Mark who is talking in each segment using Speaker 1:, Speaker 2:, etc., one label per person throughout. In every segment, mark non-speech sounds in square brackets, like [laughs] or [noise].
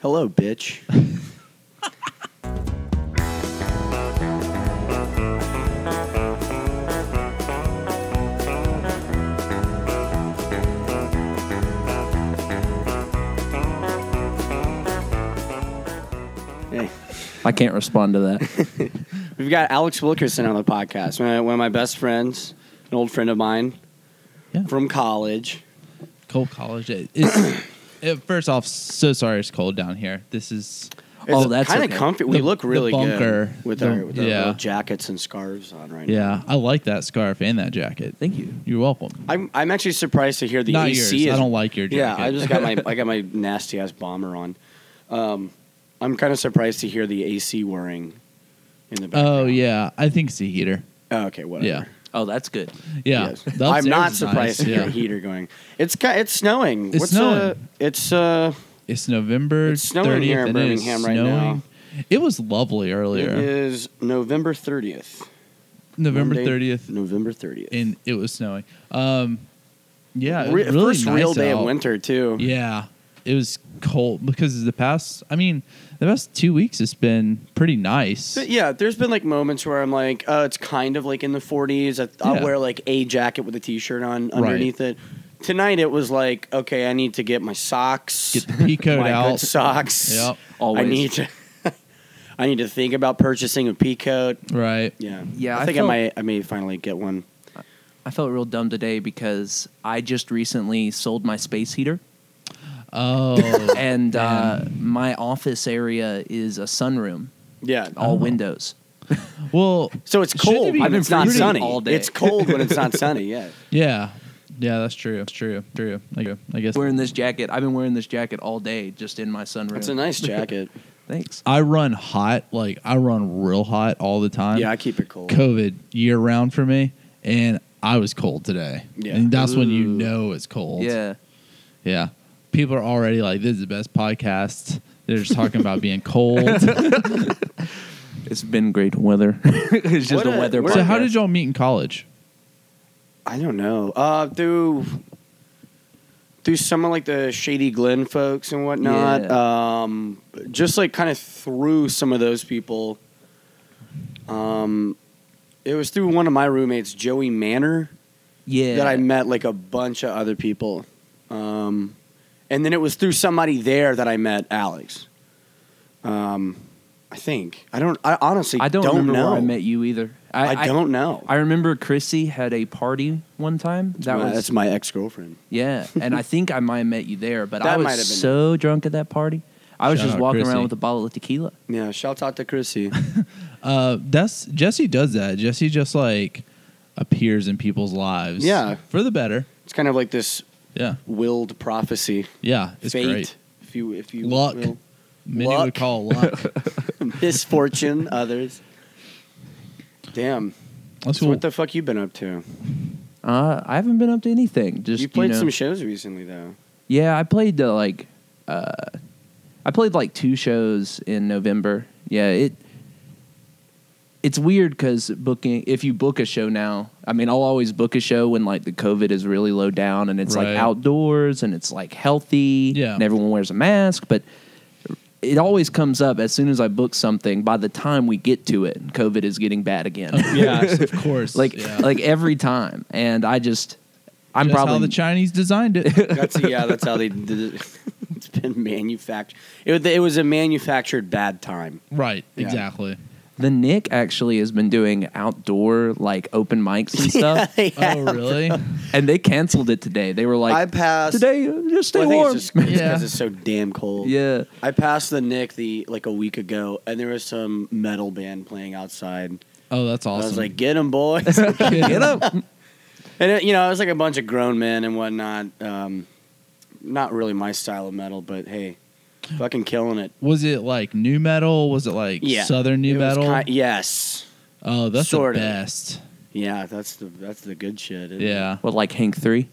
Speaker 1: Hello, bitch. hey,
Speaker 2: I can't respond to that.
Speaker 1: we've got Alex Wilkerson on the podcast. One of- One of my best friends, an old friend of mine
Speaker 3: Yeah.
Speaker 1: from college.
Speaker 3: Cold college. It, it's, it, first off, so sorry it's cold down here. This is
Speaker 2: Oh, that's
Speaker 1: kind of
Speaker 2: okay.
Speaker 1: comfy. We
Speaker 3: The-
Speaker 1: look
Speaker 3: the
Speaker 1: really
Speaker 3: bunker.
Speaker 1: good with
Speaker 3: The-
Speaker 1: our, with our
Speaker 3: yeah.
Speaker 1: little jackets and scarves on right now.
Speaker 3: yeah. I like that scarf and that jacket.
Speaker 2: [laughs] Thank you.
Speaker 3: You're welcome.
Speaker 1: I'm I'm actually surprised to hear the
Speaker 3: Not
Speaker 1: AC
Speaker 3: yours.
Speaker 1: is
Speaker 3: I don't like your jacket.
Speaker 1: Yeah, I just got
Speaker 3: [laughs]
Speaker 1: my I got my nasty ass bomber on. Um, I'm kind of surprised to hear the AC whirring in the background.
Speaker 3: Oh yeah, I think it's a heater.
Speaker 1: Oh, okay, whatever.
Speaker 3: Yeah.
Speaker 2: Oh, that's good.
Speaker 3: Yeah,
Speaker 1: Yes.
Speaker 3: the upstairs
Speaker 1: I'm not
Speaker 3: is
Speaker 1: surprised to
Speaker 3: nice,
Speaker 1: hear
Speaker 3: yeah.
Speaker 1: a heater going. It's ki- it's snowing.
Speaker 3: It's
Speaker 1: Uh,
Speaker 3: snowing.
Speaker 1: it's uh,
Speaker 3: It's November
Speaker 1: It's snowing
Speaker 3: 30th
Speaker 1: here in
Speaker 3: and it is
Speaker 1: Birmingham right
Speaker 3: snowing. It was lovely
Speaker 1: it
Speaker 3: earlier.
Speaker 1: is November 30th.
Speaker 3: November
Speaker 1: Monday,
Speaker 3: 30th
Speaker 1: November 30th.
Speaker 3: and it was snowing. Um, yeah, it
Speaker 1: Re-
Speaker 3: was really
Speaker 1: first
Speaker 3: nice
Speaker 1: real day
Speaker 3: out.
Speaker 1: of winter too.
Speaker 3: Yeah, it was cold because the past. I mean, the past two weeks has been pretty nice.
Speaker 1: But yeah, there's been like moments where I'm like, oh, it's kind of like in the 40s. I, I'll
Speaker 3: Yeah.
Speaker 1: wear like a jacket with a t-shirt on
Speaker 3: Right.
Speaker 1: underneath it. Tonight it was like, okay, I need to get my socks,
Speaker 3: Get the
Speaker 1: [laughs]
Speaker 3: pea coat
Speaker 1: my
Speaker 3: out.
Speaker 1: good socks.
Speaker 3: Yep.
Speaker 2: Always.
Speaker 1: I need to, [laughs] I need to think about purchasing a pea coat.
Speaker 3: Right.
Speaker 1: Yeah,
Speaker 2: Yeah,
Speaker 1: I
Speaker 2: I
Speaker 1: think I
Speaker 2: felt-
Speaker 1: might, I may finally get one.
Speaker 2: I felt real dumb today because I just recently sold my space heater,
Speaker 3: Oh, [laughs]
Speaker 2: and uh, my office area is a sunroom,
Speaker 1: Yeah.
Speaker 2: all windows.
Speaker 3: well,
Speaker 1: So it's
Speaker 3: Shouldn't Oh. it
Speaker 1: cold
Speaker 3: be
Speaker 1: when it's not
Speaker 2: freezing
Speaker 1: sunny.
Speaker 2: all day?
Speaker 1: It's cold when it's
Speaker 3: [laughs]
Speaker 1: not sunny. Yeah.
Speaker 3: yeah, yeah. That's true. That's true. True. I guess. I guess.
Speaker 2: Wearing this jacket, I've been wearing this jacket all day, just in my sunroom.
Speaker 1: That's a
Speaker 3: [laughs]
Speaker 1: nice jacket.
Speaker 2: Thanks.
Speaker 3: I run hot. Like I run real hot all the time.
Speaker 1: yeah, I keep it cold.
Speaker 3: COVID year round for me, and I was cold today.
Speaker 1: Yeah.
Speaker 3: And that's when you
Speaker 2: Ooh.
Speaker 3: know it's cold.
Speaker 2: Yeah.
Speaker 3: Yeah. People are already like, this is the best podcast. They're just talking about
Speaker 1: [laughs]
Speaker 3: being cold.
Speaker 2: [laughs] It's been great weather. [laughs] it's just
Speaker 1: What
Speaker 2: a,
Speaker 1: a-
Speaker 2: weather.
Speaker 1: what
Speaker 3: So
Speaker 1: a-
Speaker 3: how
Speaker 2: podcast.
Speaker 3: did y'all meet in college?
Speaker 1: I don't know. Uh, through through some of like the Shady Glen folks and whatnot. Um, just like kind of through some of those people. Um, it was through one of my roommates, Joey Manor,
Speaker 2: Yeah.
Speaker 1: that I met like a bunch of other people. Um, and then it was through somebody there that I met Alex. Um, I think I don't. I honestly
Speaker 2: I don't, remember
Speaker 1: know.
Speaker 2: where I met you either.
Speaker 1: I, don't know.
Speaker 2: I remember Chrissy had a party one time. That
Speaker 1: My-
Speaker 2: was
Speaker 1: that's my ex girlfriend.
Speaker 2: yeah, and I think I might have met you there, but
Speaker 1: That
Speaker 2: I
Speaker 1: might have been-
Speaker 2: was so drunk at that party. I was
Speaker 3: Shout
Speaker 2: just
Speaker 3: out
Speaker 2: walking
Speaker 3: Chrissy.
Speaker 2: around with a bottle of tequila.
Speaker 1: Yeah, shout out to Chrissy.
Speaker 3: Uh, that's Jesse does that. Jesse just like appears in people's lives.
Speaker 1: Yeah.
Speaker 3: for the better.
Speaker 1: It's kind of like this
Speaker 3: Yeah,
Speaker 1: willed prophecy.
Speaker 3: yeah, it's
Speaker 1: fate,
Speaker 3: great.
Speaker 1: if you if you
Speaker 3: Luck.
Speaker 1: will. [laughs]
Speaker 3: Many
Speaker 1: Luck.
Speaker 3: would call it
Speaker 1: [laughs]
Speaker 3: luck.
Speaker 1: misfortune, others. Damn.
Speaker 3: That's
Speaker 1: So
Speaker 3: cool.
Speaker 1: What
Speaker 3: [laughs]
Speaker 1: the fuck you been up to?
Speaker 2: Uh, I haven't been up to anything. Just
Speaker 1: you played
Speaker 2: know-
Speaker 1: some shows recently though.
Speaker 2: yeah, I played uh, like uh, I played like two shows in November. Yeah, it it's weird because booking if you book a show now, I mean, I'll always book a show when like the COVID is really low down and it's
Speaker 3: Right.
Speaker 2: like outdoors and it's like healthy
Speaker 3: Yeah.
Speaker 2: and everyone wears a mask, but. It always comes up as soon as I book something. By the time we get to it, COVID is getting bad again.
Speaker 1: [laughs]
Speaker 3: yes, of
Speaker 2: [laughs]
Speaker 3: course.
Speaker 2: like
Speaker 3: Oh, yeah.
Speaker 2: like every time, and I just I'm
Speaker 3: Just
Speaker 2: probably
Speaker 3: how the Chinese
Speaker 1: [laughs]
Speaker 3: designed it.
Speaker 1: That's yeah, that's how they did it. [laughs] It's been manufactured. It, was- it was a manufactured bad time.
Speaker 3: right,
Speaker 1: Yeah. [laughs]
Speaker 3: exactly.
Speaker 2: The Nick actually has been doing outdoor like open
Speaker 1: [laughs]
Speaker 2: mics and stuff,
Speaker 3: Oh, really?
Speaker 2: and they canceled it today. They were
Speaker 1: I
Speaker 2: like,
Speaker 1: passed
Speaker 2: "Today, uh, just stay
Speaker 1: Well, I think
Speaker 2: warm."
Speaker 1: it's just because
Speaker 3: Yeah.
Speaker 1: it's so damn cold.
Speaker 2: yeah,
Speaker 1: I passed the Nick the like a week ago, and there was some metal band playing outside.
Speaker 3: Oh, that's
Speaker 1: I
Speaker 3: awesome.
Speaker 1: was like, "Get them, boys!"
Speaker 2: get up.
Speaker 1: And it, you know, it was like a bunch of grown men and whatnot. Um, not really my style of metal, but hey, fucking killing it.
Speaker 3: [laughs] was it like new metal? Was it like
Speaker 1: Yeah,
Speaker 3: southern new
Speaker 1: It was
Speaker 3: metal?
Speaker 1: ki- yes,
Speaker 3: oh, that's
Speaker 1: sorta.
Speaker 3: the best.
Speaker 1: yeah, that's the that's the good shit. isn't it? [laughs]
Speaker 3: Yeah.
Speaker 2: [laughs] What like Hank three?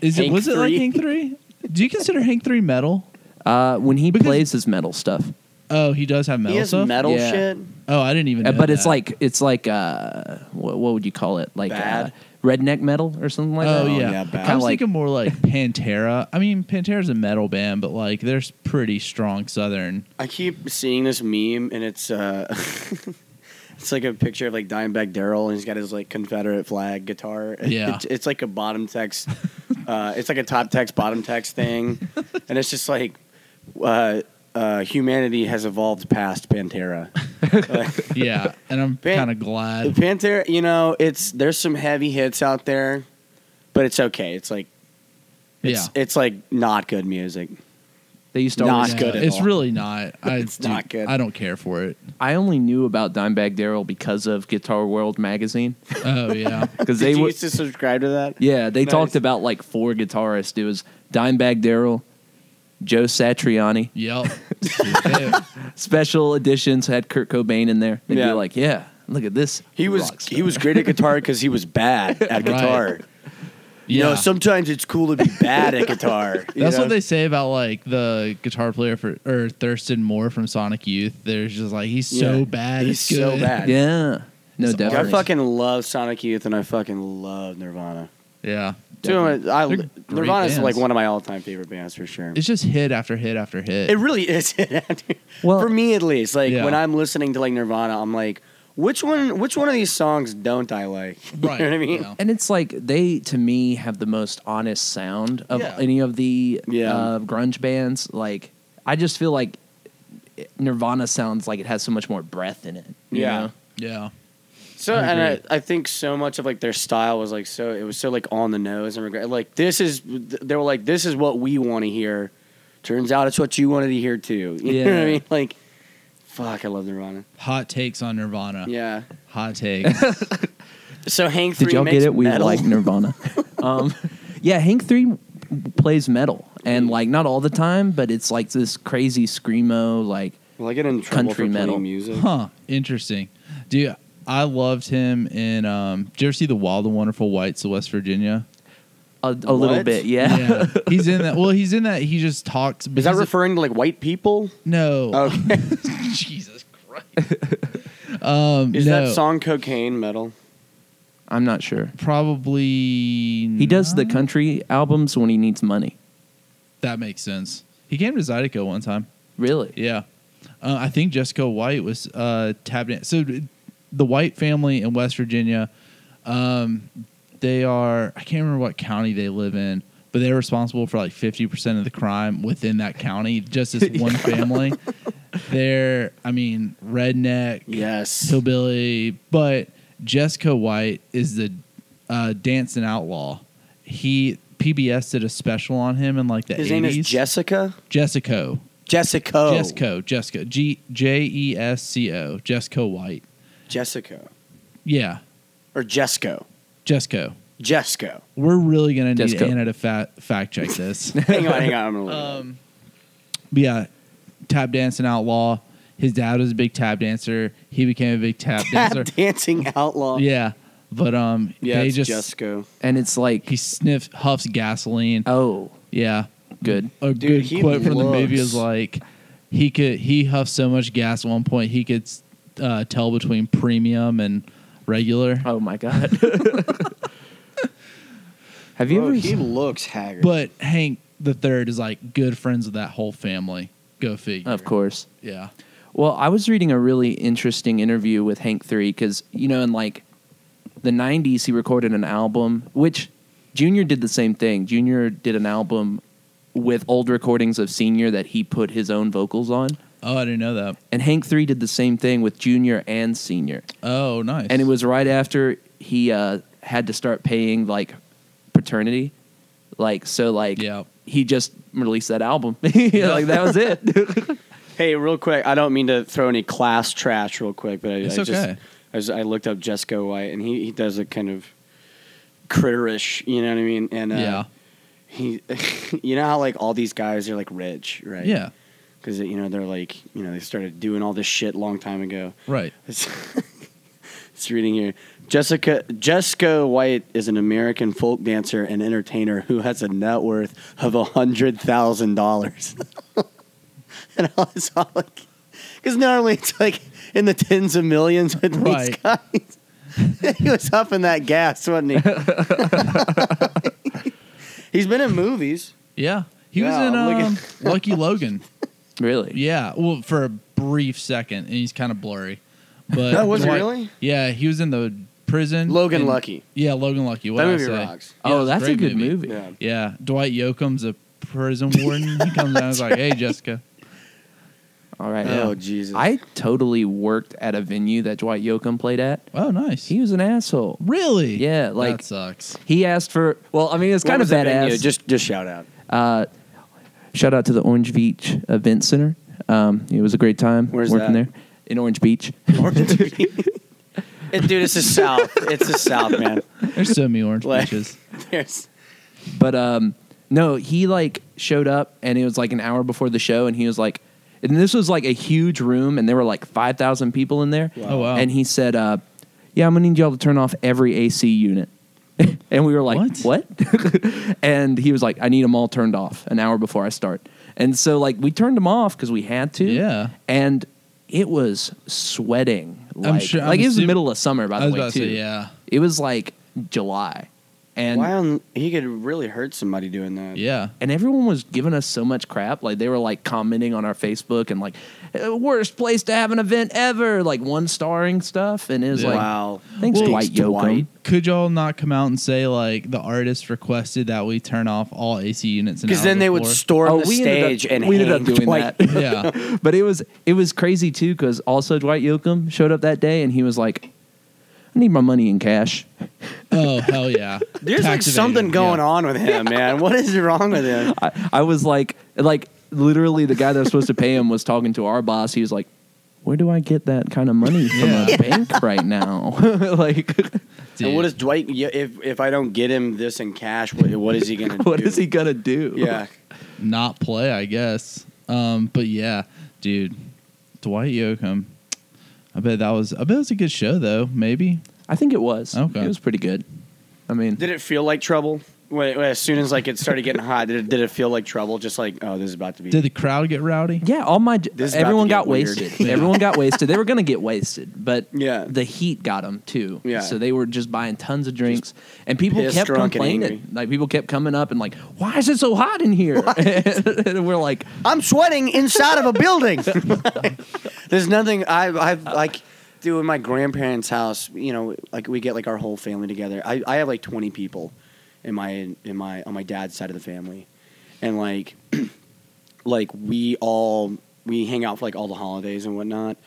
Speaker 3: Is it
Speaker 1: Hank
Speaker 3: was it like
Speaker 1: three.
Speaker 3: Hank three? Do you consider Hank three metal?
Speaker 2: Uh, when he
Speaker 3: Because-
Speaker 2: plays his metal stuff, Uh,
Speaker 3: Oh, he does have metal
Speaker 1: he has
Speaker 3: stuff.
Speaker 1: metal
Speaker 2: Yeah.
Speaker 1: shit.
Speaker 3: Oh, I didn't even.
Speaker 2: Uh,
Speaker 3: know
Speaker 2: but it's
Speaker 3: that.
Speaker 2: like it's like uh, what, what would you call it? Like
Speaker 1: Bad?
Speaker 2: Uh, redneck metal or something like
Speaker 3: oh
Speaker 2: that.
Speaker 1: yeah.
Speaker 3: yeah,
Speaker 1: yeah, bad.
Speaker 3: I was
Speaker 2: Kinda
Speaker 3: thinking more like Pantera. I mean, Pantera's a metal band, but like they're s- pretty strong Southern.
Speaker 1: I keep seeing this meme, and it's uh, [laughs] it's like a picture of like Dimebag Daryl, and he's got his like Confederate flag guitar.
Speaker 3: Yeah.
Speaker 1: it's, it's like a bottom text. Uh, it's like a top text, bottom text
Speaker 3: [laughs]
Speaker 1: thing, and it's just like uh, uh, humanity has evolved past
Speaker 3: [laughs]
Speaker 1: Pantera. Like, [laughs]
Speaker 3: Yeah, and I'm
Speaker 1: Pan-
Speaker 3: kind of glad.
Speaker 1: Pantera, you know, it's there's some heavy hits out there, but it's okay. It's like
Speaker 3: yeah,
Speaker 1: it's, it's like not good music.
Speaker 2: They used to
Speaker 1: Not
Speaker 2: always
Speaker 3: Yeah,
Speaker 1: good at
Speaker 3: It's
Speaker 1: all.
Speaker 3: really not. I,
Speaker 1: It's
Speaker 3: dude,
Speaker 1: not good.
Speaker 3: I don't care for it.
Speaker 2: I only knew about Dimebag Daryl because of Guitar
Speaker 1: [laughs]
Speaker 2: World magazine
Speaker 3: Oh yeah,
Speaker 2: because
Speaker 1: Did
Speaker 2: they
Speaker 1: you
Speaker 2: were
Speaker 1: used to subscribe to that?
Speaker 2: yeah they
Speaker 1: Nice.
Speaker 2: talked about like four guitarists. It was Dimebag Daryl, Joe Satriani.
Speaker 1: [laughs]
Speaker 3: yep. Dude,
Speaker 2: Special editions had Kurt Cobain in there. They'd
Speaker 1: Yeah.
Speaker 2: be like, yeah, look at this.
Speaker 1: He was
Speaker 2: rock
Speaker 1: he was great at guitar because he was bad at guitar.
Speaker 3: yeah,
Speaker 1: You know, sometimes it's cool to be bad at
Speaker 3: [laughs]
Speaker 1: guitar. you
Speaker 3: That's
Speaker 1: know?
Speaker 3: what they say about like the guitar player for or Thurston Moore from Sonic Youth. There's just like he's so
Speaker 1: Yeah.
Speaker 3: bad.
Speaker 1: He's
Speaker 3: it's
Speaker 1: so
Speaker 3: good.
Speaker 1: bad.
Speaker 2: Yeah. No,
Speaker 3: It's
Speaker 1: Like, I
Speaker 2: definitely.
Speaker 1: fucking love Sonic Youth and I fucking love Nirvana.
Speaker 3: Yeah,
Speaker 1: Two of my- I,
Speaker 3: They're great
Speaker 1: Nirvana's
Speaker 3: bands.
Speaker 1: like one of my all time favorite bands for sure.
Speaker 3: it's just hit after hit after hit.
Speaker 1: it really is. [laughs]
Speaker 2: Well-
Speaker 1: for me at least, like
Speaker 3: Yeah.
Speaker 1: when I'm listening to like Nirvana, I'm like, which one which one of these songs don't I like? [laughs]
Speaker 3: right.
Speaker 1: you know what I mean?
Speaker 3: yeah.
Speaker 2: And it's like they, to me, have the most honest sound of
Speaker 3: Yeah.
Speaker 2: any of the
Speaker 1: Yeah.
Speaker 2: uh, grunge bands. Like, I just feel like Nirvana sounds like it has so much more breath in it. you
Speaker 1: Yeah.
Speaker 2: know?
Speaker 3: Yeah.
Speaker 1: So
Speaker 3: I
Speaker 1: and
Speaker 3: agree.
Speaker 1: I, I think so much of like their style was like so it was so like on the nose and regret like this is they were like this is what we want to hear. Turns out it's what you wanted to hear too. [laughs] You know what I
Speaker 2: Yeah.
Speaker 1: mean? Like, fuck, I love Nirvana.
Speaker 3: Hot takes on Nirvana.
Speaker 1: Yeah. [laughs]
Speaker 3: Hot takes.
Speaker 1: So Hank Three
Speaker 2: Did y'all
Speaker 1: makes
Speaker 2: get it? We
Speaker 1: metal.
Speaker 2: like
Speaker 1: [laughs]
Speaker 2: Nirvana. um, yeah, Hank 3 plays metal. And, like, not all the time, but it's like this crazy screamo, like,
Speaker 1: Will I get in trouble
Speaker 2: Country
Speaker 1: for
Speaker 2: metal.
Speaker 1: playing music?
Speaker 3: huh. Interesting. Dude, I loved him in um did you ever see The Wild and Wonderful Whites of West Virginia?
Speaker 2: a, a little
Speaker 1: What?
Speaker 2: bit. Yeah.
Speaker 3: he's in that well, he's in that he just talks
Speaker 1: Is that Oh.
Speaker 3: he's a-
Speaker 1: referring to like white people?
Speaker 3: No.
Speaker 1: [laughs] Okay.
Speaker 3: [laughs] Jesus Christ. um
Speaker 1: Is
Speaker 3: no,
Speaker 1: that song cocaine metal?
Speaker 2: I'm not sure.
Speaker 3: probably
Speaker 2: He does the
Speaker 3: not.
Speaker 2: country albums when he needs money.
Speaker 3: That makes sense. He came to Zydeco one time.
Speaker 2: Really?
Speaker 3: Yeah. Uh, I think Jessica White was uh, tapped in. So the White family in West Virginia, um, they are, I can't remember what county they live in, but they're responsible for like 50% of the crime within that county, just
Speaker 1: [laughs]
Speaker 3: this one family. They're, I mean, redneck,
Speaker 1: Yes.
Speaker 3: hillbilly, but Jessica White is the uh, dancing outlaw. He, PBS did a special on him in like the
Speaker 1: His
Speaker 3: 80s.
Speaker 1: name is Jessica.
Speaker 3: Jessico.
Speaker 1: Jessica.
Speaker 3: Jessico, Jessica, G J E S C O, Jesco White.
Speaker 1: Jessica.
Speaker 3: Yeah,
Speaker 1: Or Jesco.
Speaker 3: Jesco.
Speaker 1: Jesco.
Speaker 3: We're really gonna need
Speaker 2: Jesco.
Speaker 3: Anna to fa- fact
Speaker 1: [laughs]
Speaker 3: check this. but
Speaker 1: Hang on, hang on. I'm gonna look it up.
Speaker 3: Um, yeah, tap dancing outlaw. His dad was a big tap dancer. He became a big tap,
Speaker 1: [laughs]
Speaker 3: dancer.
Speaker 1: Tap dancing outlaw.
Speaker 3: Yeah, but um,
Speaker 1: Yeah,
Speaker 3: they
Speaker 1: it's
Speaker 3: just
Speaker 1: Jesco.
Speaker 2: And it's like,
Speaker 3: he sniffs huffs gasoline.
Speaker 2: oh,
Speaker 3: Yeah,
Speaker 2: good.
Speaker 3: a
Speaker 1: Dude,
Speaker 3: good
Speaker 1: he
Speaker 3: quote from the movie
Speaker 1: loves-
Speaker 3: is like he could he huffed so much gas at one point he could uh, tell between premium and regular.
Speaker 2: Oh
Speaker 1: [laughs]
Speaker 2: my god. Have you
Speaker 1: Bro,
Speaker 2: ever?
Speaker 1: he
Speaker 2: seen-
Speaker 1: looks haggard.
Speaker 3: But Hank the third is like good friends with that whole family. Go figure.
Speaker 2: of course.
Speaker 3: Yeah.
Speaker 2: Well, I was reading a really interesting interview with Hank Three because you know, in like the '90s, he recorded an album, which Junior did the same thing. Junior did an album with old recordings of Senior that he put his own vocals on,
Speaker 3: Oh, I didn't know that.
Speaker 2: and Hank Three did the same thing with Junior and Senior.
Speaker 3: Oh, nice.
Speaker 2: and it was right after he uh, had to start paying like paternity, like so like
Speaker 3: Yeah.
Speaker 2: he just released that album, [laughs] like that was it.
Speaker 3: [laughs]
Speaker 1: hey, real quick, I don't mean to throw any class trash real quick, but I,
Speaker 3: It's
Speaker 1: I just
Speaker 3: okay.
Speaker 1: I, was, I looked up Jesco White, and he, he does a kind of critterish, you know what I mean? And uh,
Speaker 3: yeah.
Speaker 1: he, [laughs] you know how like all these guys are like rich, right?
Speaker 3: Yeah.
Speaker 1: because you know they're like you know they started doing all this shit a long time ago.
Speaker 3: Right.
Speaker 1: [laughs] It's, it's reading here. Jessica Jessica White is an American folk dancer and entertainer who has a net worth of a hundred thousand dollars. [laughs] and I was all like, because normally it's like in the tens of millions with these
Speaker 3: Right.
Speaker 1: guys. [laughs] he was huffing that gas, wasn't he? He's been in movies.
Speaker 3: Yeah. He
Speaker 1: Yeah,
Speaker 3: was in
Speaker 1: look at-
Speaker 3: um, Lucky Logan.
Speaker 2: Really?
Speaker 3: Yeah. Well, for a brief second, and he's kind of blurry. But
Speaker 1: That Oh, was he
Speaker 3: Uh, Dwight-
Speaker 1: really
Speaker 3: Yeah, he was in the prison.
Speaker 1: Logan
Speaker 3: and-
Speaker 1: Lucky.
Speaker 3: Yeah, Logan Lucky. What
Speaker 1: That
Speaker 3: I
Speaker 1: movie
Speaker 3: say.
Speaker 1: rocks.
Speaker 3: Yeah,
Speaker 2: Oh,
Speaker 3: it's
Speaker 2: that's a good
Speaker 3: great
Speaker 2: movie.
Speaker 1: Yeah.
Speaker 3: Yeah, Dwight Yoakam's a prison warden. He comes out and is like, "Hey, Jessica."
Speaker 2: All right.
Speaker 1: Oh
Speaker 2: yeah.
Speaker 1: Jesus!
Speaker 2: I totally worked at a venue that Dwight Yoakam played at.
Speaker 3: Oh, nice.
Speaker 2: He was an asshole.
Speaker 3: really?
Speaker 2: Yeah, like
Speaker 3: that sucks.
Speaker 2: he asked for. Well, I mean, it's
Speaker 1: What
Speaker 2: kind of
Speaker 1: was the venue?
Speaker 2: badass.
Speaker 1: Just just shout out.
Speaker 2: uh, shout out to the Orange Beach Event Center. Um, it was a great time
Speaker 1: Where's
Speaker 2: working
Speaker 1: that?
Speaker 2: there in Orange Beach. [laughs]
Speaker 1: Orange Dude, it's the South. It's the South, man.
Speaker 3: There's so
Speaker 2: [laughs]
Speaker 3: many orange
Speaker 1: Like-
Speaker 3: beaches.
Speaker 1: There's,
Speaker 2: But um, no, he like showed up and it was like an hour before the show, and he was like, and this was like a huge room, and there were like five thousand people in there.
Speaker 3: Oh wow.
Speaker 2: And he said, uh, "Yeah, I'm gonna need y'all to turn off every AC unit." [laughs] and we were like, "What?" [laughs] and he was like, "I need them all turned off an hour before I start." And so like we turned them off because we had to.
Speaker 3: Yeah.
Speaker 2: And it was sweating. Like,
Speaker 3: I'm sure- I'm
Speaker 2: like it was the
Speaker 3: assuming-
Speaker 2: middle of summer, by
Speaker 3: I
Speaker 2: the
Speaker 3: was
Speaker 2: way,
Speaker 3: about to
Speaker 2: too.
Speaker 3: say, yeah,
Speaker 2: It was like July, and
Speaker 1: why on, he could really hurt somebody doing that.
Speaker 3: yeah.
Speaker 2: and everyone was giving us so much crap. Like they were like commenting on our Facebook and like "Eh, worst place to have an event ever, like one starring stuff. And it was
Speaker 3: Yeah.
Speaker 2: like,
Speaker 1: wow.
Speaker 2: thanks
Speaker 3: Well,
Speaker 2: Dwight Yoakam.
Speaker 1: Dwight.
Speaker 3: Could y'all not come out and say like the artist requested that we turn off all AC units? an
Speaker 1: Because
Speaker 3: hour
Speaker 1: then they would
Speaker 3: before?
Speaker 1: storm
Speaker 2: Oh,
Speaker 1: the
Speaker 2: we ended up-
Speaker 1: stage and
Speaker 2: we ended up
Speaker 1: hang
Speaker 2: doing
Speaker 1: Dwight.
Speaker 2: that. [laughs]
Speaker 3: [laughs] yeah.
Speaker 1: [laughs]
Speaker 2: but it was it was crazy too because also Dwight Yoakam showed up that day and he was like, I need my money in cash.
Speaker 3: Oh hell yeah.
Speaker 1: There's like
Speaker 3: Tax evasion,
Speaker 1: something going
Speaker 3: yeah.
Speaker 1: on with him, man. What is wrong with him?
Speaker 2: I, I was like, like literally the guy that was supposed to pay him was talking to our boss. He was like. Where do I get that kind of money from
Speaker 3: Yeah.
Speaker 2: a bank right now? [laughs] like,
Speaker 1: And
Speaker 3: Dude.
Speaker 1: what is Dwight? yeah, If if I don't get him this in cash, what, what is he gonna do?
Speaker 2: [laughs] what is he gonna do?
Speaker 1: Yeah,
Speaker 3: not play, I guess. Um, but yeah, dude, Dwight Yoakam. I bet that was. I bet it was a good show though. Maybe.
Speaker 2: I think it was.
Speaker 3: Okay.
Speaker 2: It was pretty good. I mean,
Speaker 1: did it feel like trouble? When, when- as soon as like it started getting hot, did it, did it feel like trouble? Just like oh, this is about to be.
Speaker 3: Did the crowd get rowdy?
Speaker 2: yeah, all my
Speaker 1: This is about
Speaker 2: everyone
Speaker 1: to get
Speaker 2: got
Speaker 1: weird. [laughs]
Speaker 2: wasted.
Speaker 3: Yeah.
Speaker 2: Everyone got wasted. They were gonna get wasted, but
Speaker 1: Yeah.
Speaker 2: the heat got them too.
Speaker 1: Yeah.
Speaker 2: so they were just buying tons of drinks, and people
Speaker 1: pissed,
Speaker 2: kept
Speaker 1: drunk, and
Speaker 2: complaining.
Speaker 1: angry.
Speaker 2: Like people kept coming up and like, why is it so hot in here? [laughs] and we're like,
Speaker 1: I'm sweating inside of a building. [laughs] There's nothing I I like. Dude, in my grandparents' house, you know, like we get like our whole family together. I, I have like 20 people in my in my on my dad's side of the family, and like [clears throat] like we all we hang out for like all the holidays and whatnot.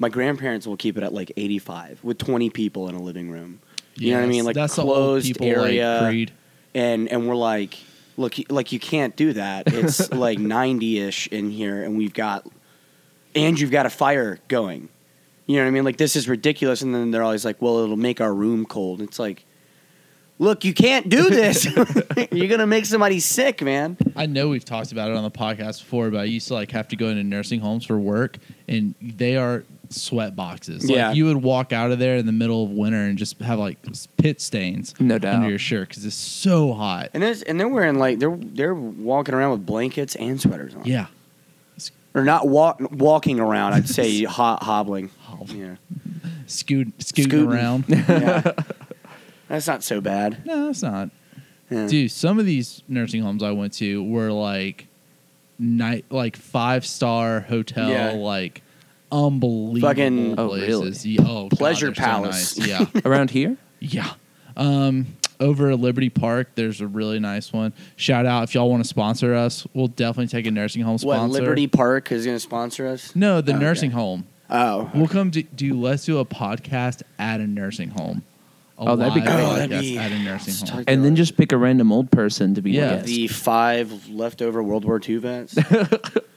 Speaker 1: My grandparents will keep it at like 85 with 20 people in a living room. You know what I mean? Like
Speaker 3: that's the old
Speaker 1: closed
Speaker 3: people, like,
Speaker 1: area
Speaker 3: creed.
Speaker 1: and and we're like, look, you- like you can't do that.
Speaker 3: [laughs]
Speaker 1: It's like ninety ish in here, and we've got, and you've got a fire going. You know what I mean? Like this is ridiculous. And then they're always like, well, it'll make our room cold. It's like, look, you can't do
Speaker 3: [laughs]
Speaker 1: this. [laughs] You're gonna make somebody sick, man.
Speaker 3: I know we've talked about it on the podcast before, but I used to like have to go into nursing homes for work, and they are sweat boxes. Like,
Speaker 1: Yeah.
Speaker 3: you would walk out of there in the middle of winter and just have like s- pit stains
Speaker 2: No doubt.
Speaker 3: under your shirt because it's so hot.
Speaker 1: And there's, and they're wearing like they're they're walking around with blankets and sweaters on.
Speaker 3: Yeah,
Speaker 1: Or not wa- walking around. I'd say [laughs] ho- hobbling. Yeah.
Speaker 3: Oh, scoot scooting,
Speaker 1: Scooting. [laughs]
Speaker 3: around. [laughs]
Speaker 1: yeah. That's not so bad.
Speaker 3: no, that's not.
Speaker 1: Yeah.
Speaker 3: Dude, some of these nursing homes I went to were like night like five star hotel,
Speaker 1: Yeah.
Speaker 3: like unbelievable
Speaker 1: Fucking-
Speaker 2: Oh,
Speaker 3: places. Yeah, Oh, God,
Speaker 1: Pleasure
Speaker 3: they're so
Speaker 1: palace. [laughs]
Speaker 3: nice. Yeah.
Speaker 2: around here,
Speaker 3: yeah. Um over at Liberty Park, there's a really nice one. Shout out if y'all want to sponsor us, we'll definitely take a nursing home sponsor.
Speaker 1: What Liberty Park is going to sponsor us?
Speaker 3: No, the
Speaker 1: Okay.
Speaker 3: nursing home.
Speaker 1: Oh,
Speaker 3: We'll come to do let's do a podcast at a nursing home. A
Speaker 2: Oh, that'd be
Speaker 3: live
Speaker 2: great.
Speaker 1: Oh, that'd
Speaker 3: podcast
Speaker 1: be-
Speaker 3: at a nursing home.
Speaker 2: and then just pick a random old person to be
Speaker 3: Yeah.
Speaker 2: a
Speaker 1: the
Speaker 2: guest.
Speaker 1: five leftover World War II [laughs] vets.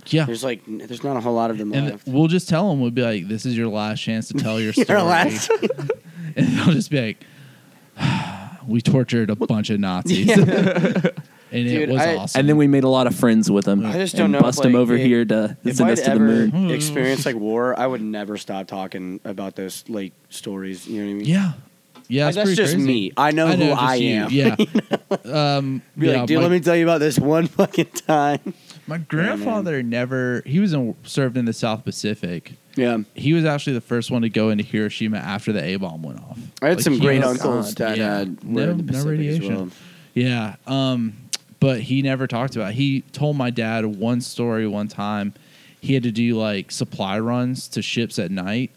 Speaker 3: Yeah.
Speaker 1: there's like, n- there's not a whole lot of them
Speaker 3: And
Speaker 1: left. [laughs]
Speaker 3: we'll just tell them, we'll be like, this is your last chance to tell your
Speaker 1: Your [laughs]
Speaker 3: story.
Speaker 1: last-
Speaker 3: [laughs] and they'll just be like, [sighs] we tortured a bunch
Speaker 1: [laughs]
Speaker 3: of Nazis. [laughs] and
Speaker 1: Dude,
Speaker 3: it was
Speaker 1: I-
Speaker 3: awesome.
Speaker 2: And then we made a lot of friends with them.
Speaker 1: I just don't
Speaker 2: and
Speaker 1: know if,
Speaker 2: Bust them
Speaker 1: like,
Speaker 2: over
Speaker 1: if-
Speaker 2: here to
Speaker 1: if
Speaker 2: send
Speaker 1: I'd
Speaker 2: us to the
Speaker 1: ever
Speaker 3: Hmm.
Speaker 2: moon.
Speaker 1: experienced like war, I would never stop talking about those like stories. You know what I mean?
Speaker 3: yeah. Yeah.
Speaker 1: Like,
Speaker 3: it's
Speaker 1: that's
Speaker 3: pretty
Speaker 1: just
Speaker 3: crazy.
Speaker 1: me. I know
Speaker 3: I
Speaker 1: who
Speaker 3: know,
Speaker 1: I
Speaker 3: just you.
Speaker 1: am. [laughs]
Speaker 3: Yeah. um,
Speaker 1: Be
Speaker 3: yeah,
Speaker 1: like, dude,
Speaker 3: my,
Speaker 1: let me tell you about this one [laughs] fucking time.
Speaker 3: my grandfather never, he was in, served in the South Pacific.
Speaker 1: Yeah.
Speaker 3: He was actually the first one to go into Hiroshima after the A bomb went off.
Speaker 1: I had
Speaker 3: Like,
Speaker 1: some
Speaker 3: he
Speaker 1: great
Speaker 3: was-
Speaker 1: uncles that
Speaker 3: yeah.
Speaker 1: had
Speaker 3: No-
Speaker 1: were in the
Speaker 3: no
Speaker 1: Pacific
Speaker 3: radiation.
Speaker 1: As well.
Speaker 3: Yeah. Um, but he never talked about. It. He told my dad one story one time. He had to do like supply runs to ships at night,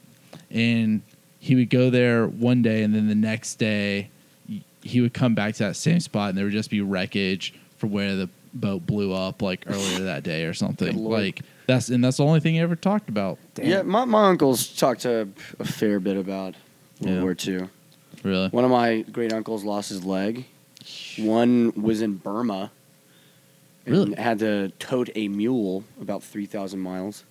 Speaker 3: and he would go there one day, and then the next day, y- he would come back to that same spot, and there would just be wreckage from where the boat blew up like earlier that day or
Speaker 1: Good
Speaker 3: something.
Speaker 1: lord.
Speaker 3: Like that's and that's the only thing he ever talked about.
Speaker 1: Yeah, my, my uncles talked a, a fair bit about World
Speaker 3: Yeah.
Speaker 1: War II.
Speaker 3: Really.
Speaker 1: One of my great uncles lost his leg. One was in Burma. and
Speaker 3: Really?
Speaker 1: Had to tote a mule about 3,000 miles.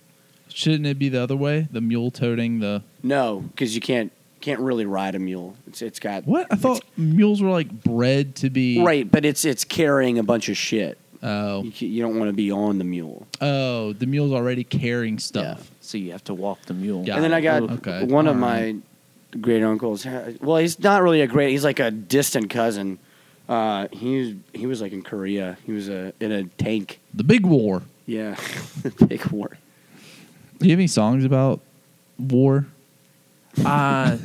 Speaker 3: Shouldn't it be the other way? The mule toting the
Speaker 1: No, because you can't can't really ride a mule. It's it's got
Speaker 3: what? I thought mules were like bred to be
Speaker 1: right, but it's it's carrying a bunch of shit.
Speaker 3: Oh,
Speaker 1: You, ca- you don't want to be on the mule.
Speaker 3: Oh, the mule's already carrying stuff.
Speaker 2: So you have to walk the mule.
Speaker 3: Yeah.
Speaker 1: and then I got
Speaker 3: Okay.
Speaker 1: one of
Speaker 3: All
Speaker 1: my
Speaker 3: right.
Speaker 1: great uncles. ha- Well, he's not really a great. He's like a distant cousin. Uh, he was he was like in Korea. He was a, in a tank.
Speaker 3: The big war.
Speaker 1: Yeah, [laughs] big war.
Speaker 3: Do you have any songs about war?
Speaker 2: Uh,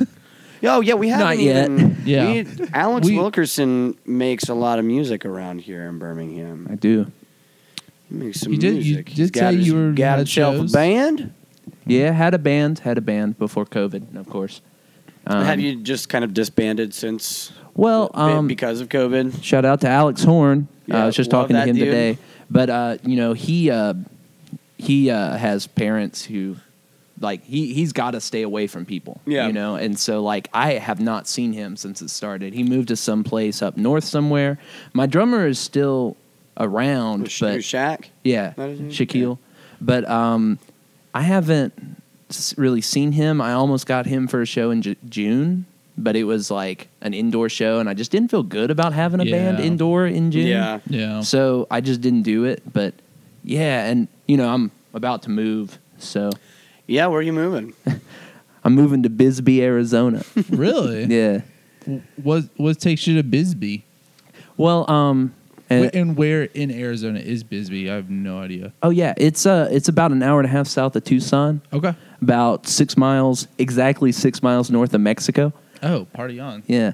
Speaker 1: Oh yeah, we haven't
Speaker 2: Not yet.
Speaker 1: even-
Speaker 3: [laughs] Yeah.
Speaker 1: we- Alex
Speaker 3: We-
Speaker 1: Wilkerson makes a lot of music around here in Birmingham. [laughs]
Speaker 2: I do.
Speaker 1: He makes some
Speaker 3: You did- you
Speaker 1: music.
Speaker 3: did
Speaker 1: He's got
Speaker 3: say
Speaker 1: his-
Speaker 3: you were
Speaker 1: got
Speaker 3: at
Speaker 1: himself
Speaker 3: shows.
Speaker 1: a band.
Speaker 2: Yeah, had a band, had a band before COVID, of course. Um,
Speaker 1: Have you just kind of disbanded since?
Speaker 2: Well, um,
Speaker 1: because of COVID.
Speaker 2: Shout out to Alex Horn.
Speaker 1: Yeah,
Speaker 2: I was just
Speaker 1: love
Speaker 2: talking to
Speaker 1: that
Speaker 2: him
Speaker 1: dude.
Speaker 2: today. But uh, you know, he uh, he uh, has parents who like he he's got to stay away from people.
Speaker 1: Yeah.
Speaker 2: you know, and so like I have not seen him since it started. He moved to some place up north somewhere. My drummer is still around,
Speaker 1: Sh-
Speaker 2: but
Speaker 1: Shaq.
Speaker 2: yeah,
Speaker 1: That is-
Speaker 2: Shaquille. But um, I haven't s- really seen him. I almost got him for a show in J- June, but it was like an indoor show, and I just didn't feel good about having a band
Speaker 3: Yeah.
Speaker 2: indoor in June.
Speaker 1: Yeah.
Speaker 3: [laughs] Yeah.
Speaker 2: So I just didn't do it. But yeah, and you know I'm about to move, so
Speaker 1: Yeah, where are you moving?
Speaker 2: I'm moving to Bisbee, Arizona.
Speaker 3: really?
Speaker 2: yeah.
Speaker 3: What what takes you to Bisbee?
Speaker 2: Well, um, and,
Speaker 3: Wh- and where in Arizona is Bisbee? I have no idea.
Speaker 2: oh yeah, it's uh, it's about an hour and a half south of Tucson,
Speaker 3: Okay.
Speaker 2: about six miles, exactly six miles north of Mexico.
Speaker 3: Oh, party on.
Speaker 2: Yeah.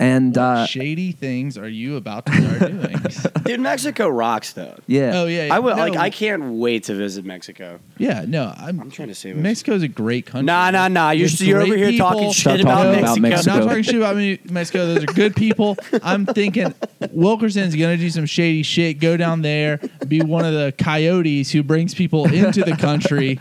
Speaker 2: And
Speaker 3: What
Speaker 2: uh,
Speaker 3: shady things are you about to
Speaker 1: [laughs]
Speaker 3: start doing?
Speaker 1: Dude, Mexico rocks though.
Speaker 2: yeah.
Speaker 3: oh yeah. yeah.
Speaker 1: I would
Speaker 3: No,
Speaker 1: like. I can't wait to visit Mexico.
Speaker 3: Yeah. No. I'm,
Speaker 1: I'm trying to save us.
Speaker 3: Mexico's a great country.
Speaker 1: Nah, nah, nah. You're,
Speaker 3: There's
Speaker 1: you're
Speaker 3: great
Speaker 1: over here talking
Speaker 3: people.
Speaker 1: shit
Speaker 2: Stop
Speaker 1: about,
Speaker 2: talking
Speaker 1: Mexico.
Speaker 2: about
Speaker 3: No, I'm
Speaker 2: Mexico.
Speaker 3: not talking shit about me, Mexico. Those are good people. I'm thinking Wilkerson's going to do some shady shit. Go down there, be one of the coyotes who brings people into the country.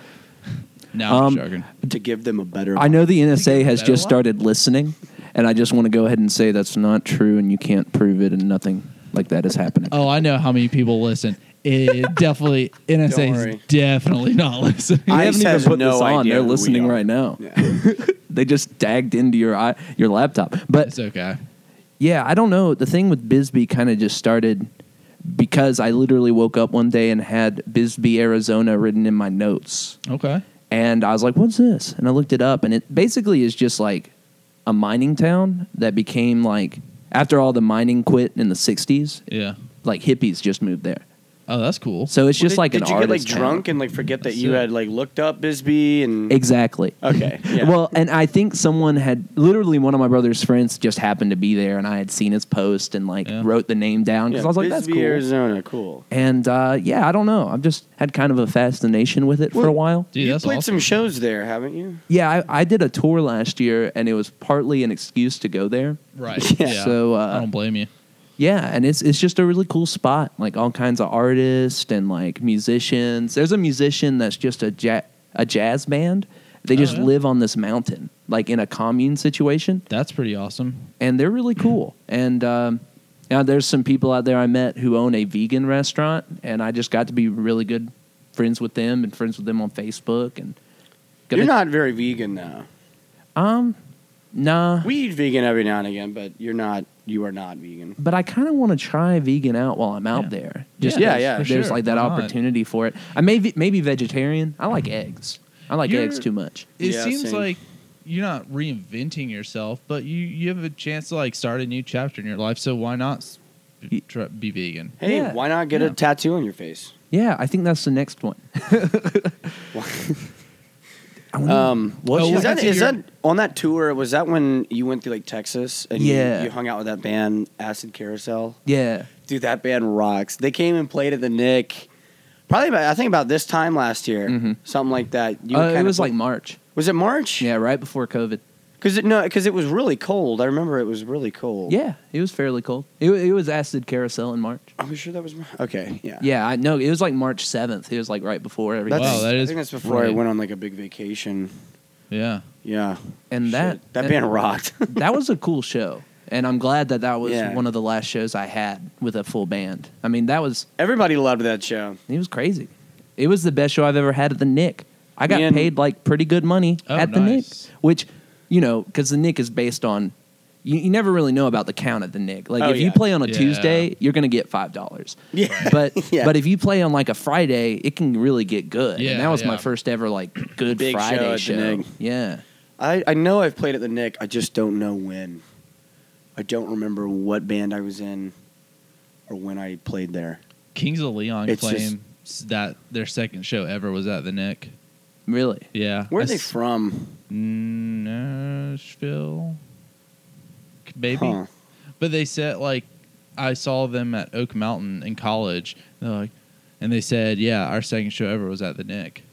Speaker 3: No, I'm
Speaker 2: Um,
Speaker 3: joking.
Speaker 1: To give them a better.
Speaker 2: I know the NSA has
Speaker 3: better
Speaker 2: just
Speaker 3: luck.
Speaker 2: started listening, and I just want to go ahead and say that's not true, and you can't prove it, and nothing like that is happening.
Speaker 3: Oh, I know how many people listen. It definitely
Speaker 1: Don't
Speaker 3: NSA
Speaker 1: worry.
Speaker 3: is definitely not listening.
Speaker 1: ICE
Speaker 2: I haven't even
Speaker 1: has
Speaker 2: put
Speaker 1: no
Speaker 2: this on.
Speaker 1: idea
Speaker 2: They're
Speaker 1: who we
Speaker 2: listening
Speaker 1: are.
Speaker 2: right now.
Speaker 1: Yeah.
Speaker 2: They just tagged into your i- your laptop. But
Speaker 3: It's okay.
Speaker 2: Yeah, I don't know. The thing with Bisbee kind of just started because I literally woke up one day and had Bisbee, Arizona written in my notes.
Speaker 3: Okay.
Speaker 2: And I was like, what's this? And I looked it up, and it basically is just like a mining town that became like, after all the mining quit in the 60s,
Speaker 3: Yeah.
Speaker 2: like hippies just moved there.
Speaker 3: Oh, that's cool.
Speaker 2: So it's just
Speaker 1: Well,
Speaker 2: like
Speaker 1: did,
Speaker 2: an
Speaker 1: did you get like
Speaker 2: artist town.
Speaker 1: drunk and like forget that
Speaker 3: That's
Speaker 1: you
Speaker 3: it.
Speaker 1: had like looked up Bisbee and
Speaker 2: Exactly. [laughs]
Speaker 1: okay. Yeah.
Speaker 2: Well, and I think someone had literally one of my brother's friends just happened to be there, and I had seen his post and like
Speaker 3: Yeah.
Speaker 2: wrote the name down
Speaker 1: yeah,
Speaker 2: because I was like,
Speaker 1: Bisbee,
Speaker 2: "That's cool."
Speaker 1: Arizona, cool.
Speaker 2: And uh, yeah, I don't know. I've just had kind of a fascination with it for
Speaker 1: Well-
Speaker 2: a while.
Speaker 3: Dude,
Speaker 1: you
Speaker 3: that's
Speaker 1: played some
Speaker 3: awesome.
Speaker 1: shows there, haven't you?
Speaker 2: Yeah, I, I did a tour last year, and it was partly an excuse to go there.
Speaker 3: right.
Speaker 1: [laughs] Yeah.
Speaker 3: Yeah. Um,
Speaker 2: So, uh,
Speaker 3: I don't blame you.
Speaker 2: Yeah, and it's it's just a really cool spot. Like all kinds of artists and like musicians. There's a musician that's just a ja- a jazz band. They
Speaker 3: Oh,
Speaker 2: just
Speaker 3: yeah.
Speaker 2: live on this mountain, like in a commune situation,
Speaker 3: That's pretty awesome.
Speaker 2: and they're really cool. And um, now there's some people out there I met who own a vegan restaurant, and I just got to be really good friends with them and friends with them on Facebook. And
Speaker 1: You're not very vegan though.
Speaker 2: um, nah.
Speaker 1: We eat vegan every now and again, but you're not. You are not vegan.
Speaker 2: but I kind of want to try vegan out while I'm out
Speaker 3: Yeah.
Speaker 2: there. Just
Speaker 1: Yeah,
Speaker 2: because
Speaker 1: yeah,
Speaker 3: for
Speaker 2: There's
Speaker 3: sure.
Speaker 2: like that
Speaker 3: Why not?
Speaker 2: opportunity for it. I may be, maybe vegetarian. I like
Speaker 1: Mm-hmm.
Speaker 2: eggs. I like
Speaker 3: You're-
Speaker 2: eggs too much.
Speaker 3: it
Speaker 1: Yeah,
Speaker 3: seems
Speaker 1: same.
Speaker 3: like you're not reinventing yourself, but you you have a chance to like start a new chapter in your life. So why not s-
Speaker 2: Ye-
Speaker 3: tr- be vegan?
Speaker 1: Hey,
Speaker 2: Yeah.
Speaker 1: why not get
Speaker 3: Yeah.
Speaker 1: a tattoo on your face? [laughs]
Speaker 2: Yeah, I think that's the next one. wonder-
Speaker 1: Um,
Speaker 2: what
Speaker 3: Oh,
Speaker 2: show-
Speaker 1: is
Speaker 3: I
Speaker 1: that,
Speaker 3: can see
Speaker 1: is
Speaker 3: your-
Speaker 1: that on that tour? Was that when you went through like Texas and you-
Speaker 2: Yeah.
Speaker 1: you, hung out with that band Acid Carousel?
Speaker 2: yeah.
Speaker 1: Dude, that band rocks. They came and played at the Nick. Probably, about, I think about this time last year,
Speaker 2: Mhm.
Speaker 1: something like that. You
Speaker 2: Uh,
Speaker 1: were
Speaker 2: it
Speaker 1: kinda
Speaker 2: was
Speaker 1: bo-
Speaker 2: like March.
Speaker 1: was it March?
Speaker 2: Yeah, right before COVID.
Speaker 1: because it, no, because it was really cold. I remember it was really cold.
Speaker 2: Yeah, it was fairly cold. It, it was acid carousel in March.
Speaker 1: I'm sure that was Mar- okay. Yeah,
Speaker 2: Yeah, I know. It was like March seventh. It was like right before everything.
Speaker 1: That's,
Speaker 3: Wow, that
Speaker 1: I
Speaker 3: is
Speaker 1: think that's before I
Speaker 3: brilliant.
Speaker 1: went on like a big vacation.
Speaker 3: Yeah.
Speaker 1: Yeah,
Speaker 2: and that
Speaker 1: Shit, that
Speaker 2: and-
Speaker 1: band rocked. [laughs]
Speaker 2: that was a cool show, and I'm glad that that was
Speaker 1: Yeah.
Speaker 2: one of the last shows I had with a full band. I mean, that was
Speaker 1: Everybody loved that show.
Speaker 2: it was crazy. It was the best show I've ever had at the Nick. I got
Speaker 1: Me and-
Speaker 2: paid like pretty good money
Speaker 3: Oh,
Speaker 2: at the
Speaker 3: nice.
Speaker 2: Nick, which you know because the Nick is based on. You, you never really know about the count at the Nick. Like
Speaker 1: Oh,
Speaker 2: if you
Speaker 1: yeah.
Speaker 2: play on a
Speaker 3: Yeah.
Speaker 2: Tuesday, you're gonna get
Speaker 1: [laughs]
Speaker 2: five dollars.
Speaker 1: Yeah,
Speaker 2: but
Speaker 1: Yeah.
Speaker 2: but if you play on like a Friday, it can really get good.
Speaker 3: Yeah,
Speaker 2: and that was my
Speaker 3: yeah.
Speaker 2: first ever like good
Speaker 1: Big show at
Speaker 2: Friday
Speaker 1: the
Speaker 2: show.
Speaker 1: Nig.
Speaker 2: Yeah,
Speaker 1: I, I know I've played at the Nick. I just don't know when. I don't remember what band I was in or when I played there.
Speaker 3: Kings of Leon
Speaker 1: It's
Speaker 3: claim that their second show ever was at the Nick.
Speaker 2: really.
Speaker 3: Yeah.
Speaker 1: Where are
Speaker 3: I
Speaker 1: they
Speaker 3: s-
Speaker 1: from?
Speaker 3: Nashville. Maybe.
Speaker 1: Huh.
Speaker 3: But they said like I saw them at Oak Mountain in college. They're like and they said, Yeah, our second show ever was at the Nick.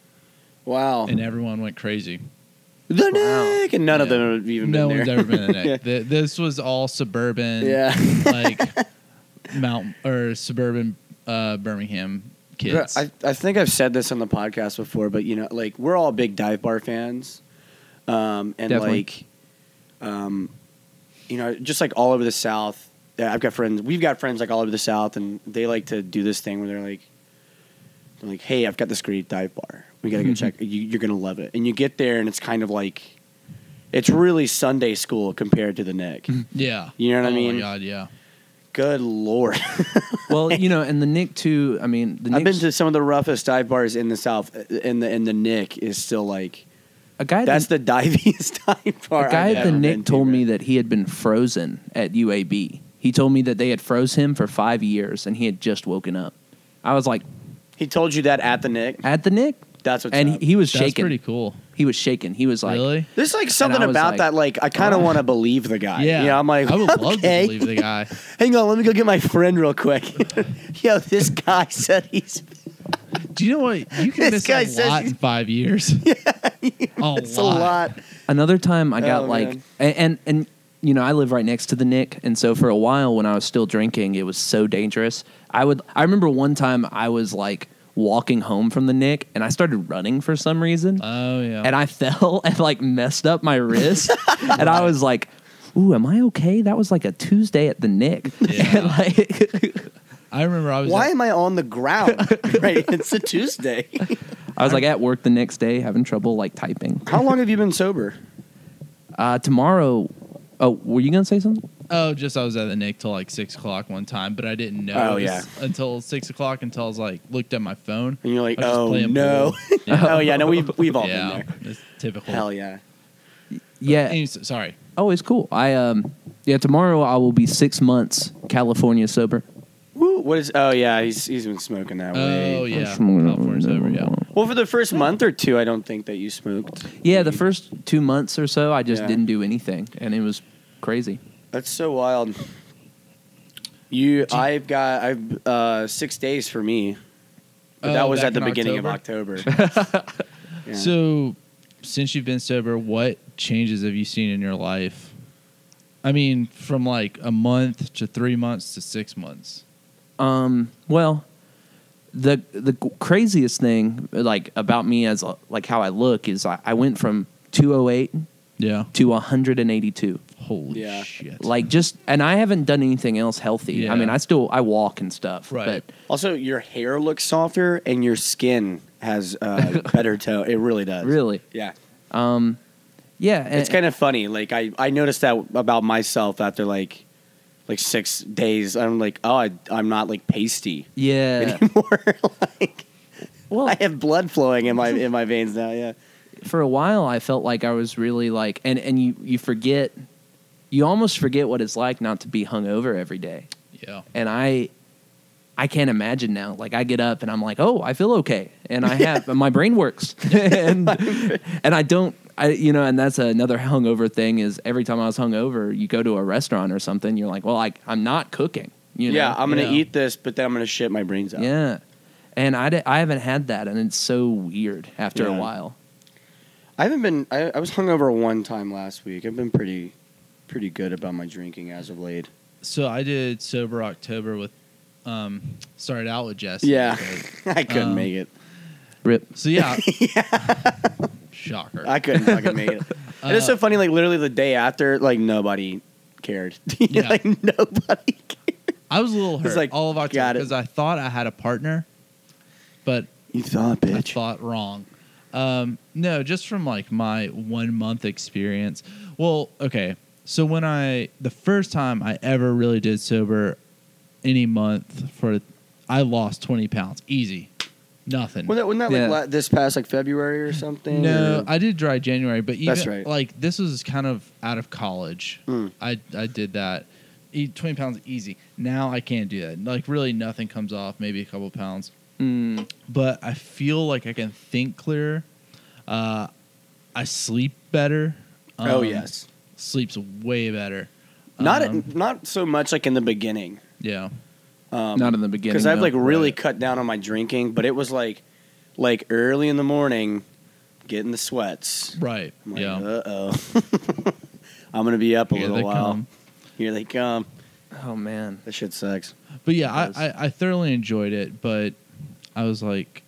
Speaker 1: Wow.
Speaker 3: And everyone went crazy.
Speaker 1: the
Speaker 2: Wow.
Speaker 1: Nick! And none of
Speaker 3: Yeah.
Speaker 1: them have even
Speaker 3: no
Speaker 1: been
Speaker 3: one's
Speaker 1: there.
Speaker 3: ever
Speaker 1: [laughs]
Speaker 3: been to the Nick. Th- this was all suburban
Speaker 1: yeah. [laughs]
Speaker 3: like mountain or suburban uh, Birmingham kids.
Speaker 1: I, I think I've said this on the podcast before, but you know, like we're all big dive bar fans, um, and
Speaker 2: Definitely.
Speaker 1: like, um, you know, just like all over the South. yeah, I've got friends. We've got friends like all over the South, and they like to do this thing where they're like, they're like, "Hey, I've got this great dive bar. We gotta go
Speaker 2: Mm-hmm.
Speaker 1: check. You, you're gonna love it." And you get there, and it's kind of like, it's really Sunday school compared to the Nick.
Speaker 2: Mm-hmm.
Speaker 3: yeah.
Speaker 1: You know what I
Speaker 3: Oh my
Speaker 1: mean?
Speaker 3: God, yeah.
Speaker 1: Good lord!
Speaker 2: Well, you know, and the Nick too. I mean, the
Speaker 1: [laughs] I've been
Speaker 2: Nick's-
Speaker 1: to some of the roughest dive bars in the South, and the and the Nick is still like.
Speaker 2: a guy.
Speaker 1: That's
Speaker 2: That's
Speaker 1: the [laughs] diviest dive bar.
Speaker 2: a guy
Speaker 1: I've
Speaker 2: at the
Speaker 1: ever
Speaker 2: Nick
Speaker 1: been to,
Speaker 2: told me
Speaker 1: man.
Speaker 2: that he had been frozen at UAB. He told me that they had froze him for five years, and he had just woken up. I was like,
Speaker 1: he told you that at the Nick.
Speaker 2: at the Nick,
Speaker 1: That's what's
Speaker 2: and
Speaker 1: up.
Speaker 2: he, he was
Speaker 3: That's
Speaker 2: shaken.
Speaker 3: pretty cool.
Speaker 2: He was shaken. He was like,
Speaker 3: really?
Speaker 1: There's like something
Speaker 2: I was
Speaker 1: about
Speaker 2: like,
Speaker 1: that. Like I kind of
Speaker 2: "Alright."
Speaker 1: want to believe the guy.
Speaker 3: Yeah.
Speaker 1: You know, I'm like,
Speaker 3: I would love to
Speaker 1: okay.
Speaker 3: believe the guy.
Speaker 1: Hang on, let me go get my friend real quick. [laughs] Yo, this guy [laughs] said he's
Speaker 3: Do you know what? You
Speaker 1: [laughs]
Speaker 3: can
Speaker 1: This
Speaker 3: miss
Speaker 1: guy
Speaker 3: a
Speaker 1: says
Speaker 3: lot
Speaker 1: he's-
Speaker 3: in
Speaker 1: [laughs]
Speaker 3: five years. Yeah, [laughs] a,
Speaker 1: it's a lot.
Speaker 2: Another time I got
Speaker 1: Oh,
Speaker 2: like
Speaker 1: man.
Speaker 2: and, and and you know, I live right next to the Nick and so for a while when I was still drinking, it was so dangerous. I would I remember one time I was like walking home from the Nick and I started running for some reason
Speaker 3: Oh yeah.
Speaker 2: and I fell and like messed up my
Speaker 3: [laughs]
Speaker 2: wrist and I was like, "Ooh, am I okay? That was like a Tuesday at the Nick."
Speaker 3: Yeah.
Speaker 2: And, [laughs] like
Speaker 3: I remember I was.
Speaker 1: Why
Speaker 3: at-
Speaker 1: am I on the
Speaker 3: [laughs]
Speaker 1: ground? right, it's a Tuesday.
Speaker 2: I was like at work the next day having trouble like typing.
Speaker 1: How long have you been sober?
Speaker 2: Uh tomorrow Oh, were you going to say something?
Speaker 3: oh, just I was at the Nick till like six o'clock one time, but I didn't know.
Speaker 1: Oh,
Speaker 3: it was
Speaker 1: yeah.
Speaker 3: Until six o'clock, until I was like looked at my phone.
Speaker 1: And you're like,
Speaker 3: I was just
Speaker 1: oh
Speaker 3: playing
Speaker 1: no,
Speaker 3: pool. Yeah.
Speaker 1: [laughs] oh yeah, no, we've we've all
Speaker 3: yeah.
Speaker 1: been there.
Speaker 3: It's typical.
Speaker 1: Hell yeah.
Speaker 2: Yeah.
Speaker 3: Anyways, Sorry.
Speaker 2: Oh, it's cool. I um yeah, tomorrow I will be six months California sober.
Speaker 1: Woo, what is? Oh yeah, he's he's been smoking that way.
Speaker 3: Oh yeah.
Speaker 2: Just moving on.
Speaker 3: California's over. Yeah.
Speaker 1: Well, for the first month or two, I don't think that you smoked.
Speaker 2: Yeah, the first two months or so I just
Speaker 1: Yeah.
Speaker 2: didn't do anything and it was crazy.
Speaker 1: That's so wild. You, I've got, I've uh, six days for me. But that
Speaker 3: Oh,
Speaker 1: was
Speaker 3: back
Speaker 1: at the
Speaker 3: in
Speaker 1: beginning of October. Yeah.
Speaker 3: So, since you've been sober, what changes have you seen in your life? I mean, from like a month to three months to six months.
Speaker 2: Um well the the craziest thing like about me as like how I look is I, I went from 208
Speaker 3: Yeah.
Speaker 2: to 182.
Speaker 3: Holy
Speaker 1: Yeah.
Speaker 3: shit.
Speaker 2: Like just and I haven't done anything else healthy.
Speaker 3: Yeah.
Speaker 2: I mean, I still I walk and stuff,
Speaker 3: Right.
Speaker 2: but
Speaker 1: also, your hair looks softer and your skin has uh, better tone. It really does.
Speaker 2: really.
Speaker 1: Yeah.
Speaker 2: Yeah, and,
Speaker 1: It's kind of funny. Like I, I noticed that about myself after like, like six days. I'm like, oh, I, I'm not like pasty [laughs]
Speaker 2: yeah. Oh.
Speaker 1: anymore. like
Speaker 2: Well,
Speaker 1: I have blood flowing in my in my veins now. Yeah.
Speaker 2: for a while I felt like I was really like and and you you forget you almost forget what it's like not to be hungover every day.
Speaker 3: yeah.
Speaker 2: And I I can't imagine now. Like I get up and I'm like, oh, I feel okay, and I have my brain works, [laughs] and and I don't. I, you know, and that's another hungover thing is every time I was hungover, you go to a restaurant or something, you're like, well, I, I'm not cooking. You know?
Speaker 1: yeah, I'm gonna
Speaker 3: yeah.
Speaker 1: eat this, but then I'm gonna shit my brains out.
Speaker 2: Yeah. And I, di- I haven't had that, and it's so weird after
Speaker 1: Yeah.
Speaker 2: a while.
Speaker 1: I haven't been. I, I was hungover one time last week. I've been pretty, pretty good about my drinking as of late.
Speaker 3: So I did sober October with um started out with Jesse.
Speaker 1: Yeah, [laughs]
Speaker 3: but-
Speaker 1: I couldn't
Speaker 3: Um,
Speaker 1: make it.
Speaker 2: Rip.
Speaker 1: [laughs]
Speaker 3: So yeah. Shocker.
Speaker 1: I couldn't fucking make it. and it's
Speaker 3: Uh,
Speaker 1: so funny. Like literally the day after, like nobody cared. [laughs]
Speaker 3: Yeah.
Speaker 1: like nobody. [laughs] Cared.
Speaker 3: I was a little
Speaker 1: It's
Speaker 3: hurt
Speaker 1: like,
Speaker 3: all of
Speaker 1: got
Speaker 3: October
Speaker 1: it.
Speaker 3: because I thought I had a partner, but
Speaker 1: You thought,
Speaker 3: I
Speaker 1: bitch.
Speaker 3: thought wrong. Um, no, just from like my one month experience. Well, okay. So when I the first time I ever really did sober any month for I lost twenty pounds. Easy. Nothing.
Speaker 1: Wasn't that, wasn't that
Speaker 2: Yeah.
Speaker 1: like la- this past like February or something?
Speaker 3: no,
Speaker 1: Or-
Speaker 3: I did dry January, but even,
Speaker 1: That's right.
Speaker 3: like this was kind of out of college.
Speaker 1: Mm.
Speaker 3: I I did that. Eat twenty pounds easy. Now I can't do that. Like really nothing comes off, maybe a couple pounds.
Speaker 2: Mm,
Speaker 3: but I feel like I can think clearer. Uh, I sleep better.
Speaker 1: oh
Speaker 3: Um,
Speaker 1: yes.
Speaker 3: sleeps way better.
Speaker 1: Not
Speaker 3: um,
Speaker 1: not so much like in the beginning.
Speaker 3: yeah,
Speaker 1: Um,
Speaker 2: not in the beginning.
Speaker 1: because I've
Speaker 2: though.
Speaker 1: like really
Speaker 3: Right.
Speaker 1: cut down on my drinking, but it was like like early in the morning, getting the sweats.
Speaker 3: right.
Speaker 1: I'm like,
Speaker 3: yeah,
Speaker 1: uh oh, [laughs] I'm gonna be up a
Speaker 3: Here
Speaker 1: little
Speaker 3: they
Speaker 1: while.
Speaker 3: come.
Speaker 1: Here they come.
Speaker 2: Oh, man.
Speaker 1: That shit sucks.
Speaker 3: But yeah,
Speaker 1: Yes.
Speaker 3: I, I I thoroughly enjoyed it, but I was like,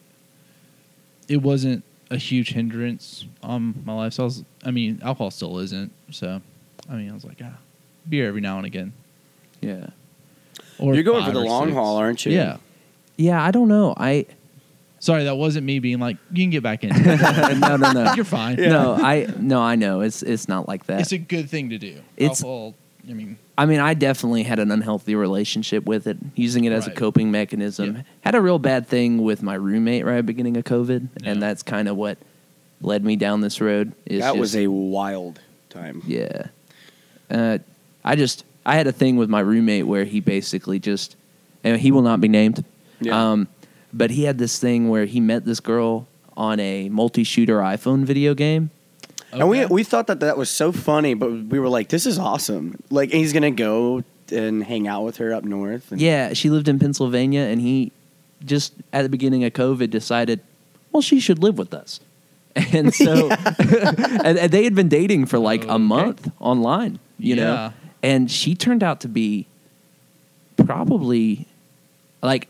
Speaker 3: it wasn't a huge hindrance on my life. So I was, I mean, alcohol still isn't. So, I mean, I was like, ah, beer every now and again.
Speaker 2: Yeah.
Speaker 3: Or
Speaker 1: You're going for
Speaker 3: five
Speaker 1: the
Speaker 3: or
Speaker 1: long
Speaker 3: six.
Speaker 1: haul, aren't you?
Speaker 3: Yeah.
Speaker 2: Yeah, I don't know. I.
Speaker 3: Sorry, that wasn't me being like, you can get back in.
Speaker 2: no, no, no.
Speaker 3: [laughs] You're fine.
Speaker 2: No, I no, I know it's it's not like that.
Speaker 3: It's a good thing to do.
Speaker 2: It's-
Speaker 3: Alcohol, I mean,
Speaker 2: I mean, I definitely had an unhealthy relationship with it, using it as
Speaker 3: Right.
Speaker 2: a coping mechanism.
Speaker 3: Yeah.
Speaker 2: Had a real bad thing with my roommate right at the beginning of COVID,
Speaker 3: Yeah.
Speaker 2: and that's kind of what led me down this road. is
Speaker 1: that was
Speaker 2: just-
Speaker 1: a wild time.
Speaker 2: Yeah. Uh, I just I had a thing with my roommate where he basically just and he will not be named.
Speaker 1: Yeah.
Speaker 2: Um but he had this thing where he met this girl on a multi-shooter iPhone video game.
Speaker 1: And we
Speaker 3: okay.
Speaker 1: we thought that that was so funny, but we were like, this is awesome. Like he's gonna go and hang out with her up north. And
Speaker 2: Yeah, she lived in Pennsylvania and he just at the beginning of COVID decided, well, she should live with us. [laughs] And so [laughs] and, and they had been dating for like
Speaker 3: Okay.
Speaker 2: a month online, you
Speaker 3: Yeah.
Speaker 2: know. And she turned out to be probably like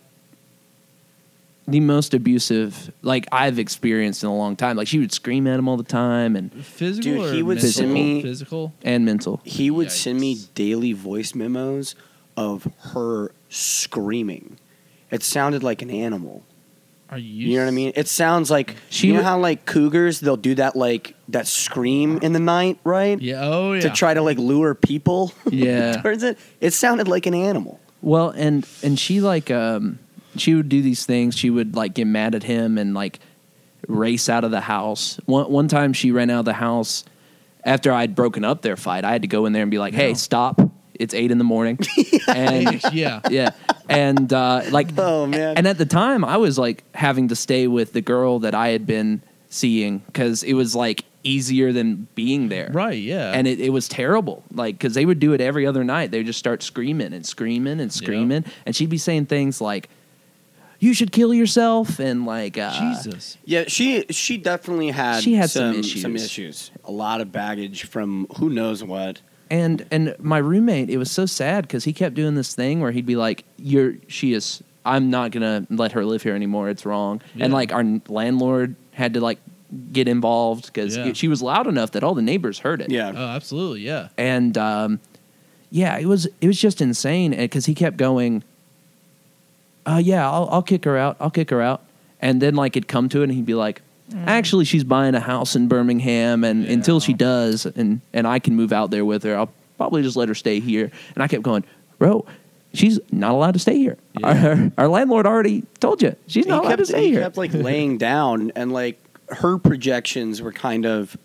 Speaker 2: the most abusive like I've experienced in a long time. Like she would scream at him all the time and
Speaker 3: physical
Speaker 1: Dude,
Speaker 3: or
Speaker 1: he would
Speaker 3: mental?
Speaker 2: send
Speaker 1: me-
Speaker 3: physical.
Speaker 2: and mental.
Speaker 1: He would send me
Speaker 3: Yikes.
Speaker 1: daily voice memos of her screaming. It sounded like an animal.
Speaker 3: Are you?
Speaker 1: You know what I mean? It sounds like
Speaker 2: She
Speaker 1: you know
Speaker 2: would-
Speaker 1: how like cougars they'll do that like that scream in the night, right?
Speaker 3: Yeah. Oh yeah.
Speaker 1: To try to like lure people. [laughs]
Speaker 2: Yeah.
Speaker 1: towards it. It sounded like an animal.
Speaker 2: Well, and and she like um she would do these things. She would like get mad at him and like race out of the house. One one time she ran out of the house after I'd broken up their fight. I had to go in there and be like, "Hey,
Speaker 3: No.
Speaker 2: stop! It's eight in
Speaker 1: [laughs]
Speaker 2: the morning." and
Speaker 3: [laughs] [laughs] yeah.
Speaker 2: yeah, and uh, like
Speaker 1: [laughs] Oh man.
Speaker 2: and at the time, I was like having to stay with the girl that I had been seeing because it was like easier than being there.
Speaker 3: Right. Yeah.
Speaker 2: And it, it was terrible. Like, because they would do it every other night. They would just start screaming and screaming and screaming. And she'd be saying things like, you should kill yourself. And like, uh,
Speaker 3: Jesus.
Speaker 1: yeah, she she definitely had
Speaker 2: She had some
Speaker 1: some
Speaker 2: issues.
Speaker 1: issues. A lot of baggage from who knows what.
Speaker 2: And, and my roommate, it was so sad because he kept doing this thing where he'd be like, you're, she is, I'm not going to let her live here anymore. It's wrong. And
Speaker 3: Yeah.
Speaker 2: like, our n- landlord had to like get involved because
Speaker 3: Yeah.
Speaker 2: she was loud enough that all the neighbors heard it.
Speaker 1: Yeah.
Speaker 3: Oh, absolutely. Yeah.
Speaker 2: and um, yeah, it was it was just insane because he kept going. Uh, yeah, I'll I'll kick her out. I'll kick her out, and then like it'd come to it, and he'd be like,
Speaker 1: Mm.
Speaker 2: actually, she's buying a house in Birmingham, and until she
Speaker 3: Yeah.
Speaker 2: does, and and I can move out there with her, I'll probably just let her stay here. And I kept going, bro. She's not allowed to stay here.
Speaker 3: Yeah.
Speaker 2: Our, our landlord already told you she's not
Speaker 1: he
Speaker 2: allowed
Speaker 1: kept,
Speaker 2: to stay
Speaker 1: he
Speaker 2: here.
Speaker 1: kept like
Speaker 2: [laughs]
Speaker 1: laying down, and like her projections were kind of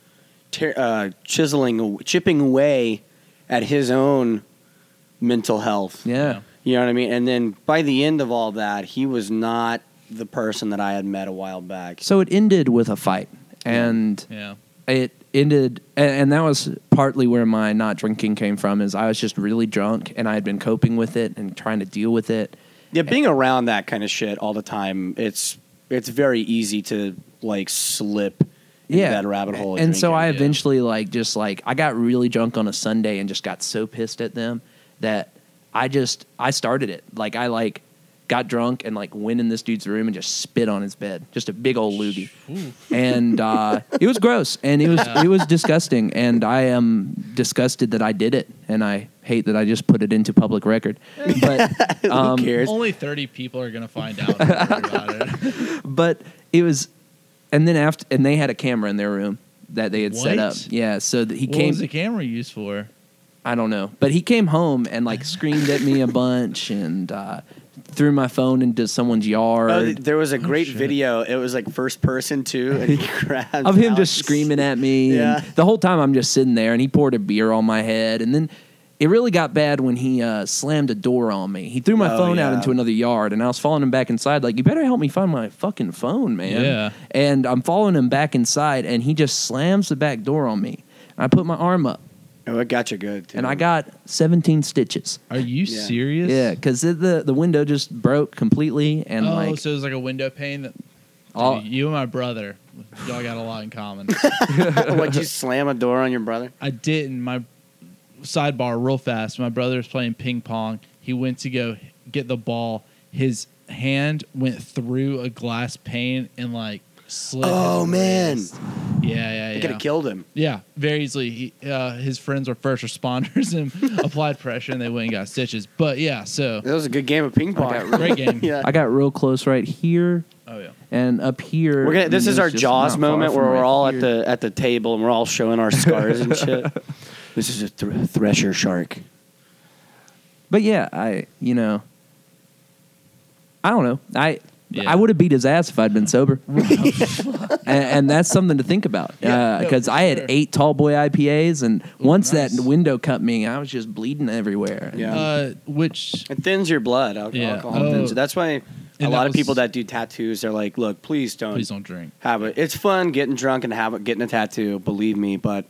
Speaker 1: ter- uh, chiseling, chipping away at his own mental health.
Speaker 2: yeah.
Speaker 1: You know what I mean? And then by the end of all that, he was not the person that I had met a while back.
Speaker 2: So it ended with a fight, and
Speaker 3: Yeah.
Speaker 2: it ended, and, and that was partly where my not drinking came from. Is I was just really drunk, and I had been coping with it and trying to deal with it.
Speaker 1: Yeah, being around that kind of shit all the time, it's it's very easy to like slip into that rabbit hole. of
Speaker 2: And so I
Speaker 1: drinking.
Speaker 3: yeah.
Speaker 2: eventually like just like I got really drunk on a Sunday and just got so pissed at them that I just I started it. Like I like got drunk and like went in this dude's room and just spit on his bed. Just a big old loogie.
Speaker 3: Oof.
Speaker 2: And uh, it was gross and it was
Speaker 3: Yeah.
Speaker 2: it was disgusting and I am disgusted that I did it and I hate that I just put it into public record. But
Speaker 1: [laughs]
Speaker 2: um,
Speaker 1: Who cares?
Speaker 3: Only 30 people are going to find out about it.
Speaker 2: but it was and then after and they had a camera in their room that they had set
Speaker 3: What?
Speaker 2: up. Yeah, so that he
Speaker 3: What
Speaker 2: came
Speaker 3: was the camera used for?
Speaker 2: I don't know. But he came home and like screamed at me a bunch and uh, threw my phone into someone's yard
Speaker 1: Oh, th- there was a great
Speaker 3: shit.
Speaker 1: video. It was like first person too, and
Speaker 2: [laughs]
Speaker 1: he grabbed
Speaker 2: of him
Speaker 1: Alex's-
Speaker 2: just screaming at me.
Speaker 1: Yeah.
Speaker 2: And the whole time I'm just sitting there and he poured a beer on my head. And then it really got bad when he uh, slammed a door on me. He threw my
Speaker 1: Oh,
Speaker 2: phone out
Speaker 1: yeah.
Speaker 2: into another yard and I was following him back inside, like, you better help me find my fucking phone, man.
Speaker 3: Yeah.
Speaker 2: And I'm following him back inside and he just slams the back door on me. I put my arm up
Speaker 1: Oh, it got you good. Too.
Speaker 2: and
Speaker 1: [laughs]
Speaker 2: I got 17 stitches.
Speaker 3: Are you
Speaker 1: Yeah.
Speaker 3: serious?
Speaker 2: Yeah, because the the window just broke completely, and
Speaker 3: oh,
Speaker 2: like
Speaker 3: so it was like a window pane that
Speaker 2: all,
Speaker 3: Dude, you and my brother, y'all got a lot in common.
Speaker 1: what
Speaker 2: [laughs]
Speaker 1: you slam a door on your brother?
Speaker 3: I didn't. My sidebar, real fast. My brother was playing ping pong. He went to go get the ball. His hand went through a glass pane and like slit. his
Speaker 1: Oh, man.
Speaker 3: wrist. Yeah, yeah,
Speaker 1: I
Speaker 3: yeah.
Speaker 1: could have killed him.
Speaker 3: Yeah, very easily. He, uh, his friends were first responders [laughs] and applied pressure, and they went and got stitches. But yeah, so
Speaker 1: That was a good game of ping pong.
Speaker 2: got
Speaker 3: great game.
Speaker 1: [laughs] yeah.
Speaker 2: I got real close right here
Speaker 3: Oh yeah.
Speaker 2: and up here.
Speaker 1: We're gonna,
Speaker 2: and
Speaker 1: this
Speaker 2: it
Speaker 1: is
Speaker 2: was
Speaker 1: our
Speaker 2: just
Speaker 1: Jaws
Speaker 2: not far
Speaker 1: moment
Speaker 2: from
Speaker 1: where we're
Speaker 2: right
Speaker 1: all
Speaker 2: here.
Speaker 1: at the at the table and we're all showing our scars and shit. This is a thr- thresher shark.
Speaker 2: But yeah, I you know, I don't know. I
Speaker 3: Yeah.
Speaker 2: I would have beat his ass if I'd been
Speaker 3: [laughs]
Speaker 2: sober, and, [laughs] and that's something to think about
Speaker 3: Yeah, no,
Speaker 2: because
Speaker 3: for
Speaker 2: I had
Speaker 3: sure.
Speaker 2: eight tall boy IPAs, and once
Speaker 3: nice.
Speaker 2: that window cut me, I was just bleeding everywhere.
Speaker 1: Yeah.
Speaker 3: Uh, which
Speaker 1: It thins your blood. Al-
Speaker 3: Yeah.
Speaker 1: Alcohol
Speaker 3: Oh.
Speaker 1: thins. it. That's why a
Speaker 3: that
Speaker 1: lot of
Speaker 3: was-
Speaker 1: people that do tattoos are like, look, please don't,
Speaker 3: please don't drink.
Speaker 1: have it. It's fun getting drunk and have it, getting a tattoo. Believe me, but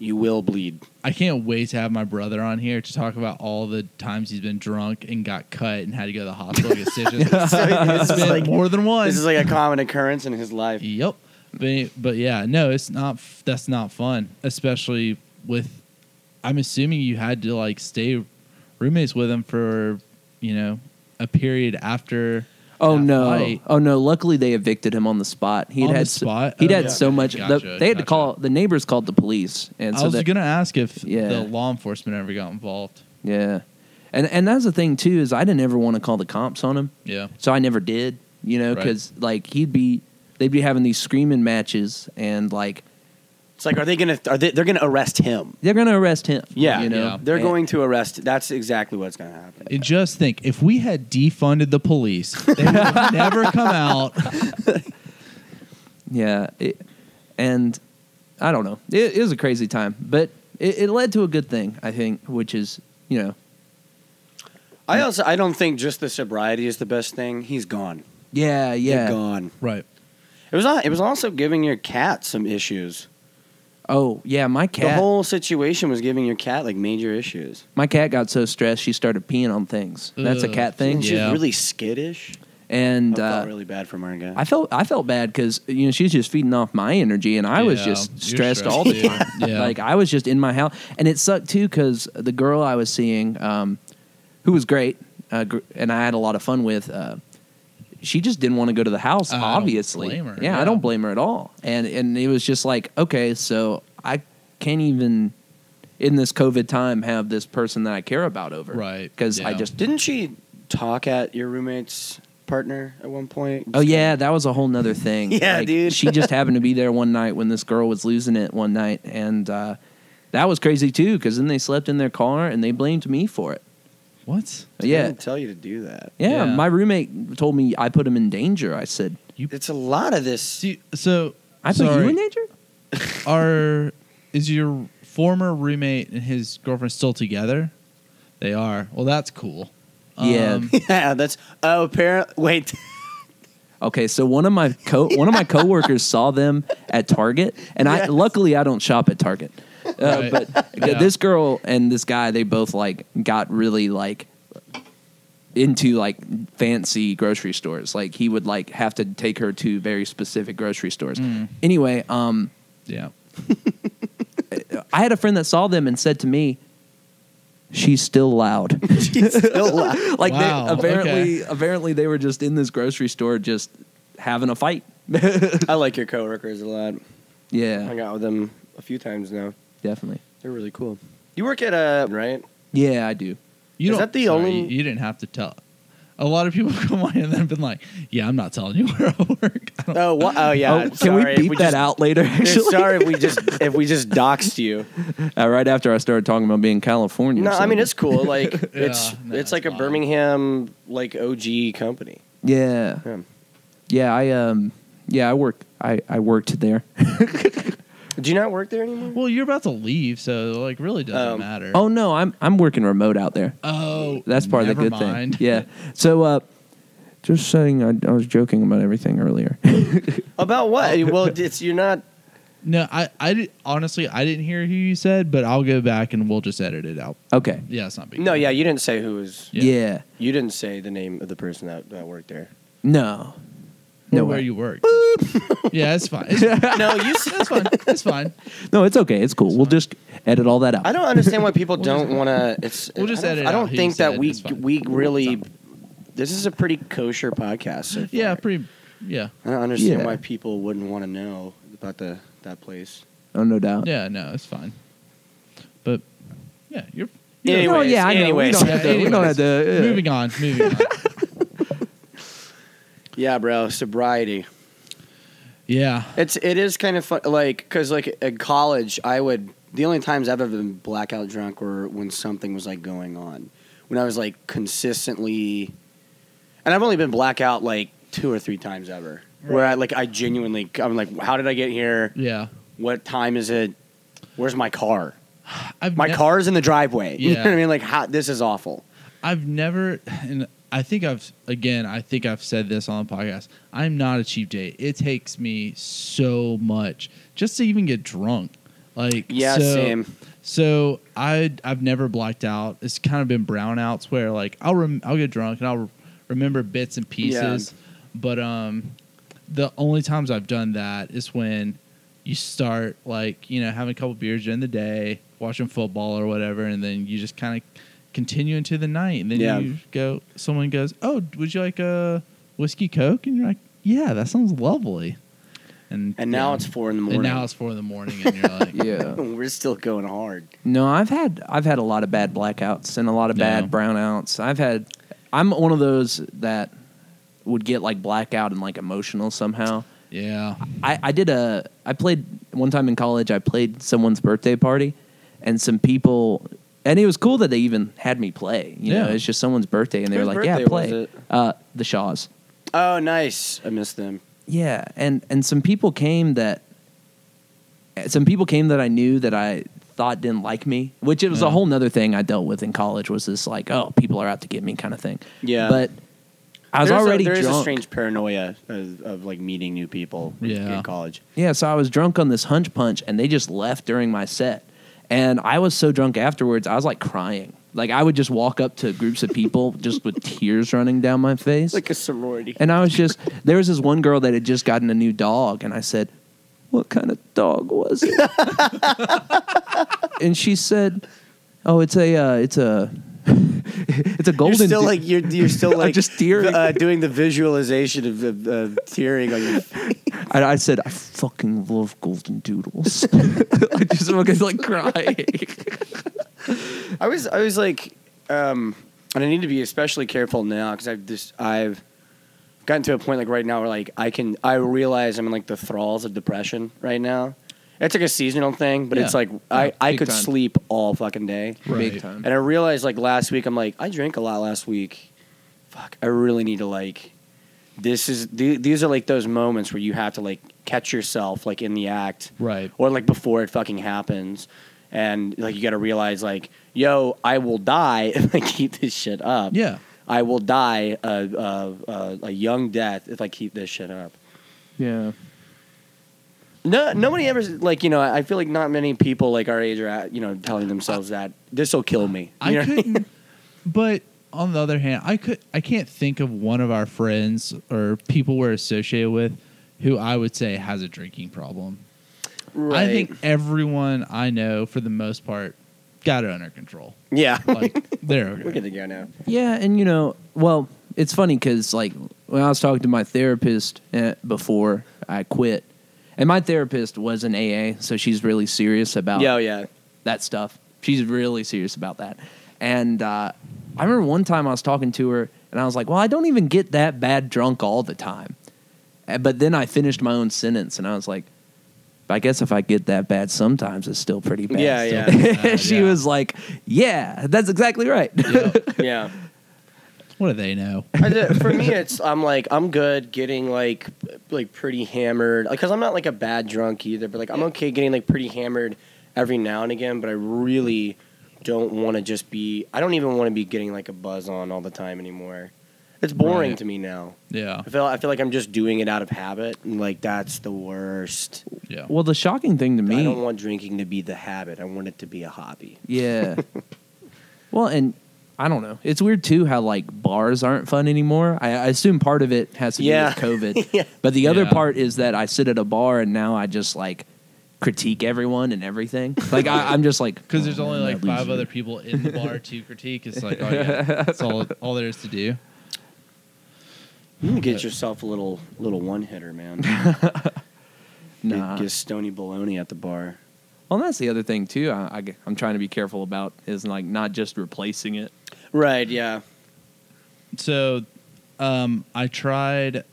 Speaker 1: you will bleed.
Speaker 3: I can't wait to have my brother on here to talk about all the times he's been drunk and got cut and had to go to the hospital and get stitches.
Speaker 1: So this
Speaker 3: It's
Speaker 1: is
Speaker 3: been
Speaker 1: like
Speaker 3: more than one.
Speaker 1: this is like a common occurrence in his life.
Speaker 3: yep. But, but yeah, no, it's not. f- That's not fun, especially with. I'm assuming you had to like stay roommates with him for, you know, a period after.
Speaker 2: Oh
Speaker 3: that
Speaker 2: no!
Speaker 3: fight.
Speaker 2: Oh no! Luckily, they evicted him on the spot. He
Speaker 3: On
Speaker 2: had
Speaker 3: the
Speaker 2: had so-
Speaker 3: spot?
Speaker 2: he'd
Speaker 3: Oh,
Speaker 2: had
Speaker 1: yeah.
Speaker 2: so much.
Speaker 3: Gotcha,
Speaker 2: the, they had to
Speaker 3: gotcha.
Speaker 2: call the neighbors called the police, and
Speaker 3: I
Speaker 2: so
Speaker 3: was
Speaker 2: that,
Speaker 3: gonna ask if
Speaker 2: Yeah.
Speaker 3: the law enforcement ever got involved.
Speaker 2: yeah, and and that's the thing too is I didn't ever want to call the comps on him,
Speaker 3: Yeah.
Speaker 2: so I never did. You know,
Speaker 3: Right.
Speaker 2: because like he'd be they'd be having these screaming matches, and like
Speaker 1: It's like, are they gonna? Are they? They're gonna arrest him.
Speaker 2: they're gonna arrest him.
Speaker 1: Yeah,
Speaker 2: you know,
Speaker 3: Yeah.
Speaker 1: They're
Speaker 2: And-
Speaker 1: going to arrest. That's exactly what's gonna happen.
Speaker 3: And just think, if we had defunded the police, they would have never come out.
Speaker 2: Yeah, it, and I don't know. It, it was a crazy time, but it, it led to a good thing, I think, which is you know,
Speaker 1: I also I don't think just the sobriety is the best thing. He's gone.
Speaker 2: yeah, yeah.
Speaker 1: You're gone.
Speaker 3: Right.
Speaker 1: It was al- it was also giving your cat some issues.
Speaker 2: Oh yeah, my cat.
Speaker 1: The whole situation was giving your cat like major issues.
Speaker 2: My cat got so stressed she started peeing on things. That's a
Speaker 3: Ugh.
Speaker 2: cat
Speaker 1: And
Speaker 2: thing.
Speaker 1: she's
Speaker 3: Yeah.
Speaker 1: really skittish. Uh, I
Speaker 2: And
Speaker 1: felt
Speaker 2: uh,
Speaker 1: really bad for Marga.
Speaker 2: I felt I felt bad because you know she was just feeding off my energy and I was
Speaker 3: Yeah,
Speaker 2: just
Speaker 3: you're
Speaker 2: stressed all the
Speaker 3: stressed,
Speaker 2: time.
Speaker 3: dude.
Speaker 2: [laughs]
Speaker 3: Yeah.
Speaker 2: Like I was just in my house, and it sucked too because the girl I was seeing, um, who was great, uh, gr- and I had a lot of fun with. Uh, she just didn't want to go to the house.
Speaker 3: I don't
Speaker 2: obviously,
Speaker 3: blame her,
Speaker 2: Yeah, I
Speaker 3: yeah.
Speaker 2: don't blame her at all. And and it was just like, okay, so I can't even in this COVID time have this person that I care about over,
Speaker 3: Right,
Speaker 2: Because I
Speaker 3: yeah.
Speaker 2: just
Speaker 1: Didn't she talk at your roommate's partner at one point?
Speaker 2: Oh yeah, that was a whole nother
Speaker 1: [laughs]
Speaker 2: thing.
Speaker 1: Yeah,
Speaker 2: Like,
Speaker 1: dude.
Speaker 2: she just happened to be there one night when this girl was losing it one night, and uh, that was crazy too. Because then they slept in their car and they blamed me for it.
Speaker 3: What?
Speaker 1: yeah.
Speaker 2: Yeah,
Speaker 1: Didn't tell you to do that.
Speaker 2: yeah.
Speaker 3: Yeah.
Speaker 2: My roommate told me I put him in danger. I said,
Speaker 1: It's a lot of this.
Speaker 3: See, so
Speaker 2: "I put you
Speaker 3: sorry,
Speaker 2: in danger."
Speaker 3: Are is your former roommate and his girlfriend still together? They are. Well, that's cool.
Speaker 2: Yeah.
Speaker 3: Um,
Speaker 1: [laughs] yeah, that's oh, apparently. Wait, [laughs]
Speaker 2: Okay, so one of my co one of my coworkers saw them at Target, and
Speaker 1: [laughs]
Speaker 2: I
Speaker 1: Yes.
Speaker 2: luckily I don't shop at Target. [laughs] Uh,
Speaker 3: Right.
Speaker 2: But
Speaker 3: [laughs] Yeah.
Speaker 2: this girl and this guy, they both like got really like into like fancy grocery stores. Like he would like have to take her to very specific grocery stores.
Speaker 3: Mm.
Speaker 2: Anyway, um,
Speaker 3: yeah.
Speaker 2: I had a friend that saw them and said to me, "She's still
Speaker 3: [laughs]
Speaker 2: loud."
Speaker 1: she's still alive.
Speaker 2: like
Speaker 3: Wow,
Speaker 2: they, apparently, apparently they were just in this grocery store just having a fight.
Speaker 1: I like your coworkers a lot. I
Speaker 2: Yeah,
Speaker 1: got with them a few times now.
Speaker 2: definitely.
Speaker 1: They're really cool. You work at a
Speaker 2: [laughs]
Speaker 1: right?
Speaker 2: Yeah, I do.
Speaker 1: Is
Speaker 3: You don't,
Speaker 1: that the
Speaker 3: sorry,
Speaker 1: only-
Speaker 3: You, you didn't have to tell. A lot of people [laughs] come on and have been like, "Yeah, I'm not telling you [laughs] where I work." I don't-
Speaker 1: Oh, wha- oh yeah.
Speaker 2: oh, can we
Speaker 1: sorry,
Speaker 2: beep that
Speaker 1: just,
Speaker 2: out later? Actually, [laughs]
Speaker 1: Sorry if we just if we just doxed you.
Speaker 2: Uh, right after I started talking about being California.
Speaker 1: [laughs] No,
Speaker 2: so-
Speaker 1: I mean it's cool.
Speaker 3: [laughs]
Speaker 1: Like it's it's
Speaker 3: no, it's
Speaker 1: like a
Speaker 3: wild.
Speaker 1: Birmingham like OG company.
Speaker 2: yeah,
Speaker 1: Yeah.
Speaker 2: yeah. I um, yeah, I worked. I I worked there.
Speaker 1: Do you not work there anymore?
Speaker 3: well, you're about to leave, so like, really doesn't
Speaker 1: Um,
Speaker 3: matter.
Speaker 2: [laughs] oh no, I'm I'm working remote out there.
Speaker 3: oh,
Speaker 2: That's part of the
Speaker 3: never
Speaker 2: good
Speaker 3: mind.
Speaker 2: thing.
Speaker 3: [laughs]
Speaker 2: Yeah. So uh, just saying, I, I was joking about everything earlier. [laughs]
Speaker 1: About what? Well, it's you're
Speaker 3: [laughs]
Speaker 1: not.
Speaker 3: No, I, I did, honestly, I didn't hear who you said, but I'll go back and we'll just edit it out.
Speaker 2: okay.
Speaker 3: Yeah, it's not big.
Speaker 1: No,
Speaker 3: deal.
Speaker 1: yeah, you didn't say who was.
Speaker 3: Yeah.
Speaker 2: yeah.
Speaker 1: You didn't say the name of the person that, that worked there.
Speaker 2: No.
Speaker 3: Or
Speaker 2: No
Speaker 3: where
Speaker 2: way.
Speaker 3: you work. [laughs] yeah, it's fine. It's,
Speaker 1: [laughs] [laughs] No, you. s-
Speaker 3: it's fine. It's fine.
Speaker 2: No, it's okay. It's cool. We'll just edit all that out.
Speaker 1: I don't understand why people
Speaker 3: [laughs] We'll
Speaker 1: don't
Speaker 3: just-
Speaker 1: want to. It's.
Speaker 3: we'll just
Speaker 1: I don't,
Speaker 3: edit
Speaker 1: I
Speaker 3: out
Speaker 1: don't
Speaker 3: who you
Speaker 1: think that
Speaker 3: said,
Speaker 1: we
Speaker 3: it's fine.
Speaker 1: we really. This is a pretty kosher podcast. So far.
Speaker 3: Yeah, pretty. Yeah,
Speaker 1: I don't understand
Speaker 2: Yeah.
Speaker 1: why people wouldn't want to know about the that place.
Speaker 2: Oh, no doubt.
Speaker 3: yeah, no, it's fine. But yeah, you're.
Speaker 2: You know-
Speaker 1: Anyways,
Speaker 2: no, yeah, I know. We
Speaker 1: anyways.
Speaker 2: don't have to. We don't have
Speaker 3: [laughs]
Speaker 2: to. yeah.
Speaker 3: Moving on. Moving on.
Speaker 1: Yeah, bro, sobriety.
Speaker 3: yeah.
Speaker 1: It's it is kind of fun, like because like in college, I would the only times I've ever been blackout drunk were when something was like going on, when I was like consistently, and I've only been blackout like two or three times ever, where I like I genuinely I'm like, how did I get here?
Speaker 3: Yeah.
Speaker 1: What time is it? Where's my car?
Speaker 3: I've
Speaker 1: My
Speaker 3: ne-
Speaker 1: car's in the driveway. [laughs] You know
Speaker 3: Yeah.
Speaker 1: what I mean? Like, how, this is awful.
Speaker 3: I've never, and I think I've again. I think I've said this on the podcast. I'm not a cheap date. It takes me so much just to even get drunk. Like
Speaker 1: Yeah,
Speaker 3: so,
Speaker 1: same.
Speaker 3: So I I've never blacked out. It's kind of been brownouts where like I'll rem- I'll get drunk and I'll remember bits and pieces, but um, the only times I've done that is when you start like you know having a couple beers during the day, watching football or whatever, and then you just kind of continue into the night, and then
Speaker 1: Yeah.
Speaker 3: you go. Someone goes, "Oh, would you like a whiskey coke?" And you're like, "Yeah, that sounds lovely." And
Speaker 1: And now
Speaker 3: yeah.
Speaker 1: it's four in the
Speaker 3: and
Speaker 1: morning.
Speaker 3: now it's four in the morning, and you're
Speaker 1: [laughs]
Speaker 3: like,
Speaker 2: Yeah.
Speaker 1: we're still going hard.
Speaker 2: No, I've had I've had a lot of bad blackouts and a lot of
Speaker 3: No.
Speaker 2: bad brownouts. I've had I'm one of those that would get like blackout and like emotional somehow.
Speaker 3: yeah,
Speaker 2: I, I did a I played one time in college I played someone's birthday party and some people and it was cool that they even had me play. You know,
Speaker 3: Yeah.
Speaker 2: it's just someone's birthday and they
Speaker 1: Whose
Speaker 2: were like, Yeah,
Speaker 1: birthday was
Speaker 2: play.
Speaker 1: it?
Speaker 2: Uh the Shaws.
Speaker 1: Oh, nice. I missed them.
Speaker 2: Yeah, and and some people came that some people came that I knew that I thought didn't like me, which it was
Speaker 3: Yeah.
Speaker 2: a whole nother thing I dealt with in college was this like, oh, people are out to get me kind of thing.
Speaker 1: Yeah.
Speaker 2: but I was
Speaker 1: There's
Speaker 2: already
Speaker 1: a, there is
Speaker 2: drunk.
Speaker 1: a strange paranoia of, of like meeting new people
Speaker 3: Yeah.
Speaker 1: in college.
Speaker 2: yeah, so I was drunk on this hunch punch, and they just left during my set, and I was so drunk afterwards, I was like crying. Like I would just walk up to groups of people just with tears running down my face.
Speaker 1: a sorority.
Speaker 2: And I was just there was this one girl that had just gotten a new dog, and I said, "What kind of dog was it?" and she said, "Oh, it's a uh, it's a [laughs] it's a
Speaker 1: You're
Speaker 2: golden."
Speaker 1: still
Speaker 2: de-
Speaker 1: like you're you're still
Speaker 2: [laughs] I'm
Speaker 1: like
Speaker 2: just tearing.
Speaker 1: uh, doing the visualization of, of, of tearing on
Speaker 2: [laughs]
Speaker 1: your.
Speaker 2: I, I said, "I fucking love golden doodles." [laughs] I just fucking like crying.
Speaker 1: I was I was like, um, and I need to be especially careful now because I've just I've gotten to a point like right now where like I can I realize I'm in like the thralls of depression right now. It's like a seasonal thing, but it's
Speaker 3: Yeah.
Speaker 1: like I, I
Speaker 2: big
Speaker 1: could
Speaker 2: time.
Speaker 1: sleep all fucking day.
Speaker 3: Right.
Speaker 2: Big time.
Speaker 1: And I realized like last week, I'm like, I drank a lot last week. Fuck, I really need to like. This is th- these are like those moments where you have to like catch yourself like in the act,
Speaker 3: right.
Speaker 1: or like before it fucking happens, [laughs] and like you got to realize like, yo, I will die if I keep this shit up.
Speaker 3: Yeah.
Speaker 1: I will die a, a, a, a young death if I keep this shit up.
Speaker 2: Yeah.
Speaker 1: No, nobody ever like you know. I feel like not many people like our age are at, you know telling themselves that this will kill me. You
Speaker 3: I
Speaker 1: know what mean?
Speaker 3: couldn't. but on the other hand, I could. I can't think of one of our friends or people we're associated with who I would say has a drinking problem. I
Speaker 1: Right.
Speaker 3: think everyone I know, for the most part, got it under control.
Speaker 1: Yeah. [laughs]
Speaker 3: Like they're
Speaker 1: We're good
Speaker 3: okay.
Speaker 1: to go now.
Speaker 2: Yeah, and you know, well, it's funny because like when I was talking to my therapist eh, before I quit, and my therapist was an AA, so she's really serious about
Speaker 1: Yeah, oh, yeah.
Speaker 2: that stuff. She's really serious about that. And uh, I remember one time I was talking to her, and I was like, "Well, I don't even get that bad drunk all the time." Uh, But then I finished my own sentence, and I was like, "I guess if I get that bad sometimes, it's still pretty bad."
Speaker 1: Yeah,
Speaker 2: Still
Speaker 1: yeah.
Speaker 2: pretty
Speaker 3: Yeah,
Speaker 2: bad. [laughs] she
Speaker 3: yeah.
Speaker 2: was like, "Yeah, that's exactly right." [laughs]
Speaker 3: Yep.
Speaker 1: [laughs] Yeah.
Speaker 3: What do they know?
Speaker 1: I did- for me, it's I'm like I'm good getting like like pretty hammered because I'm not like a bad drunk either, but like I'm okay getting like pretty hammered every now and again. But I really don't want to just be. I don't even want to be getting like a buzz on all the time anymore. It's boring
Speaker 3: Right.
Speaker 1: to me now. [laughs]
Speaker 3: Yeah,
Speaker 1: I feel I feel like I'm just doing it out of habit, and like that's the worst.
Speaker 3: yeah.
Speaker 2: Well, the shocking thing to
Speaker 1: I
Speaker 2: me,
Speaker 1: don't want drinking to be the habit. I want it to be a hobby.
Speaker 2: yeah. [laughs] well, and I don't know. It's weird too how like bars aren't fun anymore. I, I assume part of it has to
Speaker 1: Yeah.
Speaker 2: do with [laughs] COVID,
Speaker 1: Yeah.
Speaker 2: but the other
Speaker 3: Yeah.
Speaker 2: part is that I sit at a bar and now I just like critique everyone and [laughs] everything. Like I, I'm just like
Speaker 3: Because
Speaker 2: "Oh,
Speaker 3: there's only
Speaker 2: man,
Speaker 3: like
Speaker 2: that
Speaker 3: five
Speaker 2: loser."
Speaker 3: other people in the bar to critique. It's like, oh yeah, that's all all there is to do.
Speaker 1: You can get
Speaker 3: But-
Speaker 1: yourself a little little one hitter,
Speaker 3: [laughs]
Speaker 1: man.
Speaker 2: Nah.
Speaker 1: Get, get stony baloney at the bar.
Speaker 2: Well, that's the other thing too. I, am trying to be careful about is like not just replacing it.
Speaker 1: Right, yeah.
Speaker 3: So, um, I tried.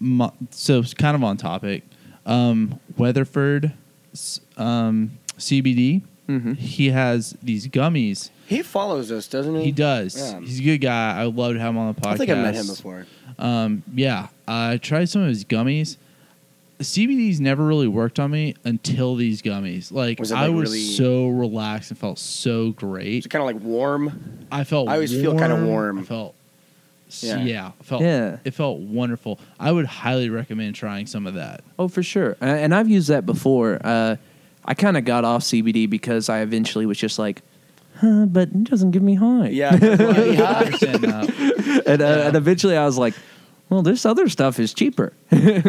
Speaker 3: My, so it's kind of on topic. Um, Weatherford, s- um, CBD.
Speaker 2: Mhm.
Speaker 3: He has these gummies.
Speaker 1: He follows us, doesn't he?
Speaker 3: He does.
Speaker 1: Mm-hmm. Yeah.
Speaker 3: He's a good guy. I would love to have him on the podcast.
Speaker 1: I think I met him before.
Speaker 3: Um, yeah, I tried some of his gummies. CBD's never really worked on me until these gummies. Like,
Speaker 1: Was it,
Speaker 3: I
Speaker 1: like,
Speaker 3: was
Speaker 1: really-
Speaker 3: so relaxed and felt so
Speaker 1: It's
Speaker 3: great.
Speaker 1: kind of like warm.
Speaker 3: I felt.
Speaker 1: I always feel kinda warm.
Speaker 3: I felt.
Speaker 1: Yeah.
Speaker 3: Yeah. yeah, I felt.
Speaker 2: Yeah.
Speaker 3: It felt wonderful. I would highly recommend trying some of that.
Speaker 2: Oh, for sure. A- And I've used that before. Uh, I kind of got off CBD because I eventually was just like, huh, but it doesn't give me high.
Speaker 1: [laughs] Yeah.
Speaker 3: [laughs]
Speaker 1: bloody hot.
Speaker 3: 100% up.
Speaker 2: and, uh, and eventually I was like, well, this other stuff is cheaper.
Speaker 3: Yeah,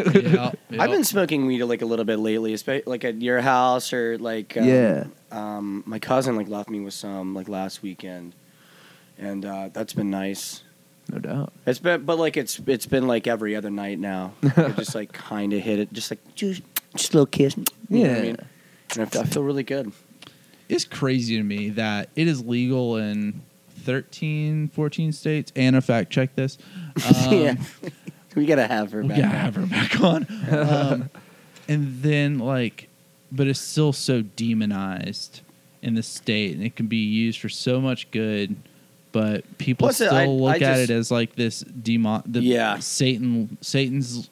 Speaker 3: yeah.
Speaker 1: I've been smoking weed like a little bit lately, espe- like at your house or like um,
Speaker 2: Yeah.
Speaker 1: Um, my cousin like left me with some like last weekend, and uh, that's been nice.
Speaker 2: No doubt.
Speaker 1: It's been, but like it's it's been like every other night
Speaker 3: [laughs]
Speaker 1: now. I just like kind of hit it, just like just just a little kiss. You know what
Speaker 2: Yeah.
Speaker 1: I mean? And I feel, I feel really good.
Speaker 3: It's crazy to me that it is legal in 13, 14 states. Anna, fact check this. Um,
Speaker 1: [laughs] yeah. We gotta have her
Speaker 3: we
Speaker 1: back.
Speaker 3: gotta have her back [laughs] on.
Speaker 1: [laughs]
Speaker 3: Um, and then like, but it's still so demonized in the state, and it can be used for so much good. But people
Speaker 1: Plus,
Speaker 3: still
Speaker 1: I-
Speaker 3: look
Speaker 1: I
Speaker 3: at
Speaker 1: just-
Speaker 3: it as like this demon, the
Speaker 1: Yeah.
Speaker 3: Satan, Satan's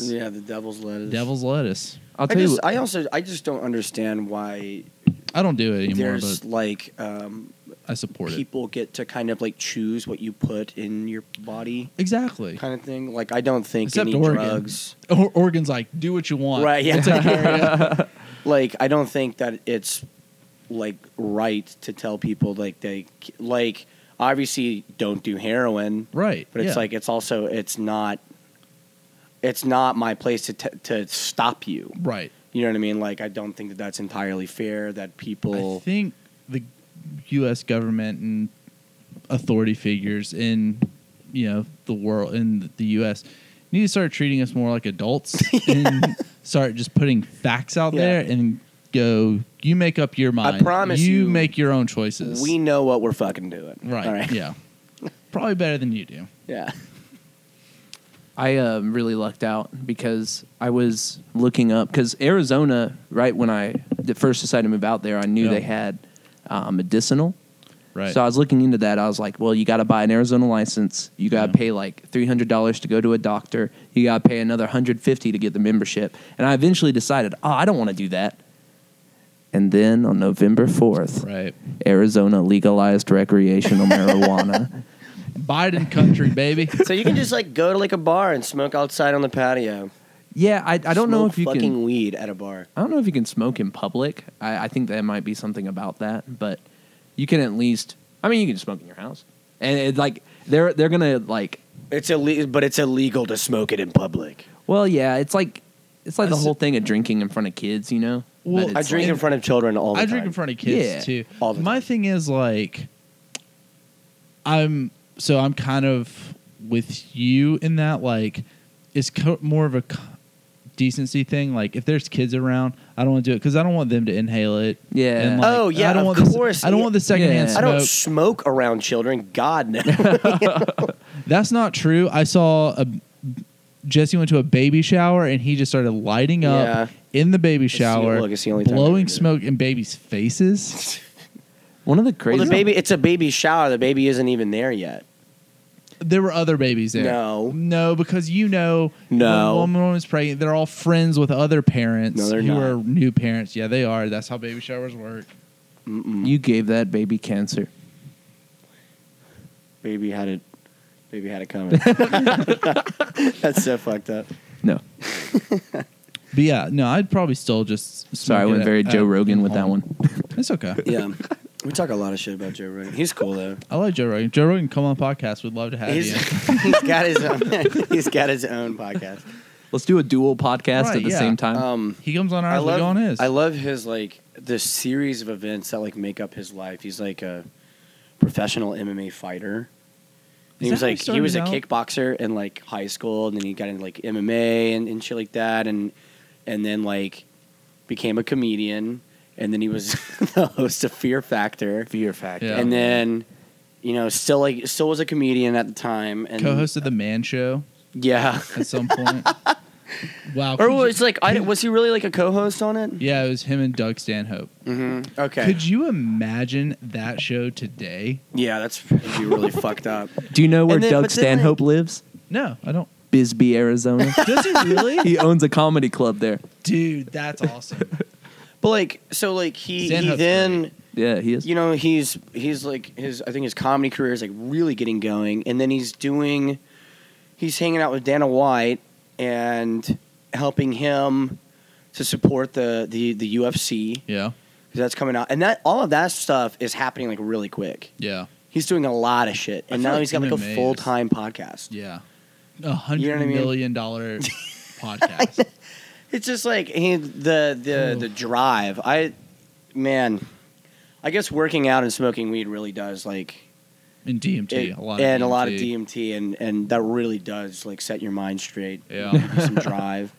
Speaker 1: [laughs] Yeah, the devil's lettuce.
Speaker 3: devil's lettuce.
Speaker 2: I'll
Speaker 1: I
Speaker 2: tell you.
Speaker 1: just,
Speaker 2: what-
Speaker 1: I also, I just don't understand why
Speaker 3: I don't do it anymore,
Speaker 1: there's
Speaker 3: but
Speaker 1: like um,
Speaker 3: I support it.
Speaker 1: people get to kind of like choose what you put in your body,
Speaker 3: Exactly.
Speaker 1: kind of thing. Like I don't think
Speaker 3: Except
Speaker 1: any
Speaker 3: Oregon.
Speaker 1: drugs,
Speaker 3: Or- Oregon's like, do what you want.
Speaker 1: right?
Speaker 3: It's
Speaker 1: [laughs]
Speaker 3: like,
Speaker 1: Yeah, like I don't think that it's like right to tell people like they like obviously don't do heroin,
Speaker 3: right.
Speaker 1: but it's
Speaker 3: yeah.
Speaker 1: like it's also it's not it's not my place to t- to stop you.
Speaker 3: right.
Speaker 1: You know what I mean? Like I don't think that that's entirely fair that people.
Speaker 3: I think the U.S. government and authority figures in you know the world in the U.S. need to start treating us more like
Speaker 1: [laughs]
Speaker 3: adults and start just putting facts out
Speaker 1: Yeah.
Speaker 3: there and go. You make up your mind.
Speaker 1: promise you,
Speaker 3: make your own choices.
Speaker 1: we know what we're fucking doing.
Speaker 3: right.
Speaker 1: All right.
Speaker 3: Yeah. Probably better than you do.
Speaker 1: [laughs] Yeah.
Speaker 2: [laughs] I um, really lucked out because I was looking up because Arizona, right when I d- first decided to move out there, I knew
Speaker 3: Yeah.
Speaker 2: they had uh, medicinal.
Speaker 3: Right.
Speaker 2: So I was looking into that. I was like, well, you got to buy an Arizona license. You got to
Speaker 3: Yeah.
Speaker 2: pay like three hundred dollars to go to a doctor. You got to pay another hundred fifty to get the membership. And I eventually decided, oh, I don't want to do that. And then on November fourth,
Speaker 3: right.
Speaker 1: [laughs]
Speaker 2: Arizona legalized recreational marijuana.
Speaker 3: Biden country, baby.
Speaker 1: So you can just like go to like a bar and smoke outside on the patio.
Speaker 2: Yeah, I, I don't know
Speaker 1: Smoke
Speaker 2: if you
Speaker 1: fucking
Speaker 2: can.
Speaker 1: weed at a bar.
Speaker 2: I don't know if you can smoke in public. I, I think there might be something about that, but you can at least. I mean, you can smoke in your house, and it, like they're they're gonna like.
Speaker 1: It's illegal, but it's illegal to smoke it in public.
Speaker 2: Well, yeah, it's like it's like
Speaker 3: I
Speaker 2: the
Speaker 3: s-
Speaker 2: whole thing of drinking in front of kids. You know,
Speaker 3: Well,
Speaker 2: That
Speaker 1: I
Speaker 2: it's
Speaker 1: drink
Speaker 2: like-
Speaker 1: in front of children all the
Speaker 3: I
Speaker 1: time.
Speaker 3: drink in front of kids
Speaker 2: Yeah.
Speaker 3: too.
Speaker 1: All the
Speaker 3: My thing is like, I'm so I'm kind of with you in that like, it's co- more of a c- decency thing. Like if there's kids around, I don't want to do it because I don't want them to inhale it.
Speaker 2: Yeah.
Speaker 3: And, like,
Speaker 1: Oh, yeah,
Speaker 3: I don't
Speaker 1: of
Speaker 3: want this-
Speaker 1: course.
Speaker 3: I don't want the secondhand
Speaker 2: Yeah.
Speaker 1: I
Speaker 3: smoke.
Speaker 1: don't smoke around children. God no. [laughs]
Speaker 3: That's not true. I saw a Jesse went to a baby shower and he just started lighting up
Speaker 1: Yeah.
Speaker 3: in the baby
Speaker 1: the-
Speaker 3: shower,
Speaker 1: look, it's the only time I
Speaker 3: blowing
Speaker 1: ever did it.
Speaker 3: smoke in
Speaker 1: [laughs]
Speaker 3: babies' faces.
Speaker 2: One of the
Speaker 1: well,
Speaker 2: crazy.
Speaker 1: the baby. It's a baby shower. The baby isn't even there yet.
Speaker 3: There were other babies there.
Speaker 1: No.
Speaker 3: no, because you know,
Speaker 1: No.
Speaker 3: when one woman's pregnant, they're all friends with other parents
Speaker 1: No, they're
Speaker 3: who
Speaker 1: not.
Speaker 3: are new parents. Yeah, they are. That's how baby showers work.
Speaker 1: Mm-mm.
Speaker 2: you gave that baby cancer.
Speaker 1: Baby had it. Baby had it coming. [laughs] That's so fucked up.
Speaker 2: No,
Speaker 3: But yeah, no, I'd probably still just. smoke
Speaker 2: sorry, I
Speaker 3: it
Speaker 2: went
Speaker 3: at-
Speaker 2: very Joe
Speaker 3: at-
Speaker 2: Rogan with
Speaker 3: uh, home.
Speaker 2: that one.
Speaker 3: It's okay.
Speaker 1: Yeah, we talk a lot of shit about Joe Rogan. He's cool though.
Speaker 3: I like Joe Rogan. Joe Rogan, come on podcast. We'd love to have
Speaker 1: He's, [laughs]
Speaker 3: you.
Speaker 1: he's got his own. [laughs] he's got his own podcast.
Speaker 2: Let's do a dual podcast
Speaker 3: Right,
Speaker 2: at the
Speaker 3: yeah.
Speaker 2: same time.
Speaker 1: Um,
Speaker 3: He comes on
Speaker 1: I
Speaker 3: ours. We
Speaker 1: love
Speaker 3: go on his.
Speaker 1: I love his like the series of events that like make up his life. He's like a professional MMA fighter.
Speaker 3: Is
Speaker 1: he was
Speaker 3: that how he
Speaker 1: like he was a
Speaker 3: started out?
Speaker 1: kickboxer in like high school, and then he got into like MMA and, and shit like that, and and then like became a comedian, and then he was [laughs] the host of Fear Factor,
Speaker 2: Fear Factor.
Speaker 3: Yeah.
Speaker 1: and then you know still like still was a comedian at the time, and
Speaker 3: co-hosted the Man Show
Speaker 1: yeah,
Speaker 3: at
Speaker 1: [laughs]
Speaker 3: some point. wow.
Speaker 1: or
Speaker 3: could you-
Speaker 1: was like I, was he really like a co-host on it?
Speaker 3: yeah, it was him and Doug Stanhope.
Speaker 1: Mm-hmm. Okay,
Speaker 3: Could you imagine that show today?
Speaker 1: yeah, that's that'd be really fucked up.
Speaker 2: Do you know where
Speaker 1: And then-
Speaker 2: Doug
Speaker 1: but then, like-
Speaker 2: Stanhope lives?
Speaker 3: No, I don't.
Speaker 2: Bisbee, [laughs] Arizona.
Speaker 3: Does he really?
Speaker 2: he owns a comedy club there.
Speaker 3: Dude, that's awesome.
Speaker 1: [laughs] But like, so like he, he
Speaker 3: Stanhope's
Speaker 1: then
Speaker 3: great.
Speaker 2: Yeah, he is.
Speaker 1: you know he's he's like his I think his comedy career is like really getting going, and then he's doing he's hanging out with Dana White and helping him to support the the the UFC 'cause
Speaker 3: [laughs] Yeah,
Speaker 1: that's coming out, and that all of that stuff is happening like really quick.
Speaker 3: yeah,
Speaker 1: He's doing a lot of shit,
Speaker 3: I
Speaker 1: and
Speaker 3: feel
Speaker 1: now
Speaker 3: like
Speaker 1: he's got like
Speaker 3: MMA
Speaker 1: a
Speaker 3: is-
Speaker 1: full time podcast.
Speaker 3: yeah. A hundred
Speaker 1: You know what I mean? [laughs]
Speaker 3: million dollar podcast.
Speaker 1: It's just like he, the the
Speaker 3: Oh.
Speaker 1: the drive. I man, I guess working out and smoking weed really does like
Speaker 3: And DMT,
Speaker 1: it-
Speaker 3: a lot of
Speaker 1: and a lot of DMT and and that really does like set your mind straight.
Speaker 3: Yeah.
Speaker 1: Give
Speaker 3: [laughs]
Speaker 1: you some drive.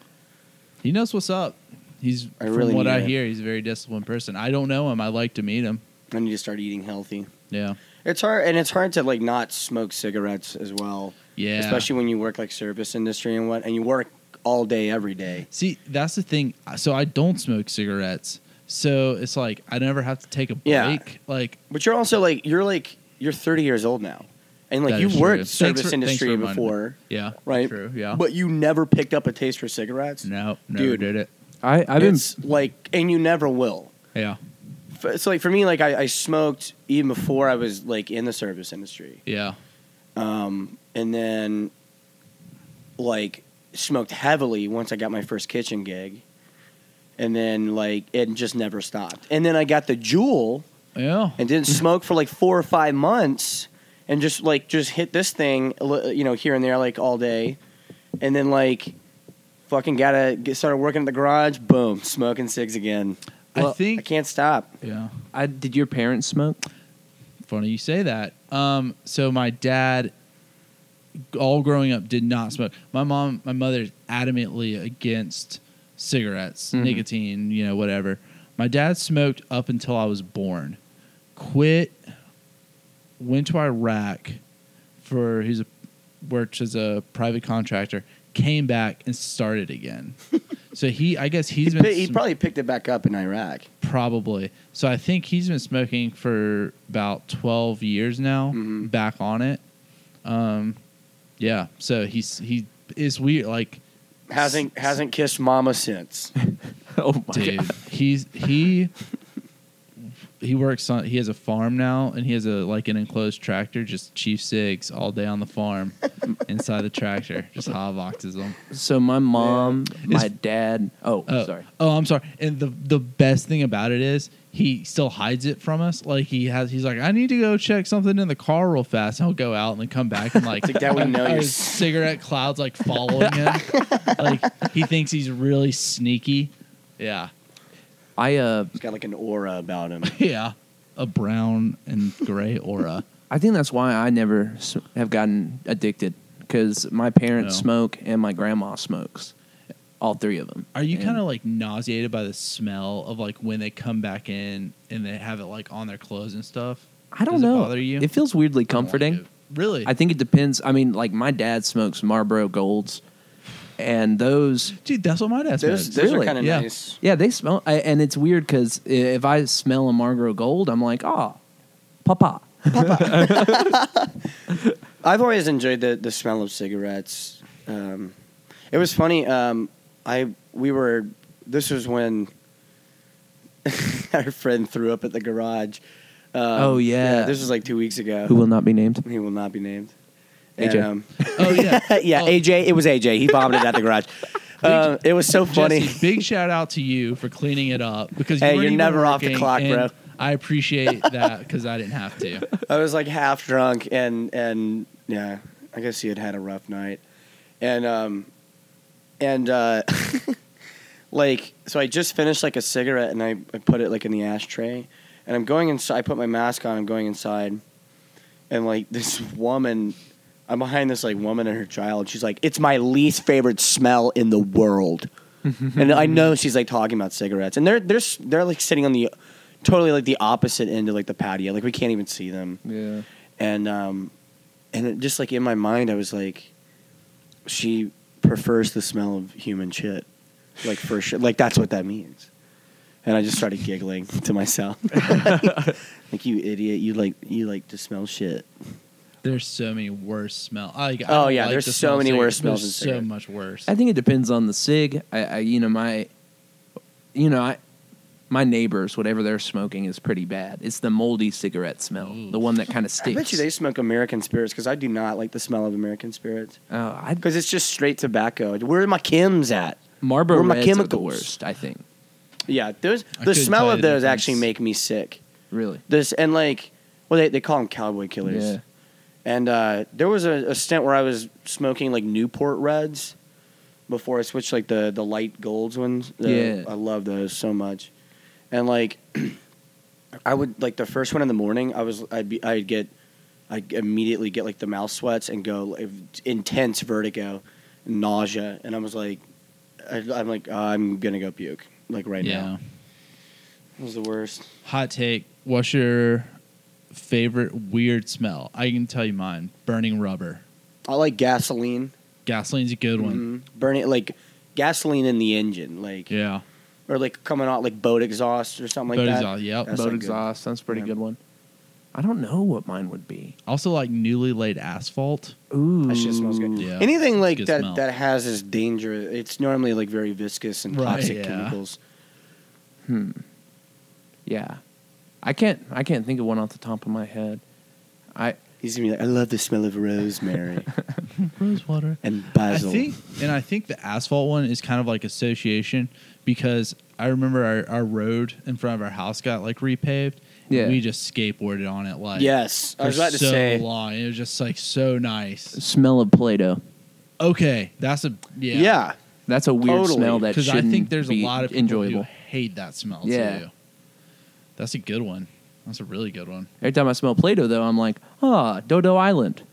Speaker 3: He knows what's up. He's
Speaker 1: I
Speaker 3: from
Speaker 1: really
Speaker 3: what
Speaker 1: need
Speaker 3: I
Speaker 1: it.
Speaker 3: hear, he's a very disciplined person. I don't know him. I like to meet him.
Speaker 1: I need to start eating healthy.
Speaker 3: Yeah,
Speaker 1: It's hard and it's hard to like not smoke cigarettes as well,
Speaker 3: yeah.
Speaker 1: especially when you work like service industry and what and you work all day every day.
Speaker 3: See, that's the thing. So I don't smoke cigarettes. So it's like I never have to take a break.
Speaker 1: Yeah.
Speaker 3: Like
Speaker 1: But you're also like you're like you're 30 years old now. And like
Speaker 3: That
Speaker 1: you
Speaker 3: is true.
Speaker 1: worked
Speaker 3: Thanks
Speaker 1: service
Speaker 3: for- thanks for
Speaker 1: industry
Speaker 3: reminding me.
Speaker 1: before,
Speaker 3: yeah,
Speaker 1: right?
Speaker 3: True. Yeah.
Speaker 1: But you never picked up a taste for cigarettes.
Speaker 3: no, never
Speaker 1: Dude.
Speaker 3: did it.
Speaker 2: I, I've been
Speaker 1: it's like, and you never will.
Speaker 3: Yeah.
Speaker 1: F- So like for me, like I, I smoked even before I was like in the service industry,
Speaker 3: Yeah.
Speaker 1: um, and then like smoked heavily once I got my first kitchen gig, and then like it just never stopped. And then I got the jewel
Speaker 3: Yeah.
Speaker 1: and didn't smoke for like four or five months, and just like just hit this thing, li- you know, here and there like all day, and then like fucking gotta get started working at the garage. Boom, smoking cigs again.
Speaker 3: I
Speaker 2: Well,
Speaker 1: I
Speaker 3: think.
Speaker 1: can't stop.
Speaker 3: yeah.
Speaker 2: I did your parents [laughs] smoke?
Speaker 3: Funny you say that. Um. So my dad, all growing up, did not smoke. My mom, my mother, is adamantly against cigarettes,
Speaker 1: Mm-hmm.
Speaker 2: Mhm.
Speaker 3: nicotine, you know, whatever. My dad smoked up until I was born. Quit. Went to Iraq for he's a worked as a private contractor. Came back and
Speaker 1: [laughs]
Speaker 3: started again. so he, I guess he's
Speaker 1: he,
Speaker 3: been
Speaker 1: pi- he
Speaker 3: sm-
Speaker 1: probably picked it back up in Iraq.
Speaker 3: Probably. So I think he's been smoking for about 12 years now,
Speaker 1: Mhm.
Speaker 3: back on it. Um, yeah. So he's he is weird. Like,
Speaker 1: Hasn't hasn't kissed mama since.
Speaker 2: Oh my
Speaker 3: dude,
Speaker 2: god!
Speaker 3: he's he he works on he has a farm now and he has a like an enclosed tractor just chief six all day on the farm inside the tractor just hotboxes them
Speaker 2: So my mom,
Speaker 3: Yeah.
Speaker 2: my dad. Oh,
Speaker 3: oh,
Speaker 2: sorry.
Speaker 3: oh i'm sorry and the the best thing about it is he still hides it from us like he has he's like i need to go check something in the car real fast and he'll go out and then come back and like
Speaker 1: It's like that we
Speaker 3: [laughs]
Speaker 1: know
Speaker 3: a
Speaker 1: you're s-
Speaker 3: cigarette clouds like
Speaker 1: [laughs]
Speaker 3: following him like he thinks he's really sneaky yeah
Speaker 2: I uh,
Speaker 1: he's got like an aura about him.
Speaker 3: yeah a brown and gray aura
Speaker 2: I think that's why I never s- have gotten addicted because my parents
Speaker 3: No.
Speaker 2: smoke and my grandma smokes, all three of them.
Speaker 3: Are you
Speaker 2: And
Speaker 3: kind of like nauseated by the smell of like when they come back in and they have it like on their clothes and stuff?
Speaker 2: I don't
Speaker 3: does it
Speaker 2: know.
Speaker 3: bother you?
Speaker 2: It feels weirdly
Speaker 3: I don't like
Speaker 2: comforting.
Speaker 3: it. Really?
Speaker 2: I think it depends. I mean, like my dad smokes Marlboro Golds, and those,
Speaker 3: dude, [laughs] that's what my dad
Speaker 1: Those,
Speaker 3: says.
Speaker 1: those
Speaker 2: Really?
Speaker 1: are kind of
Speaker 3: Yeah.
Speaker 1: nice.
Speaker 2: yeah, they smell. I, and it's weird because if I smell a Marlboro Gold, I'm like, oh, papa.
Speaker 1: I've always enjoyed the, the smell of cigarettes. Um, it was funny. Um, I we were. This was when [laughs] our friend threw up at the garage. Um,
Speaker 2: Oh, yeah.
Speaker 1: this was like two weeks ago.
Speaker 2: Who will not be named?
Speaker 1: He will not be named. um,
Speaker 2: AJ.
Speaker 3: Oh yeah,
Speaker 1: [laughs] yeah,
Speaker 3: Oh,
Speaker 1: AJ. It was AJ. He vomited at the
Speaker 2: [laughs]
Speaker 1: garage. Um, it was so funny.
Speaker 3: Jesse, big shout out to you for cleaning it up because you
Speaker 1: Hey,
Speaker 3: weren't
Speaker 1: you're
Speaker 3: even
Speaker 1: never off the
Speaker 3: working,
Speaker 1: clock,
Speaker 3: and
Speaker 1: bro.
Speaker 3: I appreciate that because I didn't have to.
Speaker 1: I was like half drunk and and yeah, I guess he had had a rough night, and um, and uh, [laughs] like so I just finished like a cigarette and I, I put it like in the ashtray, and I'm going inside. I put my mask on. I'm going inside, and like this woman, I'm behind this like woman and her child. She's like, it's my least favorite smell in the world, and I know she's like talking about cigarettes, and they're they're s- they're like sitting on the. Totally like the opposite end of like the patio, like we can't even see them
Speaker 2: Yeah.
Speaker 1: and um, and it just like in my mind, I was like, she prefers the smell of human shit, like for sure, like that's what that means. And I just started giggling [laughs] to myself, like you idiot, you like you like to smell shit.
Speaker 3: There's so many worse smell. I, I
Speaker 1: Oh,
Speaker 3: don't
Speaker 1: yeah,
Speaker 3: like
Speaker 1: there's
Speaker 3: the
Speaker 1: so
Speaker 3: smell of
Speaker 1: many worse smells
Speaker 3: cigarettes.
Speaker 1: than
Speaker 3: There's so
Speaker 1: cigarettes.
Speaker 3: much worse.
Speaker 2: I think it depends on the sig. I, I you know my, you know I, my neighbors whatever they're smoking is pretty bad. It's the moldy cigarette smell,
Speaker 3: Ooh.
Speaker 2: the one that kind of stinks.
Speaker 1: I bet you they smoke American spirits because I do not like the smell of American spirits
Speaker 2: Oh, I,
Speaker 1: because it's just straight tobacco. Where are my Kims at?
Speaker 2: Marlboro
Speaker 1: Where are my
Speaker 2: Reds are the
Speaker 1: chemicals?
Speaker 2: worst. I think
Speaker 1: Yeah, those
Speaker 3: I
Speaker 1: the
Speaker 3: couldn't
Speaker 1: smell
Speaker 3: tell
Speaker 1: of
Speaker 3: you the
Speaker 1: those actually
Speaker 3: difference.
Speaker 1: make me sick.
Speaker 2: really.
Speaker 1: This and like, well, they they call them cowboy killers.
Speaker 2: Yeah.
Speaker 1: And uh, there was a, a stint where I was smoking like Newport Reds before I switched like the the light golds ones. The-
Speaker 2: Yeah.
Speaker 1: I love those so much. And like, [clears throat] I would like the first one in the morning. I was I'd be I'd get I'd immediately get like the mouth sweats and go like, intense vertigo, nausea, and I was like, I, I'm like "Oh, I'm gonna go puke like right
Speaker 3: yeah.
Speaker 1: now. It was the worst.
Speaker 3: Hot take. What's your favorite weird smell? I can tell you mine. Burning rubber.
Speaker 1: I like gasoline.
Speaker 3: Gasoline's a good one.
Speaker 1: Mhm. Burning like gasoline in the engine like.
Speaker 3: Yeah.
Speaker 1: or like coming out like boat exhaust or something like
Speaker 3: Boat
Speaker 1: that.
Speaker 3: exhaust, yep.
Speaker 1: That's
Speaker 2: Boat
Speaker 1: not good.
Speaker 2: exhaust sounds a pretty
Speaker 1: Yeah.
Speaker 2: good one. I don't know what mine would be.
Speaker 3: Also, like newly laid asphalt.
Speaker 2: Ooh,
Speaker 1: That shit smells good.
Speaker 3: Yeah.
Speaker 1: Anything like
Speaker 3: Good
Speaker 1: that
Speaker 3: smell.
Speaker 1: that has is dangerous. It's normally like very viscous and
Speaker 3: Right,
Speaker 1: toxic
Speaker 3: yeah.
Speaker 1: chemicals.
Speaker 2: Hmm. Yeah, I can't. I can't think of one off the top of my head. I
Speaker 1: He's gonna be like, I love the smell of
Speaker 3: [laughs]
Speaker 1: rosemary
Speaker 3: Rosewater.
Speaker 1: and
Speaker 3: I
Speaker 1: basil.
Speaker 3: think, and I think the asphalt one is kind of like association because I remember our, our road in front of our house got like repaved. and
Speaker 2: Yeah.
Speaker 3: we just skateboarded on it like
Speaker 1: yes,
Speaker 3: for
Speaker 1: I was about to
Speaker 3: so
Speaker 1: say.
Speaker 3: long. It was just like so nice.
Speaker 2: smell of Play-Doh.
Speaker 3: Okay, that's a yeah.
Speaker 1: Yeah.
Speaker 2: That's a weird
Speaker 1: Totally.
Speaker 2: smell that
Speaker 3: because I
Speaker 2: shouldn't
Speaker 3: think there's a
Speaker 2: be
Speaker 3: lot of people
Speaker 2: enjoyable.
Speaker 3: who hate that smell
Speaker 2: Yeah.
Speaker 3: too. That's a good one. That's a really good one.
Speaker 2: Every time I smell Play-Doh, though, I'm like, ah, Dodo Island.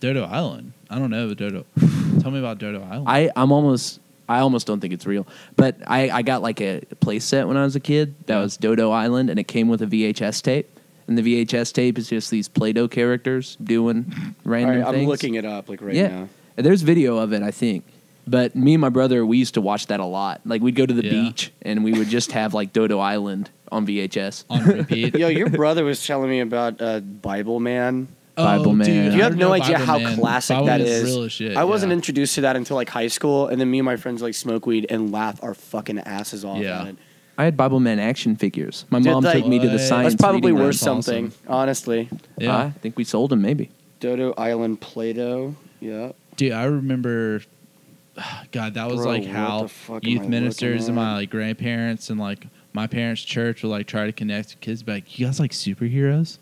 Speaker 3: Dodo Island. I don't know the Dodo. Tell me about Dodo Island.
Speaker 2: I, I'm almost, I almost don't think it's real. But I, I got like a play set when I was a kid that was Dodo Island, and it came with a VHS tape. And the VHS tape is just these Play-Doh characters doing
Speaker 1: All
Speaker 2: random
Speaker 1: right, I'm
Speaker 2: things.
Speaker 1: looking it up like right
Speaker 2: yeah.
Speaker 1: now.
Speaker 2: And There's video of it, I think. But me and my brother, we used to watch that a lot. Like we'd go to the
Speaker 3: Yeah.
Speaker 2: beach and we would just have like Dodo Island on VHS.
Speaker 3: on repeat.
Speaker 1: [laughs] Yo,
Speaker 3: [laughs]
Speaker 1: your brother was telling me about uh, Bible Man.
Speaker 2: Bible Man.
Speaker 3: Oh, dude,
Speaker 2: You
Speaker 3: I
Speaker 1: have
Speaker 3: don't
Speaker 1: no
Speaker 3: know
Speaker 1: idea
Speaker 3: Bible
Speaker 1: how
Speaker 3: Man.
Speaker 1: classic
Speaker 3: Bible
Speaker 1: that
Speaker 3: Man's
Speaker 1: is.
Speaker 3: Real as shit.
Speaker 1: I wasn't
Speaker 3: yeah.
Speaker 1: introduced to that until like high school, and then me and my friends like smoke weed and laugh our fucking asses off
Speaker 3: Yeah.
Speaker 1: at it.
Speaker 2: I had Bible Man action figures. My mom
Speaker 1: like-
Speaker 2: took me to the
Speaker 3: What?
Speaker 2: science.
Speaker 1: That's probably
Speaker 2: reading
Speaker 1: worth
Speaker 3: That's awesome.
Speaker 1: something, honestly.
Speaker 2: room. I
Speaker 3: Yeah,
Speaker 2: think we sold them maybe.
Speaker 1: Dodo Island Play-Doh. Yeah.
Speaker 3: dude, I remember. [sighs] God, that was
Speaker 1: Bro,
Speaker 3: like
Speaker 1: what
Speaker 3: how
Speaker 1: the fuck am I
Speaker 3: youth
Speaker 1: looking
Speaker 3: ministers and my
Speaker 1: at?
Speaker 3: like grandparents and like my parents' church would like try to connect to kids. Be like, you guys like superheroes?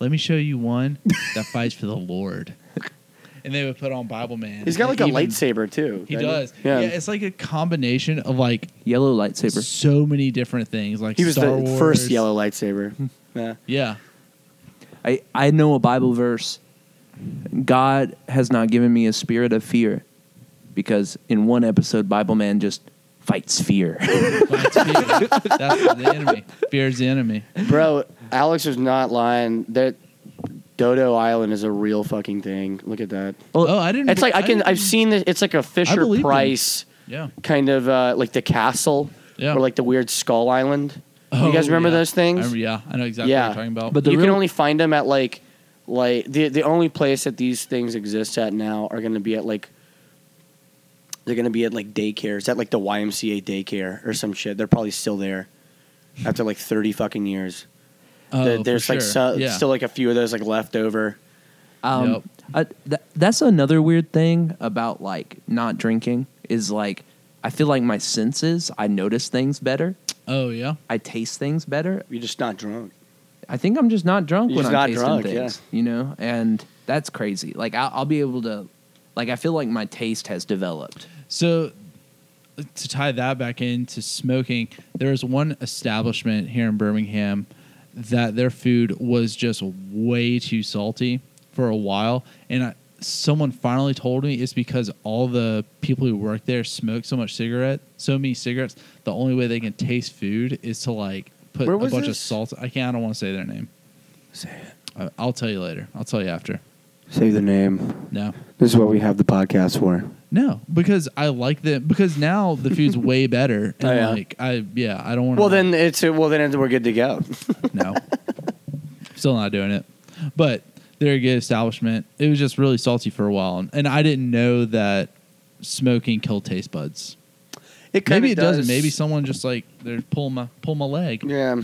Speaker 3: Let me show you one that fights for the Lord. [laughs] And they would put on Bible Man.
Speaker 1: He's got like
Speaker 3: And
Speaker 1: a
Speaker 3: even-
Speaker 1: lightsaber too.
Speaker 3: He
Speaker 1: doesn't
Speaker 3: does.
Speaker 1: Yeah.
Speaker 3: Yeah. it's like a combination of like
Speaker 2: Yellow lightsaber.
Speaker 3: so many different things. Like
Speaker 1: He was
Speaker 3: Star
Speaker 1: the
Speaker 3: Wars.
Speaker 1: first yellow
Speaker 3: [laughs]
Speaker 1: lightsaber. yeah.
Speaker 3: Yeah,
Speaker 2: I, I know a Bible verse. God has not given me a spirit of fear, because in one episode, Bible Man just fights fear. [laughs]
Speaker 3: Fights fear.
Speaker 1: [laughs]
Speaker 3: that's the enemy. Fear's the enemy.
Speaker 1: Bro, Alex is not lying. That Dodo Island is a real fucking thing. Look at that.
Speaker 3: oh, I didn't.
Speaker 1: It's like I can
Speaker 3: didn't-
Speaker 1: I've seen this it's like a Fisher
Speaker 3: believe him.
Speaker 1: Price
Speaker 3: Yeah,
Speaker 1: kind of uh, like the castle
Speaker 3: yeah.
Speaker 1: or like the weird skull island. you guys
Speaker 3: Oh,
Speaker 1: remember
Speaker 3: yeah.
Speaker 1: those things?
Speaker 3: I remember- yeah, I know exactly
Speaker 1: Yeah.
Speaker 3: what you're talking about.
Speaker 2: But the
Speaker 1: you can
Speaker 2: real-
Speaker 1: only find them at like like the the only place that these things exist at now are going to be at like they're going to be at like daycares at like the YMCA daycare or some shit. They're probably still there after like thirty fucking years.
Speaker 3: oh,
Speaker 1: The-
Speaker 3: for
Speaker 1: there's like
Speaker 3: sure.
Speaker 1: so,
Speaker 3: yeah.
Speaker 1: still like a few of those like left over.
Speaker 2: Um,
Speaker 3: Yep.
Speaker 2: I, th- that's another weird thing about like not drinking is like I feel like my senses I notice things better.
Speaker 3: oh yeah,
Speaker 2: I taste things better.
Speaker 1: You're just not drunk.
Speaker 2: I think I'm just not drunk
Speaker 1: You're
Speaker 2: when
Speaker 1: just
Speaker 2: I'm
Speaker 1: not
Speaker 2: tasting
Speaker 1: drunk,
Speaker 2: things, you know, and that's crazy. Like I'll, I'll be able to, like I feel like my taste has developed.
Speaker 3: So to tie that back into smoking, there was one establishment here in Birmingham that their food was just way too salty for a while, and I, someone finally told me it's because all the people who work there smoke so much cigarette, so many cigarettes. The only way they can taste food is to like put
Speaker 1: Where
Speaker 3: a
Speaker 1: was
Speaker 3: bunch of
Speaker 1: this?
Speaker 3: salt. I can't. I don't want to say their name.
Speaker 1: Say it.
Speaker 3: I, I'll tell you later. I'll tell you after.
Speaker 1: Say the name.
Speaker 3: No.
Speaker 1: This is what we have the podcast for.
Speaker 3: No, because I like the because now the
Speaker 1: [laughs]
Speaker 3: food's way better. And
Speaker 1: Oh, yeah.
Speaker 3: like I yeah, I don't want
Speaker 1: Well then it's well then we're good to go. [laughs]
Speaker 3: no. Still not doing it. But they're a good establishment. It was just really salty for a while and, and I didn't know that smoking killed taste buds.
Speaker 1: It kinda
Speaker 3: Maybe it does. not
Speaker 1: does.
Speaker 3: Maybe someone just like they're pull my pull my leg.
Speaker 1: Yeah,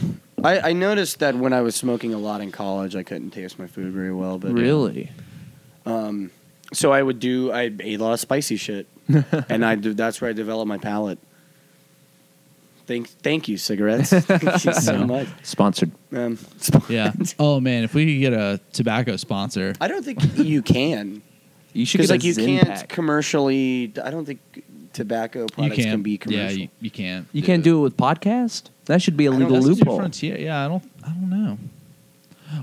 Speaker 1: I, I noticed that when I was smoking a lot in college, I couldn't taste my food very well. But uh,
Speaker 2: really,
Speaker 1: um, so I would do. I ate a lot of spicy shit,
Speaker 2: [laughs]
Speaker 1: and I do, that's where I developed my palate. Thank, thank you,
Speaker 2: [laughs]
Speaker 1: cigarettes. thank you so
Speaker 3: No.
Speaker 1: much.
Speaker 2: sponsored.
Speaker 1: Um, [laughs]
Speaker 3: Yeah. oh man, if we could get a tobacco sponsor.
Speaker 1: I don't think you
Speaker 2: [laughs]
Speaker 1: can
Speaker 2: You should
Speaker 1: because
Speaker 2: get
Speaker 1: like
Speaker 2: a
Speaker 1: you
Speaker 2: Zyn
Speaker 1: can't
Speaker 2: pack.
Speaker 1: commercially. I don't think tobacco
Speaker 3: you
Speaker 1: products
Speaker 3: can't
Speaker 1: can, be
Speaker 3: Yeah,
Speaker 1: commercial.
Speaker 3: you, you can't.
Speaker 2: you can't do it with podcast. That should be a
Speaker 1: I don't-
Speaker 2: legal
Speaker 1: that's
Speaker 3: That's the
Speaker 2: loophole.
Speaker 3: difference. Yeah, yeah, I don't, I don't know.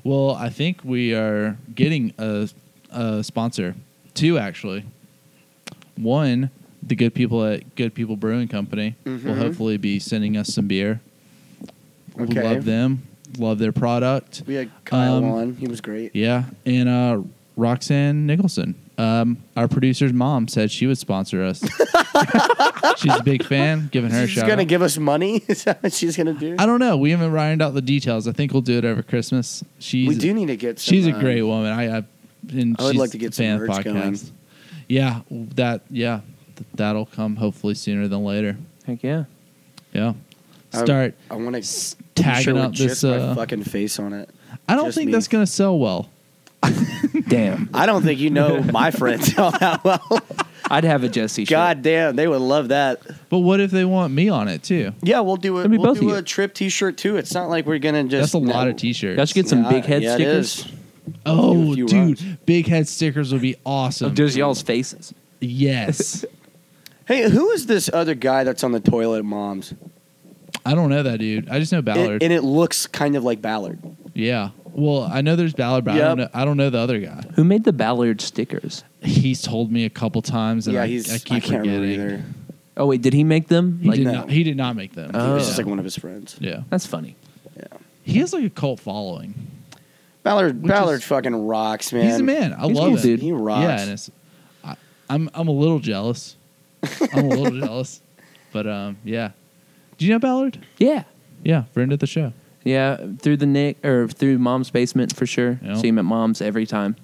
Speaker 3: Well, I think we are getting a, a sponsor, two actually. One, the good people at Good People Brewing Company will
Speaker 1: Mhm.
Speaker 3: hopefully be sending us some beer. We
Speaker 1: Okay.
Speaker 3: love them, love their product.
Speaker 1: We had Kyle
Speaker 3: Um,
Speaker 1: on. He was great.
Speaker 3: Yeah, and uh, Roxanne Nicholson, um, our producer's mom, said she would sponsor
Speaker 1: [laughs]
Speaker 3: us. She's a big fan. Giving her a
Speaker 1: she's
Speaker 3: shout.
Speaker 1: gonna
Speaker 3: out.
Speaker 1: give us money. [laughs] Is that what she's gonna do?
Speaker 3: I don't know. We haven't ironed out the details. I think we'll do it over Christmas. She's
Speaker 1: we do need to get. Some,
Speaker 3: she's a
Speaker 1: um,
Speaker 3: great woman. I, I and
Speaker 1: I would
Speaker 3: she's
Speaker 1: like to get
Speaker 3: a fan
Speaker 1: some
Speaker 3: of
Speaker 1: merch going.
Speaker 3: podcasts. Yeah, that yeah, th- that'll come hopefully sooner than later.
Speaker 2: Heck yeah.
Speaker 3: Yeah,
Speaker 1: I-
Speaker 3: start.
Speaker 1: I want
Speaker 3: s-
Speaker 1: to
Speaker 3: tagging
Speaker 1: sure
Speaker 3: up
Speaker 1: with
Speaker 3: this,
Speaker 1: just my
Speaker 3: uh,
Speaker 1: fucking face on it.
Speaker 3: I don't
Speaker 1: just
Speaker 3: think
Speaker 1: me.
Speaker 3: that's gonna sell well.
Speaker 1: [laughs]
Speaker 2: Damn,
Speaker 1: I don't think you
Speaker 3: [laughs]
Speaker 1: know my friends [laughs] all that well.
Speaker 2: I'd have a Jesse. shirt.
Speaker 1: God damn, they would love that.
Speaker 3: But what if they want me on it too?
Speaker 1: Yeah, we'll do
Speaker 2: I
Speaker 1: a
Speaker 2: mean,
Speaker 1: we'll
Speaker 2: both of
Speaker 1: do
Speaker 2: you.
Speaker 1: a trip T-shirt too. It's not like we're gonna just
Speaker 3: That's a lot
Speaker 1: no.
Speaker 3: of t-shirts.
Speaker 2: Y'all should get some
Speaker 1: Yeah,
Speaker 2: big head
Speaker 1: yeah, it
Speaker 2: stickers
Speaker 1: is. Do
Speaker 3: oh,
Speaker 1: a few
Speaker 3: dude,
Speaker 1: runs.
Speaker 3: big head stickers would be awesome.
Speaker 2: of just y'all's faces.
Speaker 3: yes,
Speaker 1: Hey, who is this other guy that's on the toilet, at mom's?
Speaker 3: I don't know that dude. I just know Ballard.
Speaker 1: It, and it looks kind of like Ballard.
Speaker 3: yeah. Well, I know there's Ballard, but I don't know.
Speaker 1: Yep.
Speaker 3: I don't know the other guy.
Speaker 2: Who made the Ballard stickers?
Speaker 3: He's told me a couple times, and
Speaker 1: yeah,
Speaker 3: I,
Speaker 1: he's.
Speaker 3: I keep
Speaker 1: can't
Speaker 3: forgetting.
Speaker 1: remember either.
Speaker 2: Oh wait, did he make them?
Speaker 3: He
Speaker 2: like
Speaker 3: did
Speaker 1: no.
Speaker 3: not. He did not make them.
Speaker 1: It
Speaker 2: Oh.
Speaker 1: was just like one of his friends.
Speaker 3: yeah.
Speaker 2: that's funny.
Speaker 3: He has like a cult following.
Speaker 1: Ballard.
Speaker 3: Which
Speaker 1: Ballard
Speaker 3: is-
Speaker 1: fucking rocks, man.
Speaker 3: He's a man. I
Speaker 2: He's
Speaker 3: love
Speaker 2: cool,
Speaker 3: it.
Speaker 2: dude.
Speaker 1: He rocks.
Speaker 3: Yeah, and it's, I, I'm I'm a little jealous. I'm
Speaker 1: [laughs]
Speaker 3: a little jealous, but um, yeah. Do you know Ballard?
Speaker 2: Yeah.
Speaker 3: Yeah, friend of the show.
Speaker 2: Yeah, through the Nick or through mom's basement for sure.
Speaker 3: Yeah.
Speaker 2: See him at mom's every time.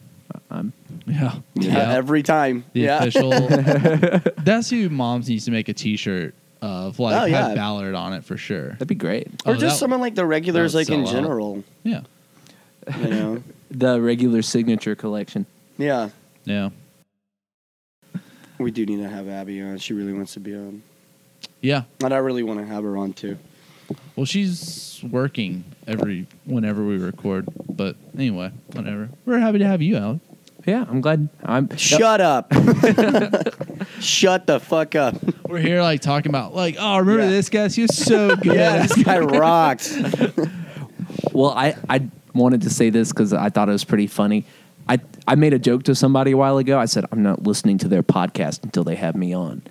Speaker 2: I'm
Speaker 3: Yeah,
Speaker 1: Yeah, every time.
Speaker 3: the
Speaker 1: yeah, [laughs]
Speaker 3: official. That's who moms needs to make a T-shirt of like
Speaker 1: Oh, yeah.
Speaker 3: have Ballard on it for sure.
Speaker 2: That'd be great.
Speaker 1: Or
Speaker 3: Oh,
Speaker 1: just
Speaker 3: that-
Speaker 1: someone like the regulars,
Speaker 3: that would
Speaker 1: like in
Speaker 3: sell out.
Speaker 1: general.
Speaker 3: Yeah,
Speaker 1: You
Speaker 3: [laughs]
Speaker 1: know,
Speaker 2: The regular signature collection.
Speaker 1: yeah.
Speaker 3: yeah,
Speaker 1: We do need to have Abby on. She really wants to be on,
Speaker 3: yeah.
Speaker 1: and I really want to have her on too.
Speaker 3: Well, she's working every whenever we record, but anyway, whatever. We're happy to have you, Alec.
Speaker 2: Yeah, I'm glad. I'm
Speaker 1: Shut
Speaker 2: [laughs]
Speaker 1: up. Shut the fuck up.
Speaker 3: We're here like talking about like, oh, remember
Speaker 1: Yeah.
Speaker 3: this guy? He
Speaker 1: [laughs]
Speaker 3: was so good.
Speaker 1: Yeah, this guy rocks.
Speaker 2: Well, I, I wanted to say this because I thought it was pretty funny. I, I made a joke to somebody a while ago. I said, I'm not listening to their podcast until they have me on.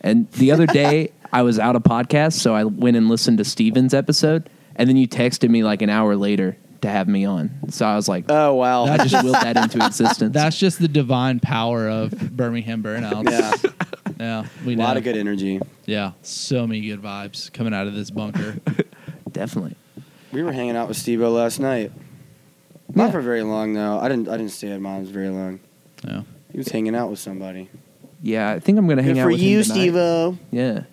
Speaker 2: And the
Speaker 1: [laughs]
Speaker 2: other day, I was out of podcast, so I went and listened to Steven's episode. And then you texted me like an hour later to have me on. So I was like,
Speaker 1: Oh wow.
Speaker 2: I just willed
Speaker 1: [laughs]
Speaker 2: that into existence.
Speaker 3: That's just the divine power of Birmingham burnouts.
Speaker 1: yeah.
Speaker 3: yeah, we
Speaker 1: A
Speaker 3: know.
Speaker 1: lot of good energy.
Speaker 3: Yeah, so many good vibes coming out of
Speaker 1: [laughs]
Speaker 3: this bunker.
Speaker 2: Definitely.
Speaker 1: We were hanging out with Steve O last night. Not
Speaker 2: Yeah.
Speaker 1: for very long though. I didn't I didn't stay at mom's very long.
Speaker 3: Yeah.
Speaker 1: He was hanging out with somebody.
Speaker 2: Yeah, I think I'm going to hang
Speaker 1: Good
Speaker 2: out
Speaker 1: for
Speaker 2: with
Speaker 1: you,
Speaker 2: him tonight.
Speaker 1: Steve O.
Speaker 2: Yeah.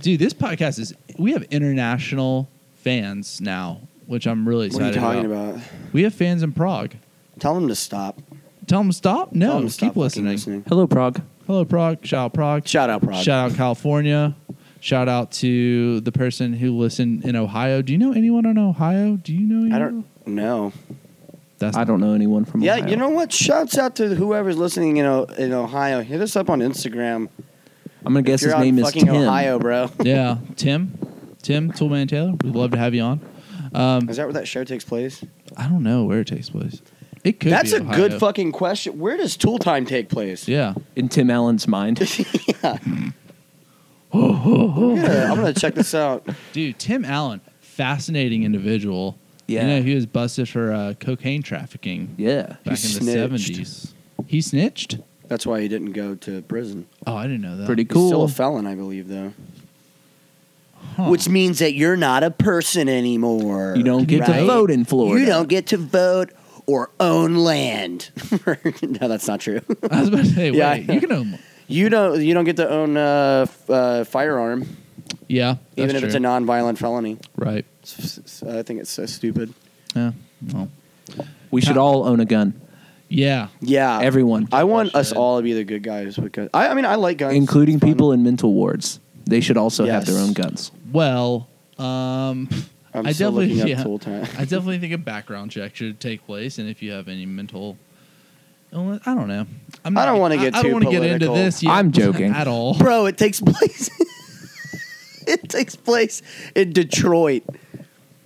Speaker 3: Dude, this podcast is we have international fans now, which I'm really
Speaker 1: What are you
Speaker 3: excited
Speaker 1: talking about?
Speaker 3: We have fans in Prague.
Speaker 1: Tell him to stop.
Speaker 3: Tell them to stop.
Speaker 1: Tell
Speaker 3: No,
Speaker 1: him to
Speaker 3: keep
Speaker 1: stop fucking
Speaker 3: listening.
Speaker 2: Hello, Prague.
Speaker 3: Hello, Prague. Shout out Prague.
Speaker 1: Shout out, Prague.
Speaker 3: Shout out California. Shout out to the person who listened in Ohio. Do you know anyone in Ohio? Do you know? Anyone?
Speaker 1: I don't know.
Speaker 3: That's
Speaker 2: I don't know anyone from
Speaker 1: Yeah,
Speaker 2: Ohio.
Speaker 1: you know what? Shouts out to whoever's listening in, o- in Ohio. Hit us up on Instagram.
Speaker 2: I'm going to guess
Speaker 1: You're
Speaker 2: his
Speaker 1: out in
Speaker 2: name is
Speaker 1: fucking
Speaker 2: Tim.
Speaker 1: Ohio, bro.
Speaker 3: Yeah, Tim, Tim Toolman Taylor. We'd love to have you on. Um,
Speaker 1: Is that where that show takes place?
Speaker 3: I don't know where it takes place. It could.
Speaker 1: That's
Speaker 3: be
Speaker 1: a
Speaker 3: Ohio.
Speaker 1: good fucking question. Where does Tool Time take place? [gasps]
Speaker 3: Yeah.
Speaker 2: In Tim
Speaker 1: [laughs]
Speaker 2: Allen's mind.
Speaker 1: yeah. I'm gonna- I'm gonna check this out.
Speaker 3: Dude, Tim Allen, fascinating individual.
Speaker 2: Yeah.
Speaker 3: You know, he was busted for uh, cocaine trafficking
Speaker 2: Yeah.
Speaker 3: back in
Speaker 1: snitched.
Speaker 3: the 70s. He snitched?
Speaker 1: That's why he didn't go to prison.
Speaker 3: Oh, I didn't know that.
Speaker 2: Pretty
Speaker 1: He's still
Speaker 2: cool.
Speaker 1: a felon, I believe, though.
Speaker 3: Huh.
Speaker 1: Which means that you're not a person anymore.
Speaker 2: you don't get
Speaker 1: right?
Speaker 2: to vote in Florida.
Speaker 1: You don't get to vote or own land. [laughs] no, that's not true.
Speaker 3: [laughs] I was about to say, wait,
Speaker 1: Yeah.
Speaker 3: you can own
Speaker 1: you don't. You don't get to own a f- uh, firearm,
Speaker 3: Yeah. That's
Speaker 1: even if
Speaker 3: true.
Speaker 1: it's a non-violent felony.
Speaker 3: Right.
Speaker 1: It's- it's- I think it's so stupid.
Speaker 3: Yeah. Well,
Speaker 2: We should all own a gun.
Speaker 3: yeah.
Speaker 1: Yeah,
Speaker 2: Everyone,
Speaker 1: Uh, I want us
Speaker 3: Should.
Speaker 1: all to be the good guys because I, I mean I like guns,
Speaker 2: including
Speaker 1: It's fun.
Speaker 2: people in mental wards. They should also have their
Speaker 1: Yes.
Speaker 2: own guns.
Speaker 3: Well, um,
Speaker 1: I'm
Speaker 3: I
Speaker 1: still
Speaker 3: definitely-
Speaker 1: looking up
Speaker 3: yeah.
Speaker 1: tool
Speaker 3: [laughs]
Speaker 1: time.
Speaker 3: I definitely think a background check should take place. And if you have any mental illness, I don't know. I'm
Speaker 1: I don't wanna get
Speaker 3: I, I don't
Speaker 1: too
Speaker 3: wanna get into
Speaker 1: political.
Speaker 3: this. yet
Speaker 2: I'm joking.
Speaker 3: At all.
Speaker 1: Bro, it takes place. [laughs] it takes place in Detroit.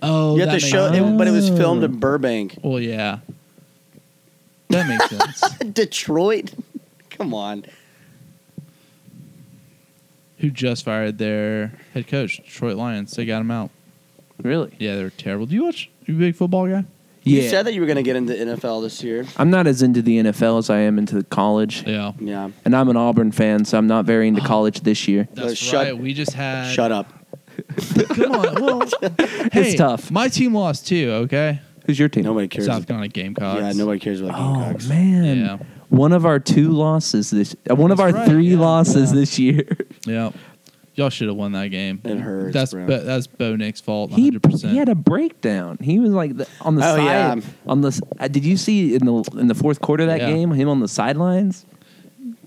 Speaker 3: Oh,
Speaker 1: you have to
Speaker 3: that makes
Speaker 1: show,
Speaker 3: sense.
Speaker 1: it, but it was filmed in Burbank, [laughs]
Speaker 3: Well, yeah. That makes sense.
Speaker 1: Detroit. [laughs] Come on,
Speaker 3: Who just fired their head coach, Detroit Lions. They got him out.
Speaker 2: Really?
Speaker 3: Yeah, they're terrible. Do you watch? You a big football guy?
Speaker 2: Yeah.
Speaker 1: you said that you were going to get into NFL this year.
Speaker 2: I'm not as into the NFL as I am into the college,
Speaker 3: Yeah. Oh.
Speaker 1: Yeah,
Speaker 2: and I'm an Auburn fan, so I'm not very into college this year.
Speaker 3: That's
Speaker 1: Uh, shut-
Speaker 3: right. We just had.
Speaker 1: shut up.
Speaker 3: Come on.
Speaker 2: [laughs]
Speaker 3: Well, [laughs] hey,
Speaker 2: tough.
Speaker 3: My team lost too. Okay.
Speaker 2: Who's your
Speaker 1: [laughs]
Speaker 2: team?
Speaker 1: Nobody cares.
Speaker 3: South Carolina Gamecocks.
Speaker 1: Yeah, nobody cares about
Speaker 2: Oh
Speaker 1: Gamecocks.
Speaker 2: man,
Speaker 3: Yeah.
Speaker 2: one of our two losses this, uh, one of our
Speaker 3: That's right,
Speaker 2: three
Speaker 3: yeah.
Speaker 2: losses
Speaker 3: Yeah.
Speaker 2: this year. [laughs]
Speaker 3: Yeah. Y'all should have won that game.
Speaker 1: It hurts,
Speaker 3: That's
Speaker 1: bro.
Speaker 3: Bo, that's Bo Nick's fault.
Speaker 2: He,
Speaker 3: 100%.
Speaker 2: he had a breakdown. He was like the, on the
Speaker 1: Oh,
Speaker 2: side. On the s- uh, did you see in the in the fourth quarter of that
Speaker 3: Yeah.
Speaker 2: game him on the sidelines?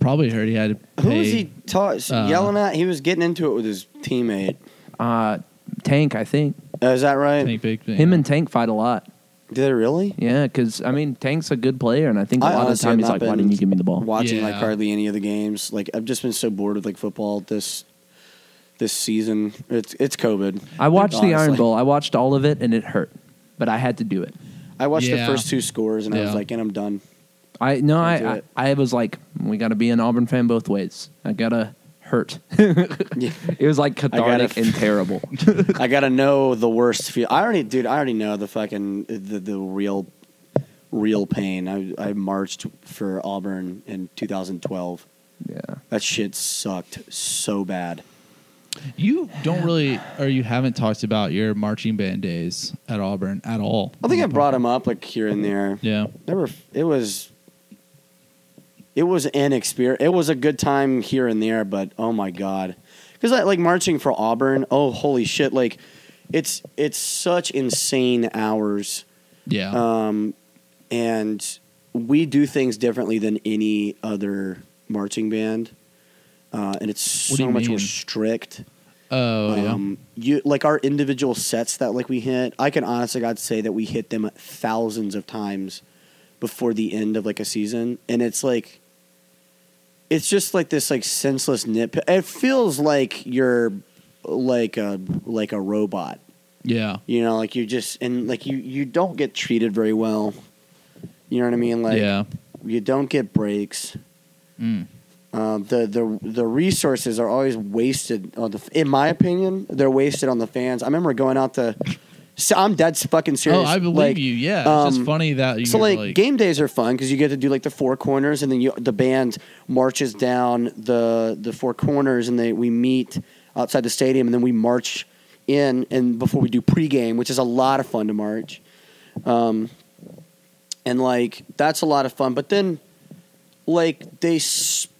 Speaker 3: probably heard he had to
Speaker 1: Who
Speaker 3: pay.
Speaker 1: was he ta-
Speaker 3: uh,
Speaker 1: yelling at? He was getting into it with his teammate.
Speaker 2: Uh, Tank, I think
Speaker 1: Uh, is that right?
Speaker 3: Tank Bigsby.
Speaker 2: him and Tank fight a lot.
Speaker 1: Did it really?
Speaker 2: Yeah, because I mean, Tank's a good player, and I think a
Speaker 1: I
Speaker 2: lot of the
Speaker 1: honestly
Speaker 2: time
Speaker 1: have
Speaker 2: he's
Speaker 1: not
Speaker 2: like, "Why
Speaker 1: been
Speaker 2: didn't you give me the ball?"
Speaker 1: Watching like
Speaker 3: Yeah.
Speaker 1: hardly any of the games. Like I've just been so bored with like football this this season. It's it's COVID.
Speaker 2: I watched the Iron
Speaker 1: honestly.
Speaker 2: Bowl. I watched all of it, and it hurt, but I had to do it.
Speaker 1: I watched
Speaker 3: Yeah.
Speaker 1: the first two scores and I
Speaker 3: Yeah.
Speaker 1: was like, and I'm
Speaker 2: [laughs]
Speaker 1: done. [laughs]
Speaker 2: I no,
Speaker 1: I'll do
Speaker 2: I,
Speaker 1: it.
Speaker 2: I I was like, we got to be an Auburn fan both ways. I gotta hurt. [laughs] it
Speaker 1: Yeah.
Speaker 2: was like
Speaker 1: f- [laughs]
Speaker 2: cathartic and terrible.
Speaker 1: I gotta know the worst feel. I already, dude. I already know the fucking the, the real real pain. I I marched for Auburn in 2012.
Speaker 2: yeah,
Speaker 1: That shit sucked so bad.
Speaker 3: You don't really, or you haven't talked about your marching band days at Auburn at all.
Speaker 1: I
Speaker 2: Mm-hmm.
Speaker 1: think I brought him up like here and there.
Speaker 3: Yeah,
Speaker 1: There were it was it was an experience. It was a good time here and there, but oh my god, because like, like marching for Auburn. Oh, holy shit! Like, it's it's such insane hours.
Speaker 3: Yeah.
Speaker 1: Um, and we do things differently than any other marching band. Uh, and it's
Speaker 3: What do
Speaker 1: so
Speaker 3: you
Speaker 1: much more
Speaker 3: mean?
Speaker 1: strict.
Speaker 3: oh yeah.
Speaker 1: um, you like our individual sets that like we hit. I can honestly God say that we hit them thousands of times before the end of like a season, and it's like it's just like this like senseless nip. It feels like you're like a like a robot
Speaker 3: Yeah.
Speaker 1: you know like you just and like you you don't get treated very well you know what i mean like
Speaker 3: yeah. Oh,
Speaker 1: you don't get breaks
Speaker 3: Mm.
Speaker 1: um, the the the resources are always wasted on the in my opinion they're wasted on the fans i remember going out to so i'm dead fucking serious
Speaker 3: Oh, I believe
Speaker 1: like,
Speaker 3: you. Yeah. It's
Speaker 1: um,
Speaker 3: just funny that you
Speaker 1: so like, game days are fun because you get to do like the four corners and then you, the band marches down the the four corners and they we meet outside the stadium and then we march in and before we do pregame which is a lot of fun to march um, and like that's a lot of fun but then like they sp-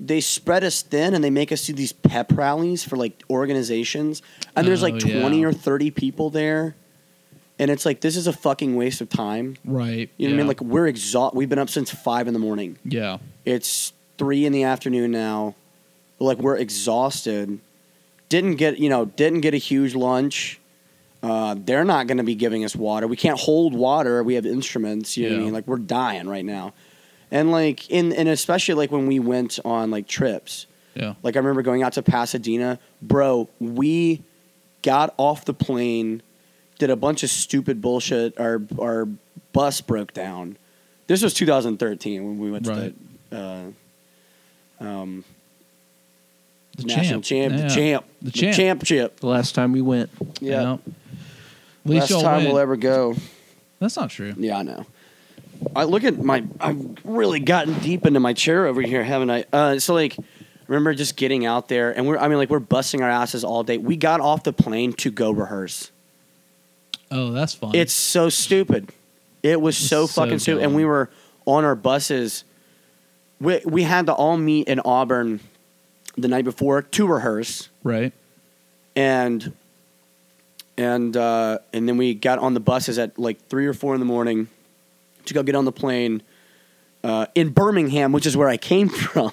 Speaker 1: they spread us thin and they make us do these pep rallies for like organizations and there's
Speaker 3: Oh,
Speaker 1: like 20
Speaker 3: yeah.
Speaker 1: or 30 people there and it's like this is a fucking waste of time
Speaker 3: right.
Speaker 1: you know
Speaker 3: yeah.
Speaker 1: what I mean? Like we're exhaust. We've been up since five in the morning.
Speaker 3: yeah.
Speaker 1: It's three in the afternoon now. Like we're exhausted. Didn't get you know didn't get a huge lunch. Uh, they're not going to be giving us water. We can't hold water. We have instruments. You know what
Speaker 3: Yeah.
Speaker 1: I mean? Like we're dying right now. And like in and especially like when we went on like trips.
Speaker 3: Yeah.
Speaker 1: Like I remember going out to Pasadena, bro. We got off the plane, did a bunch of stupid bullshit. Our our bus broke down. This was 2013 when we went
Speaker 3: Right.
Speaker 1: to the uh, um,
Speaker 3: The
Speaker 1: national
Speaker 3: champ.
Speaker 1: champ,
Speaker 3: Yeah.
Speaker 1: the champ,
Speaker 3: The champ.
Speaker 1: championship.
Speaker 2: The last time we went,
Speaker 1: Yeah,
Speaker 3: Yep. At least
Speaker 1: last
Speaker 3: y'all
Speaker 1: time
Speaker 3: win.
Speaker 1: we'll ever go.
Speaker 3: That's not true.
Speaker 1: Yeah, I know. I look at my. I've really gotten deep into my chair over here, haven't I? Uh, so like, remember just getting out there, and we're. I mean, like we're busting our asses all day. We got off the plane to go rehearse.
Speaker 3: Oh, that's fun.
Speaker 1: It's so stupid. It was
Speaker 3: It's
Speaker 1: so
Speaker 3: so
Speaker 1: fucking stupid.
Speaker 3: dumb.
Speaker 1: And we were on our buses. We we had to all meet in Auburn the night before to rehearse,
Speaker 3: right.
Speaker 1: and and uh, and then we got on the buses at like three or four in the morning to go get on the plane uh, in Birmingham, which is where I came [laughs] from.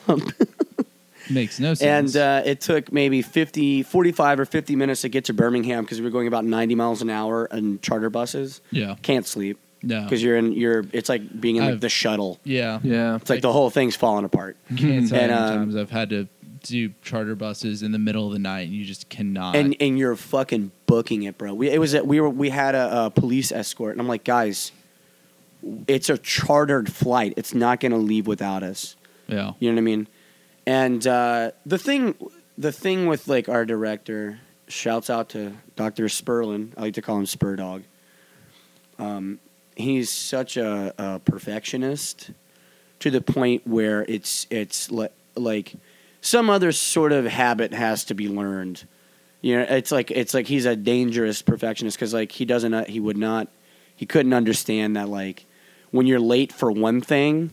Speaker 3: Makes no sense.
Speaker 1: and uh, it took maybe 50, 45 or fifty minutes to get to Birmingham because we were going about ninety miles an hour in charter buses.
Speaker 3: yeah.
Speaker 1: Can't sleep
Speaker 3: No.
Speaker 1: because you're in you're it's like being in like
Speaker 3: Oh. I've-
Speaker 1: the shuttle
Speaker 3: Yeah.
Speaker 2: yeah,
Speaker 1: it's like the whole thing's falling apart
Speaker 3: Can't tell
Speaker 1: And,
Speaker 3: how many
Speaker 1: um,
Speaker 3: times I've had to do charter buses in the middle of the night, and you just cannot.
Speaker 1: and and you're fucking booking it bro we it was a, we were we had a, a police escort and i'm like guys it's a chartered flight it's not gonna leave without us
Speaker 3: yeah.
Speaker 1: you know what i mean and uh, the thing the thing with like our director shouts out to dr sperlin i like to call him spur dog um, he's such a, a perfectionist to the point where it's it's li- like some other sort of habit has to be learned. You know, it's like it's like he's a dangerous perfectionist because like he doesn't uh, he would not he couldn't understand that like when you're late for one thing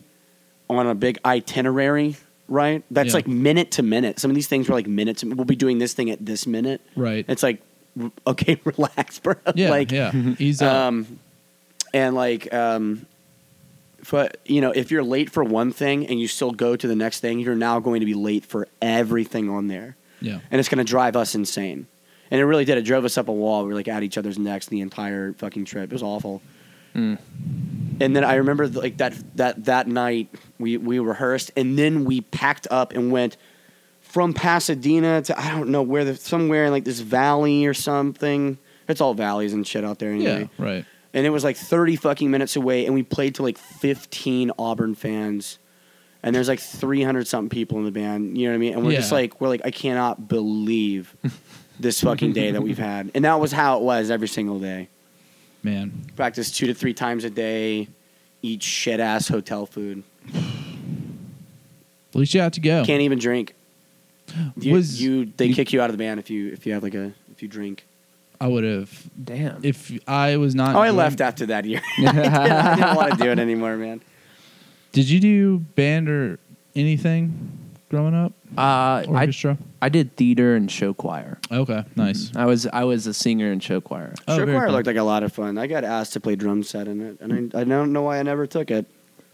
Speaker 1: on a big itinerary right that's
Speaker 3: Yeah.
Speaker 1: like minute to minute some of these things were like minute to we'll be doing this thing at this minute
Speaker 3: Right.
Speaker 1: it's like [laughs] w- okay relax bro [laughs]
Speaker 3: yeah.
Speaker 1: like
Speaker 3: yeah. He's uh,
Speaker 1: um, and like, um, but you know, if you're late for one thing and you still go to the next thing, you're now going to be late for everything on there,
Speaker 3: yeah.
Speaker 1: and it's going to drive us insane. And it really did. It drove us up a wall. We were like at each other's necks the entire fucking trip. It was awful.
Speaker 2: Mm.
Speaker 1: And then I remember like that that that night we we rehearsed, and then we packed up and went from Pasadena to I don't know where the somewhere in like this valley or something. It's all valleys and shit out there anyway
Speaker 3: Yeah. Right.
Speaker 1: and it was like 30 fucking minutes away and we played to like 15 auburn fans and there's like 300 something people in the band you know what i mean and we're just
Speaker 3: Yeah.
Speaker 1: like we're like i cannot
Speaker 3: [laughs]
Speaker 1: believe this fucking day that we've had and that was how it was every single day
Speaker 3: Man.
Speaker 1: practice two to three times a day eat shit ass hotel food
Speaker 3: At least you have to go.
Speaker 1: can't e even
Speaker 3: [gasps]
Speaker 1: drink you,
Speaker 3: Oh. Was-
Speaker 1: you they
Speaker 3: you-
Speaker 1: kick you out of the band if you if you have like a if you drink
Speaker 3: I would have
Speaker 2: damn.
Speaker 3: if I was not.
Speaker 1: oh i
Speaker 3: doing-
Speaker 1: left after that year [laughs] i
Speaker 3: [laughs]
Speaker 1: didn't want to do it anymore man
Speaker 3: Did you do band or anything? growing up?
Speaker 2: Uh, I
Speaker 3: Orchestra.
Speaker 2: I did theater and show choir.
Speaker 3: okay, nice.
Speaker 2: I was I was a singer in show choir.
Speaker 1: Show
Speaker 3: Oh, very
Speaker 1: Mm-hmm. choir
Speaker 3: cool.
Speaker 1: looked like a lot of fun. I got asked to play drum set in it, and I, I don't know why I never took it.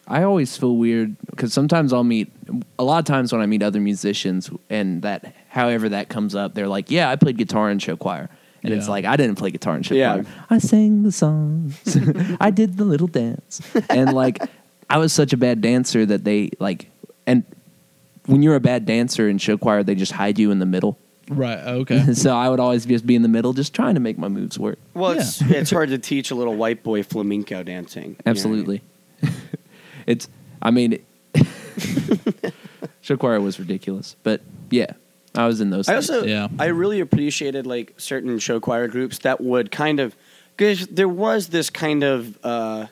Speaker 2: I always feel weird because sometimes I'll meet a lot of times when I meet other musicians and that however that comes up, they're like, "Yeah, I played guitar in show choir," and it's
Speaker 3: Yeah.
Speaker 2: like I didn't play guitar in show
Speaker 1: Yeah.
Speaker 2: choir. I sang the songs, [laughs] I did the little dance, and like I was such a bad dancer that they like and when you're a bad dancer in show choir, they just hide you in the middle.
Speaker 3: Right.
Speaker 1: [laughs]
Speaker 2: [laughs]
Speaker 3: Okay.
Speaker 2: so I would always just be in the middle, just trying to make my moves work.
Speaker 1: Well,
Speaker 3: Yeah.
Speaker 1: it's it's hard to teach a little white boy flamenco dancing. you know what I mean?
Speaker 2: Absolutely. [laughs] it's, I mean, [laughs] show choir was ridiculous, but yeah, I was in those.
Speaker 1: I
Speaker 2: things.
Speaker 1: also
Speaker 3: Yeah.
Speaker 1: I really appreciated like certain show choir groups that would kind of because there was this kind of uh,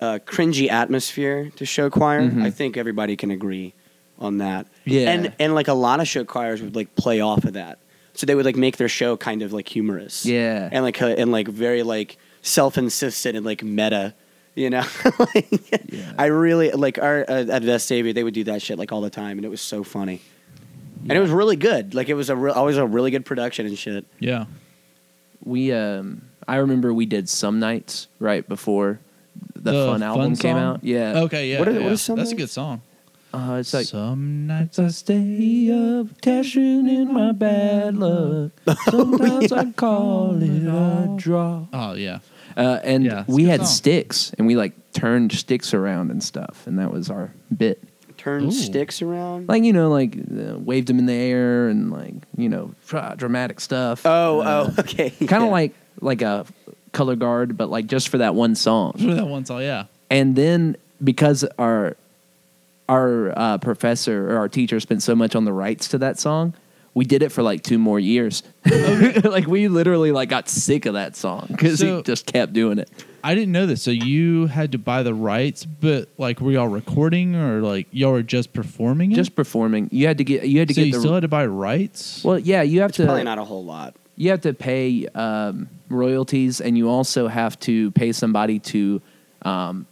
Speaker 1: uh, cringy atmosphere to show choir.
Speaker 3: Mm-hmm.
Speaker 2: Mhm.
Speaker 1: I think everybody can agree on that.
Speaker 2: Yeah.
Speaker 1: and and like a lot of show choirs would like play off of that, so they would like make their show kind of like humorous.
Speaker 2: Yeah.
Speaker 1: and like uh, and like very like self insistent and like meta. You know, [laughs] like,
Speaker 2: Yeah.
Speaker 1: I really like our uh, at Vestavia. They would do that shit like all the time, and it was so funny. And it was really good. Like it was a real, always a really good production and shit.
Speaker 3: yeah.
Speaker 2: we, um, I remember we did some nights right before the,
Speaker 3: The
Speaker 2: fun,
Speaker 3: fun
Speaker 2: album came
Speaker 3: song?
Speaker 2: out. Yeah.
Speaker 3: Okay. Yeah.
Speaker 1: Uh, What are-
Speaker 3: yeah.
Speaker 1: what is some
Speaker 3: That's a
Speaker 1: of-
Speaker 3: good song.
Speaker 2: Uh, it's like.
Speaker 3: some nights.
Speaker 2: I stay up, cashing in my bad luck.
Speaker 1: [laughs]
Speaker 2: Sometimes
Speaker 3: [laughs]
Speaker 2: I call it a draw.
Speaker 3: Oh yeah.
Speaker 2: Uh, and
Speaker 3: Yeah, it's a
Speaker 2: we
Speaker 3: good
Speaker 2: had
Speaker 3: song.
Speaker 2: sticks, and we like turned sticks around and stuff, and that was our bit.
Speaker 1: Turn
Speaker 3: Ooh.
Speaker 1: sticks around.
Speaker 2: Like you know, like uh, waved them in the air and like you know, tra- dramatic stuff.
Speaker 1: oh, oh, [laughs] okay.
Speaker 2: kind of
Speaker 1: Yeah.
Speaker 2: uh, like like a color guard, but like just for that one song.
Speaker 3: For that one song. Yeah.
Speaker 2: And then because our our uh, professor or our teacher spent so much on the rights to that song, we did it for like two more years. [laughs] like we literally like got sick of that song because
Speaker 3: So-
Speaker 2: he just kept doing it.
Speaker 3: I didn't know this. So you had to buy the rights, but like, were y'all recording or like y'all were just performing it?
Speaker 2: Just performing, you had to get you had to
Speaker 3: so
Speaker 2: get
Speaker 3: you
Speaker 2: the
Speaker 3: still had to buy rights.
Speaker 2: Well, yeah, you have
Speaker 1: It's
Speaker 2: to
Speaker 1: probably not a whole lot.
Speaker 2: you have to pay um, royalties, and you also have to pay somebody to um,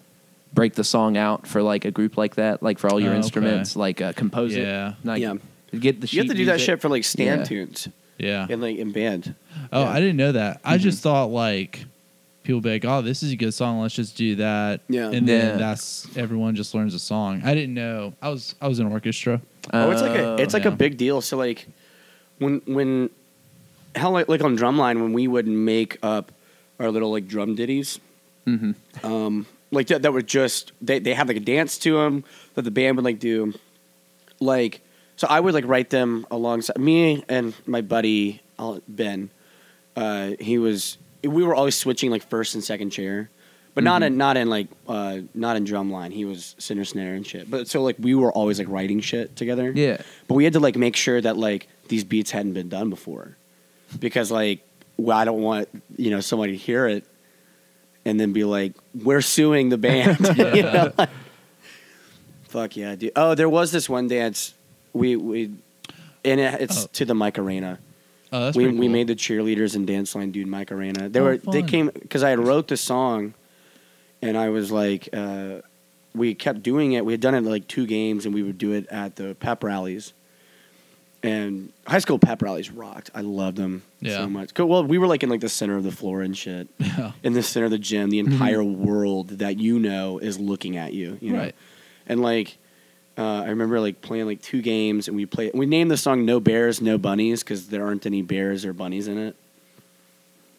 Speaker 2: break the song out for like a group like that, like for all your
Speaker 3: Oh, okay.
Speaker 2: instruments, like uh, compose
Speaker 3: Yeah.
Speaker 2: it, like
Speaker 1: Yeah.
Speaker 2: get the
Speaker 1: You have to
Speaker 2: sheet
Speaker 1: do that
Speaker 2: music.
Speaker 1: shit for like stand
Speaker 2: Yeah.
Speaker 1: tunes
Speaker 3: Yeah.
Speaker 1: and like in band.
Speaker 3: Oh,
Speaker 1: Yeah. Mm-hmm.
Speaker 3: I didn't know that. I just thought like people be like, "Oh, this is a good song. Let's just do that."
Speaker 1: Yeah.
Speaker 3: and then
Speaker 2: Yeah.
Speaker 3: that's everyone just learns a song. I didn't know. I was I was in orchestra.
Speaker 1: oh, it's like
Speaker 2: Uh,
Speaker 1: a it's like
Speaker 3: yeah.
Speaker 1: a big deal. So like when when how like like on drumline when we would make up our little like drum ditties,
Speaker 2: Mhm.
Speaker 1: um, like that that were just they they had like a dance to them that the band would like do, like so I would like write them alongside me and my buddy Al- Ben. Uh, he was we were always switching like first and second chair. But not in not in like uh, not in drumline. He was center snare and shit. But so like we were always like writing shit together.
Speaker 2: yeah,
Speaker 1: But we had to like make sure that like these beats hadn't been done before, because like well, I don't want you know somebody to hear it and then be like, we're suing the band. [laughs] You know, like- fuck yeah, dude. Oh, there was this one dance we we and it, it's
Speaker 3: Oh.
Speaker 1: to the Macarena.
Speaker 3: Oh, that's
Speaker 1: we
Speaker 3: pretty
Speaker 1: we
Speaker 3: cool.
Speaker 1: made the cheerleaders and dance line dude Macarena. They
Speaker 3: Oh,
Speaker 1: were they
Speaker 3: fun.
Speaker 1: came because I had wrote the song, and I was like. uh we kept doing it. We had done it like two games, and we would do it at the pep rallies. And high school pep rallies rocked. I loved them
Speaker 3: Yeah.
Speaker 1: so much. 'Cause- Well, we were like in like the center of the floor and
Speaker 3: [laughs]
Speaker 1: shit,
Speaker 3: [laughs] Yeah.
Speaker 1: in the center of the gym. The
Speaker 3: Mm-hmm.
Speaker 1: entire world that you know is looking at you. [laughs] You know,
Speaker 3: Right.
Speaker 1: and like. Uh, I remember like playing like two games, and we played. We named the song "No Bears, No Bunnies" because there aren't any bears or bunnies in it.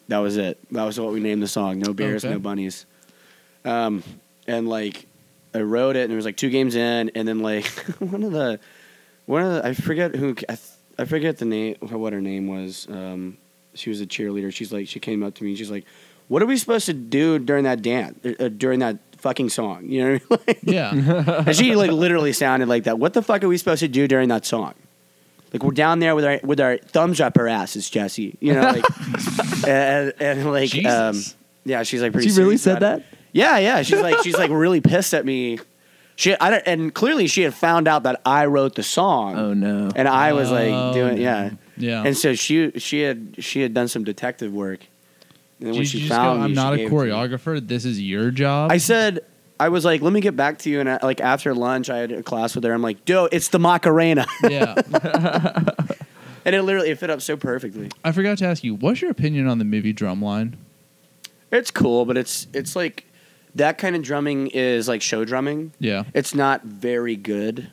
Speaker 1: That was it. That was what we named the song. No bears,
Speaker 3: Okay.
Speaker 1: no bunnies. Um, and like, I wrote it, and it was like two games in, and then like [laughs] one of the, one of the, I forget who, I, th- I forget the name, what her name was. Um, she was a cheerleader. She's like, she came up to me, and she's like, "What are we supposed to do during that dance? Uh, during that fucking song? You know?" What I mean? [laughs]
Speaker 3: yeah.
Speaker 1: and she like literally sounded like that. What the fuck are we supposed to do during that song? Like we're down there with our with our thumbs up our asses, Jesse. You know,
Speaker 3: [laughs]
Speaker 1: like and, and like
Speaker 3: Jesus.
Speaker 1: um, yeah, she's like pretty.
Speaker 2: she really
Speaker 1: serious
Speaker 2: said
Speaker 1: about
Speaker 2: that.
Speaker 1: it. Yeah, yeah. She's like she's like really pissed at me. She I don't, and clearly she had found out that I wrote the song.
Speaker 2: Oh no,
Speaker 1: And I was like
Speaker 3: Oh,
Speaker 1: doing
Speaker 3: no.
Speaker 1: yeah,
Speaker 3: yeah.
Speaker 1: and so she she had she had done some detective work. And then
Speaker 3: Did
Speaker 1: when
Speaker 3: you
Speaker 1: she
Speaker 3: just go,
Speaker 1: found me,
Speaker 3: I'm
Speaker 1: she
Speaker 3: not a
Speaker 1: gave it to me."
Speaker 3: choreographer. This is your job.
Speaker 1: I said I was like, let me get back to you. And I, like after lunch, I had a class with her. I'm like, dude, it's the Macarena. [laughs]
Speaker 3: Yeah.
Speaker 1: and it literally it fit up so perfectly.
Speaker 3: I forgot to ask you, what's your opinion on the movie Drumline?
Speaker 1: It's cool, but it's it's like that kind of drumming is like show drumming.
Speaker 3: Yeah.
Speaker 1: It's not very good.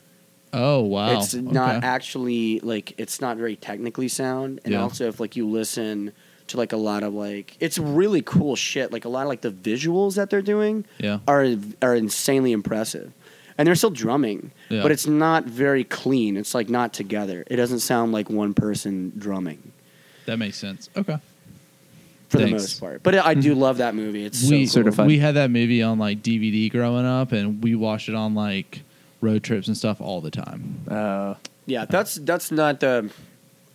Speaker 3: Oh wow.
Speaker 1: It's not
Speaker 3: Okay.
Speaker 1: actually like it's not very technically sound. And
Speaker 3: Yeah.
Speaker 1: also if like you listen to like a lot of like it's really cool shit. Like a lot of like the visuals that they're doing
Speaker 3: yeah.
Speaker 1: are are insanely impressive. And they're still drumming,
Speaker 3: Yeah.
Speaker 1: but it's not very clean. It's like not together. It doesn't sound like one person drumming
Speaker 3: That makes sense. Okay.
Speaker 1: for the
Speaker 3: Thanks.
Speaker 1: most part. But I do love that movie. It's
Speaker 3: we
Speaker 1: so
Speaker 2: sort of- Certified.
Speaker 3: we had that movie on like DVD growing up, and we watched it on like road trips and stuff all the time.
Speaker 2: Uh,
Speaker 1: Yeah, that's that's not the.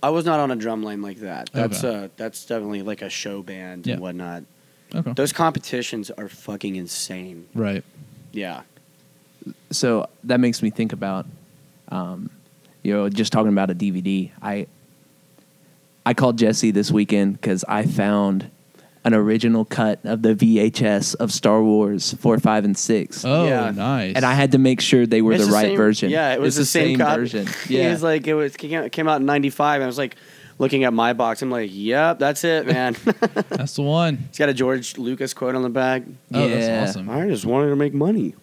Speaker 1: I was not on a drum line like that. That's
Speaker 3: Okay.
Speaker 1: uh that's definitely like a show band
Speaker 3: Yeah.
Speaker 1: and whatnot.
Speaker 3: Okay.
Speaker 1: Those competitions are fucking insane.
Speaker 3: right.
Speaker 1: Yeah.
Speaker 2: so that makes me think about, um, you know, just talking about a DVD. I I called Jesse this weekend because I found an original cut of the VHS of Star Wars four, five, and six,
Speaker 3: Oh,
Speaker 1: Yeah.
Speaker 3: nice.
Speaker 2: and I had to make sure they were
Speaker 1: It's
Speaker 2: the, right
Speaker 1: same-
Speaker 2: version.
Speaker 1: Yeah, it was
Speaker 2: It's
Speaker 1: the, same, copy. [laughs]
Speaker 2: version.
Speaker 1: it
Speaker 2: Yeah,
Speaker 1: was like it was came out, came out in '95, and I was like looking at my box. I'm like, yep, that's it, man.
Speaker 3: that's the one.
Speaker 1: it's got a George Lucas quote on the back.
Speaker 3: Oh,
Speaker 2: Yeah.
Speaker 3: that's awesome.
Speaker 1: I just wanted to make money.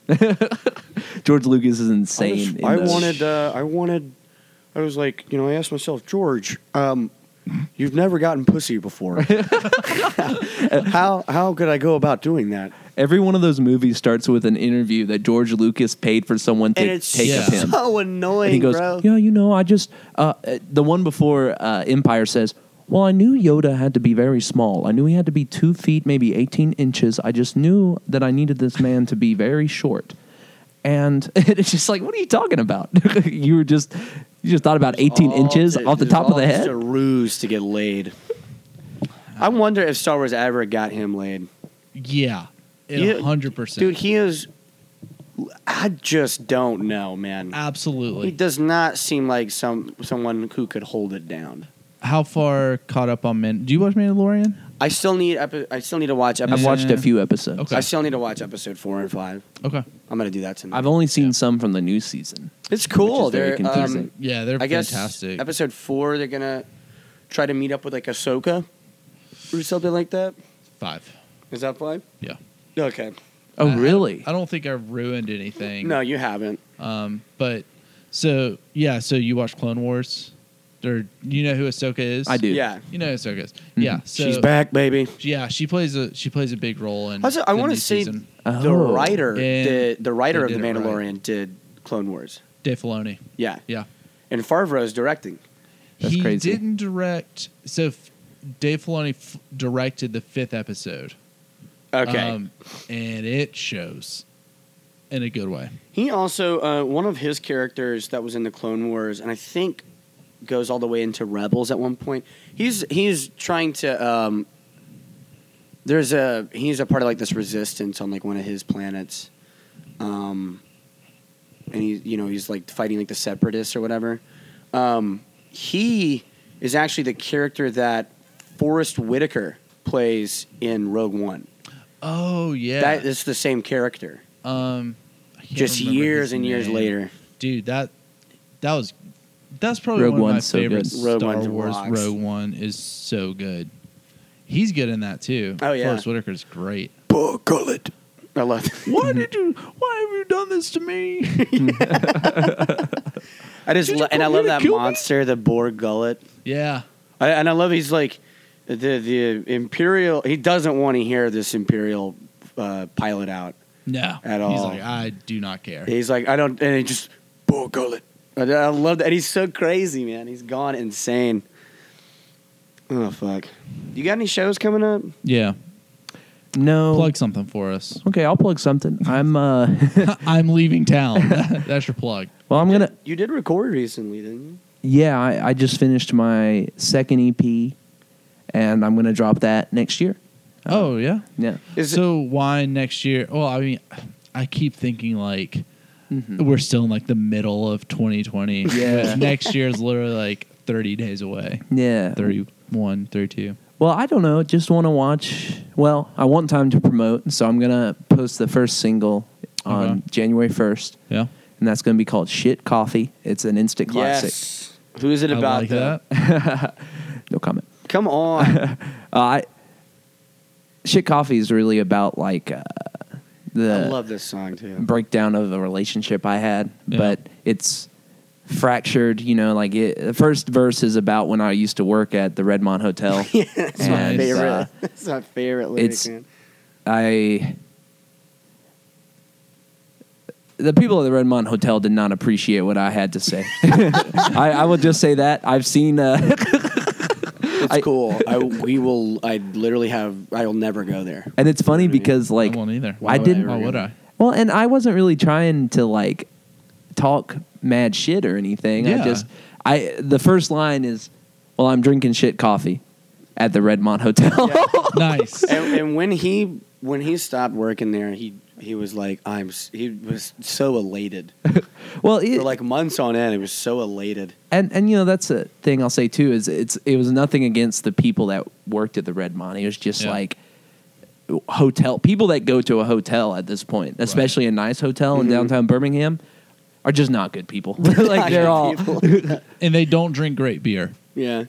Speaker 2: George Lucas is
Speaker 1: I,
Speaker 2: insane.
Speaker 1: just-
Speaker 2: in
Speaker 1: I
Speaker 2: those.
Speaker 1: wanted. Uh, I wanted. I was like, you know, I asked myself, George, um, you've never gotten pussy
Speaker 2: [laughs]
Speaker 1: before. how how could I go about doing that?
Speaker 2: Every one of those movies starts with an interview that George Lucas paid for someone to
Speaker 1: And it's
Speaker 2: take
Speaker 3: Yeah.
Speaker 2: of him.
Speaker 1: so annoying,
Speaker 2: and he goes,
Speaker 1: bro.
Speaker 2: "Yeah, you know, I just uh, uh, the one before uh, Empire says." Well, I knew Yoda had to be very small. I knew he had to be two feet, maybe 18 inches. I just knew that I needed this man to be very short. And [laughs] it's just like, what are you talking about? [laughs] you were just, you just thought about 18
Speaker 1: All
Speaker 2: inches
Speaker 1: ju-
Speaker 2: off the
Speaker 1: just
Speaker 2: top of
Speaker 1: all
Speaker 2: the
Speaker 1: Just
Speaker 2: head.
Speaker 1: a ruse to get laid. I wonder if Star Wars ever got him laid,
Speaker 3: Yeah.
Speaker 1: You-
Speaker 3: It hundred percent.
Speaker 1: dude. He is. I just don't know, man. He
Speaker 3: absolutely.
Speaker 1: does not seem like some someone who could hold it down.
Speaker 3: How far caught up on men? Do you watch Mandalorian?
Speaker 1: I still need. epi- I still need to watch episode.
Speaker 2: I've watched
Speaker 3: Yeah.
Speaker 2: a few episodes.
Speaker 3: Okay.
Speaker 1: I still need to watch episode four and five.
Speaker 3: Okay.
Speaker 1: I'm gonna do that tonight.
Speaker 2: I've only seen
Speaker 3: Yeah.
Speaker 2: some from the new season.
Speaker 1: it's cool.
Speaker 2: Which is very
Speaker 1: They're, um,
Speaker 2: confusing.
Speaker 3: Yeah, they're
Speaker 1: I guess
Speaker 3: fantastic.
Speaker 1: episode four. They're gonna try to meet up with like Ahsoka or something like that.
Speaker 3: Five.
Speaker 1: Is that fine?
Speaker 3: Yeah.
Speaker 1: Okay.
Speaker 2: Oh,
Speaker 3: I- I-
Speaker 2: really?
Speaker 3: I don't think I've ruined anything.
Speaker 1: No, you haven't.
Speaker 3: Um, but so yeah, so you watch Clone Wars, or you know who Ahsoka is?
Speaker 2: I do. Dude.
Speaker 1: Yeah.
Speaker 3: You know who Ahsoka is? Yeah. So
Speaker 1: Mm-hmm. She's back, baby.
Speaker 3: Yeah, she plays a she plays a big role in.
Speaker 1: Also, I
Speaker 3: the
Speaker 1: wanna
Speaker 3: new
Speaker 1: say-
Speaker 3: season.
Speaker 1: The
Speaker 2: Oh.
Speaker 1: writer,
Speaker 3: And
Speaker 1: the the writer of
Speaker 3: they
Speaker 1: the
Speaker 3: did it right.
Speaker 1: Mandalorian did Clone Wars.
Speaker 3: Dave Filoni.
Speaker 1: Yeah,
Speaker 3: Yeah,
Speaker 1: and Favreau's directing.
Speaker 2: That's
Speaker 3: he
Speaker 2: crazy.
Speaker 3: didn't direct. So f- Dave Filoni f- directed the fifth episode.
Speaker 1: Okay.
Speaker 3: um, and it shows in a good way.
Speaker 1: he also uh, one of his characters that was in the Clone Wars, and I think goes all the way into Rebels at one point. He's he's trying to. Um, there's a he's a part of like this resistance on like one of his planets, um, and he you know he's like fighting like the separatists or whatever. Um, he is actually the character that Forrest Whitaker plays in Rogue One.
Speaker 3: Oh yeah,
Speaker 1: That is the same character,
Speaker 3: um, I can't
Speaker 1: just
Speaker 3: remember
Speaker 1: years
Speaker 3: his
Speaker 1: and years
Speaker 3: name.
Speaker 1: later.
Speaker 3: dude. That that was that's probably
Speaker 2: Rogue
Speaker 3: one of my
Speaker 2: One's so good.
Speaker 3: favorite
Speaker 1: Rogue
Speaker 3: Star
Speaker 1: One
Speaker 3: Wars.
Speaker 1: rocks.
Speaker 3: Rogue One is so good. He's good in that too.
Speaker 1: Oh, yeah.
Speaker 3: Forrest Whitaker's great.
Speaker 1: Buckle it. I love.
Speaker 3: [laughs] Why did you? Why have you done this to me? [laughs]
Speaker 1: I just
Speaker 3: Did
Speaker 1: lo-
Speaker 3: you
Speaker 1: and I love
Speaker 3: come here to
Speaker 1: that
Speaker 3: kill me?
Speaker 1: monster, the boar gullet.
Speaker 3: yeah.
Speaker 1: I, and I love he's like the the imperial. He doesn't want to hear this imperial uh, pilot out.
Speaker 3: No.
Speaker 1: At
Speaker 3: He's
Speaker 1: all.
Speaker 3: like, I do not care.
Speaker 1: He's like, I don't, and he just boar gullet. I, I love that. And he's so crazy, man. He's gone insane. Oh fuck! You got any shows coming up?
Speaker 3: Yeah.
Speaker 2: No.
Speaker 3: Plug something for us. [laughs]
Speaker 2: Okay, I'll plug something. I'm uh [laughs]
Speaker 3: I'm leaving [laughs] town. That's your plug.
Speaker 2: well, I'm going to
Speaker 1: You did record recently, didn't you?
Speaker 2: Yeah, I, I just finished my second EP and I'm going to drop that next year.
Speaker 3: Oh yeah.
Speaker 2: Yeah.
Speaker 1: Is it,
Speaker 3: so why next year? Well, I mean, I keep thinking like
Speaker 2: Mhm.
Speaker 3: we're still in like the middle of 2020.
Speaker 2: Yeah.
Speaker 3: [laughs] next year is literally like 30 days away.
Speaker 2: Yeah.
Speaker 3: 31, 32.
Speaker 2: Well, I don't know. Just want to watch. Well, I want time to promote, so I'm going to post the first single on
Speaker 1: Uh-huh.
Speaker 3: Okay.
Speaker 2: January 1st,
Speaker 3: Yeah.
Speaker 2: and that's going to be called Shit Coffee. It's an instant classic.
Speaker 1: Yes. Who is it
Speaker 3: I
Speaker 1: about
Speaker 3: like
Speaker 1: though?
Speaker 3: that.
Speaker 2: No comment.
Speaker 1: Come
Speaker 3: [laughs]
Speaker 1: on.
Speaker 2: Uh, I, Shit Coffee is really about like uh, the
Speaker 1: I love this song too.
Speaker 2: breakdown of a relationship I had,
Speaker 3: Yeah.
Speaker 2: but it's fractured. You know, like it, the first verse is about when I used to work at the Redmond Hotel.
Speaker 1: That's my
Speaker 2: And,
Speaker 1: favorite. [laughs]
Speaker 2: uh,
Speaker 1: That's my favorite lyric.
Speaker 2: it's-
Speaker 1: man.
Speaker 2: I the people at the Redmond Hotel did not appreciate what I had to say. [laughs] I, I will just say that I've seen. Uh,
Speaker 1: It's
Speaker 2: I-
Speaker 1: cool. I we will. I literally have. I will never go there.
Speaker 2: and it's funny because like
Speaker 3: I won't either.
Speaker 2: Why I would I didn't-
Speaker 3: Why
Speaker 2: [laughs]
Speaker 3: would I?
Speaker 2: Well, and I wasn't really trying to like talk mad shit or anything.
Speaker 3: Yeah.
Speaker 2: I just I the first line is, "Well, I'm drinking shit coffee at the Redmond Hotel."
Speaker 3: nice.
Speaker 1: And, and when he when he stopped working there, he he was like, I'm. s- He was so
Speaker 2: [laughs]
Speaker 1: elated
Speaker 2: [laughs] well, it,
Speaker 1: for like months on end. He was so elated.
Speaker 2: and and you know that's a thing I'll say too is it's it was nothing against the people that worked at the Redmond. It was just
Speaker 3: Yeah.
Speaker 2: like hotel people that go to a hotel at this point, especially a nice hotel in downtown Birmingham, are just not good people. [laughs]
Speaker 1: [laughs]
Speaker 2: [laughs] like they're all [laughs]
Speaker 3: and they don't drink great beer.
Speaker 1: yeah.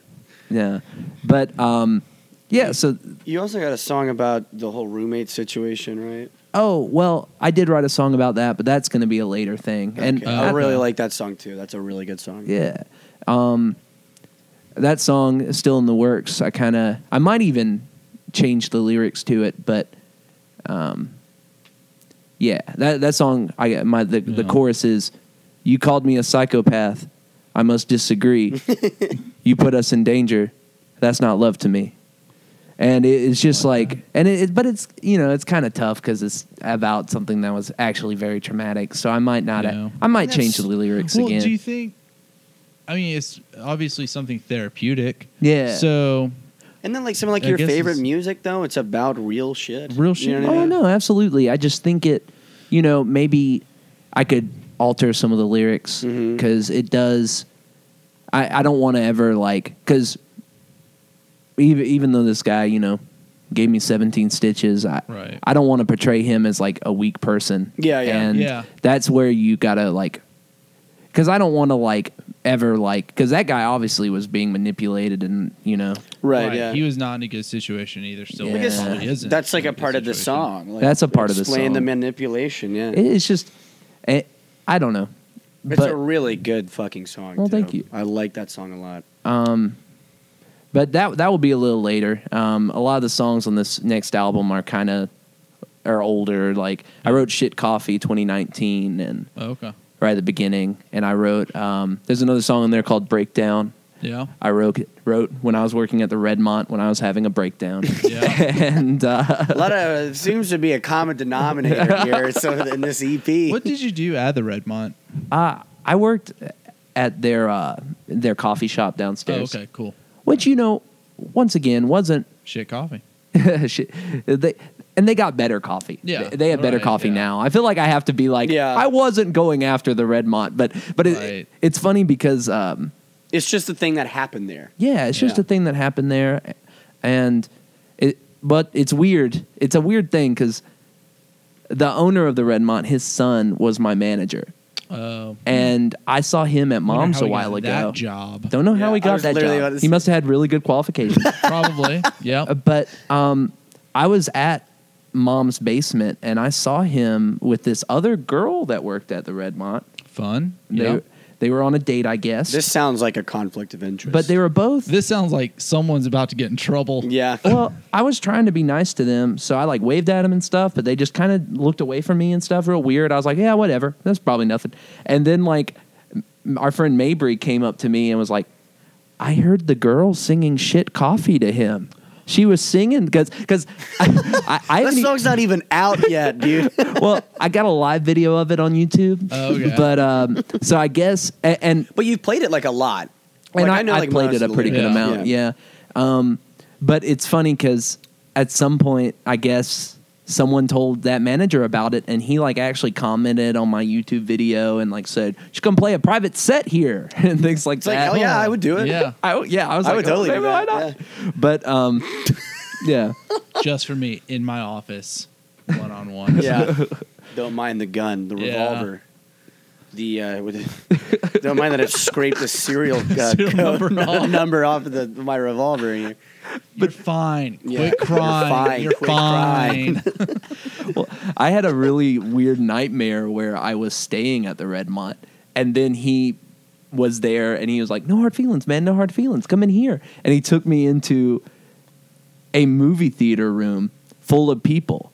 Speaker 2: yeah, but um yeah. So
Speaker 1: You also got a song about the whole roommate situation, right?
Speaker 2: Oh well, I did write a song about that, but that's going to be a later thing. And
Speaker 1: Okay. I
Speaker 3: Uh,
Speaker 1: really like that song too. That's a really good song.
Speaker 2: yeah, um, that song is still in the works. I kind of, I might even change the lyrics to it, but um, yeah, that that song, I my the, the
Speaker 3: Yeah.
Speaker 2: chorus is, "You called me a psychopath. I must
Speaker 3: [laughs]
Speaker 2: disagree. you put us in danger. That's not love to me." and it, it's just
Speaker 3: Like
Speaker 2: like,
Speaker 3: that.
Speaker 2: and it, it- but it's you know it's kind of tough because it's about something that was actually very traumatic so i might not
Speaker 3: Yeah.
Speaker 2: i might
Speaker 3: That's-
Speaker 2: change the lyrics
Speaker 3: well,
Speaker 2: again
Speaker 3: do you think? I mean, it's obviously something therapeutic.
Speaker 2: yeah
Speaker 3: So
Speaker 1: And then like some of like
Speaker 3: I
Speaker 1: your
Speaker 3: guess
Speaker 1: favorite
Speaker 3: it's-
Speaker 1: music though, it's about real shit.
Speaker 3: Real
Speaker 1: You
Speaker 3: shit.
Speaker 1: know what I
Speaker 2: oh
Speaker 1: mean?
Speaker 2: no absolutely i just think it you know maybe i could alter some of the lyrics
Speaker 1: Mhm.
Speaker 2: because it does i, I don't want to ever like because even, even though this guy you know gave me 17 stitches i,
Speaker 3: right.
Speaker 2: I don't want to portray him as like a weak person.
Speaker 1: Yeah, yeah.
Speaker 2: And
Speaker 3: Yeah.
Speaker 2: that's where you gotta like, because I don't want to like ever like because that guy obviously was being manipulated and you know
Speaker 1: Right, Yeah.
Speaker 3: He was not in a good situation either. Still,
Speaker 2: Yeah.
Speaker 3: he
Speaker 2: Because
Speaker 3: probably isn't.
Speaker 1: That's like
Speaker 3: in
Speaker 1: a
Speaker 3: good
Speaker 1: part of the
Speaker 3: situation.
Speaker 1: song. Like,
Speaker 2: That's a part of the
Speaker 1: Explain the
Speaker 2: song.
Speaker 1: manipulation. Yeah.
Speaker 2: it- it's just it, I don't know.
Speaker 1: it's a really good fucking song.
Speaker 2: Well,
Speaker 1: too.
Speaker 2: thank you.
Speaker 1: I like that song a lot.
Speaker 2: Um, but that that will be a little later. Um, a lot of the songs on this next album are kind of are older. Like I wrote "Shit Coffee" 2019 and
Speaker 3: Oh, okay.
Speaker 2: right at the beginning, and I wrote um, there's another song in there called "Breakdown."
Speaker 3: Yeah.
Speaker 2: I wrote wrote when I was working at the Redmont when I was having a
Speaker 3: [laughs]
Speaker 2: breakdown. [laughs]
Speaker 3: Yeah.
Speaker 2: and uh,
Speaker 1: A lot of
Speaker 2: [laughs]
Speaker 1: it seems to be a common denominator here. So in this E EP,
Speaker 3: what did you do at the Redmont?
Speaker 2: uh, I worked at their uh, their coffee shop
Speaker 3: Oh,
Speaker 2: downstairs,
Speaker 3: okay. Cool.
Speaker 2: which you know, once again, wasn't
Speaker 3: Shit, coffee.
Speaker 2: [laughs] shit. they. And they got better coffee.
Speaker 3: Yeah,
Speaker 2: they, they have better
Speaker 3: right,
Speaker 2: coffee
Speaker 3: yeah.
Speaker 2: now. I feel like I have to be like,
Speaker 1: Yeah.
Speaker 2: I wasn't going after the Redmont, but but it,
Speaker 3: Right.
Speaker 2: it's funny because um,
Speaker 1: it's just the thing that happened there.
Speaker 2: Yeah, it's just
Speaker 3: Yeah.
Speaker 2: a thing that happened there, and it. But it's weird. It's a weird thing because the owner of the Redmont, his son was my manager,
Speaker 3: Oh.
Speaker 1: Hmm.
Speaker 2: and I saw him at
Speaker 3: wonder
Speaker 2: Mom's
Speaker 3: how
Speaker 2: a
Speaker 3: he got
Speaker 2: while
Speaker 3: that
Speaker 2: ago.
Speaker 3: job.
Speaker 2: Don't know how
Speaker 1: Yeah,
Speaker 2: he
Speaker 1: I
Speaker 2: got
Speaker 1: was
Speaker 2: that
Speaker 1: literally about to
Speaker 2: job.
Speaker 1: say-
Speaker 2: He must have had really
Speaker 1: [laughs]
Speaker 2: good qualifications.
Speaker 3: Probably. Yeah.
Speaker 2: Uh, but um, I was at Mom's basement, and I saw him with this other girl that worked at the Redmont.
Speaker 3: Fun.
Speaker 2: They
Speaker 3: Yeah.
Speaker 2: they were on a date, I guess.
Speaker 1: This sounds like a conflict of interest.
Speaker 2: but they were both
Speaker 3: This sounds like someone's about to get in trouble.
Speaker 1: yeah,
Speaker 2: [laughs] well, I was trying to be nice to them, so I like waved at them and stuff, but they just kind of looked away from me and stuff, real weird. I was like, yeah, whatever, that's probably nothing. And then like, m- our friend Mabry came up to me and was like, I heard the girl singing shit coffee to him. She was singing because because [laughs] I, I, I
Speaker 1: that
Speaker 2: haven't e-
Speaker 1: song's not even out yet,
Speaker 2: [laughs]
Speaker 1: dude.
Speaker 2: well I got a live video of it on YouTube.
Speaker 3: Oh, okay.
Speaker 2: but um, so I guess and, and
Speaker 1: but you've played it like a lot.
Speaker 2: and
Speaker 1: Like,
Speaker 2: I, I
Speaker 1: like,
Speaker 2: played
Speaker 1: most
Speaker 2: it
Speaker 1: of
Speaker 2: a
Speaker 1: the
Speaker 2: pretty good
Speaker 1: lyrics.
Speaker 2: amount, yeah. Um, but it's funny because at some point, I guess someone told that manager about it, and he like actually commented on my YouTube video and like said, "You should come play a private set here" [laughs] and things like
Speaker 1: It's like
Speaker 2: that.
Speaker 1: hell yeah, I would do it.
Speaker 3: Yeah.
Speaker 2: I, yeah, I was
Speaker 1: I
Speaker 2: like,
Speaker 1: would totally
Speaker 2: "Oh,
Speaker 1: do
Speaker 2: maybe why
Speaker 1: that,
Speaker 2: not?" But um, [laughs] yeah,
Speaker 3: Just for me in my office, one on
Speaker 1: [laughs]
Speaker 3: one.
Speaker 1: Yeah. Don't mind the gun, the
Speaker 3: Yeah.
Speaker 1: revolver. The uh, with the, don't mind that I've scraped the serial, uh,
Speaker 3: [laughs] Serial
Speaker 1: code- [laughs]
Speaker 3: number off.
Speaker 1: number off of the, my revolver. Here.
Speaker 3: You're fine.
Speaker 1: Yeah,
Speaker 3: Quit
Speaker 1: you're
Speaker 3: crying.
Speaker 1: fine.
Speaker 3: You're
Speaker 1: Quit crying.
Speaker 3: fine.
Speaker 2: well, I had a really weird nightmare where I was staying at the Redmont, and then he was there, and he was like, "No hard feelings, man. No hard feelings. Come in here." And he took me into a movie theater room full of people.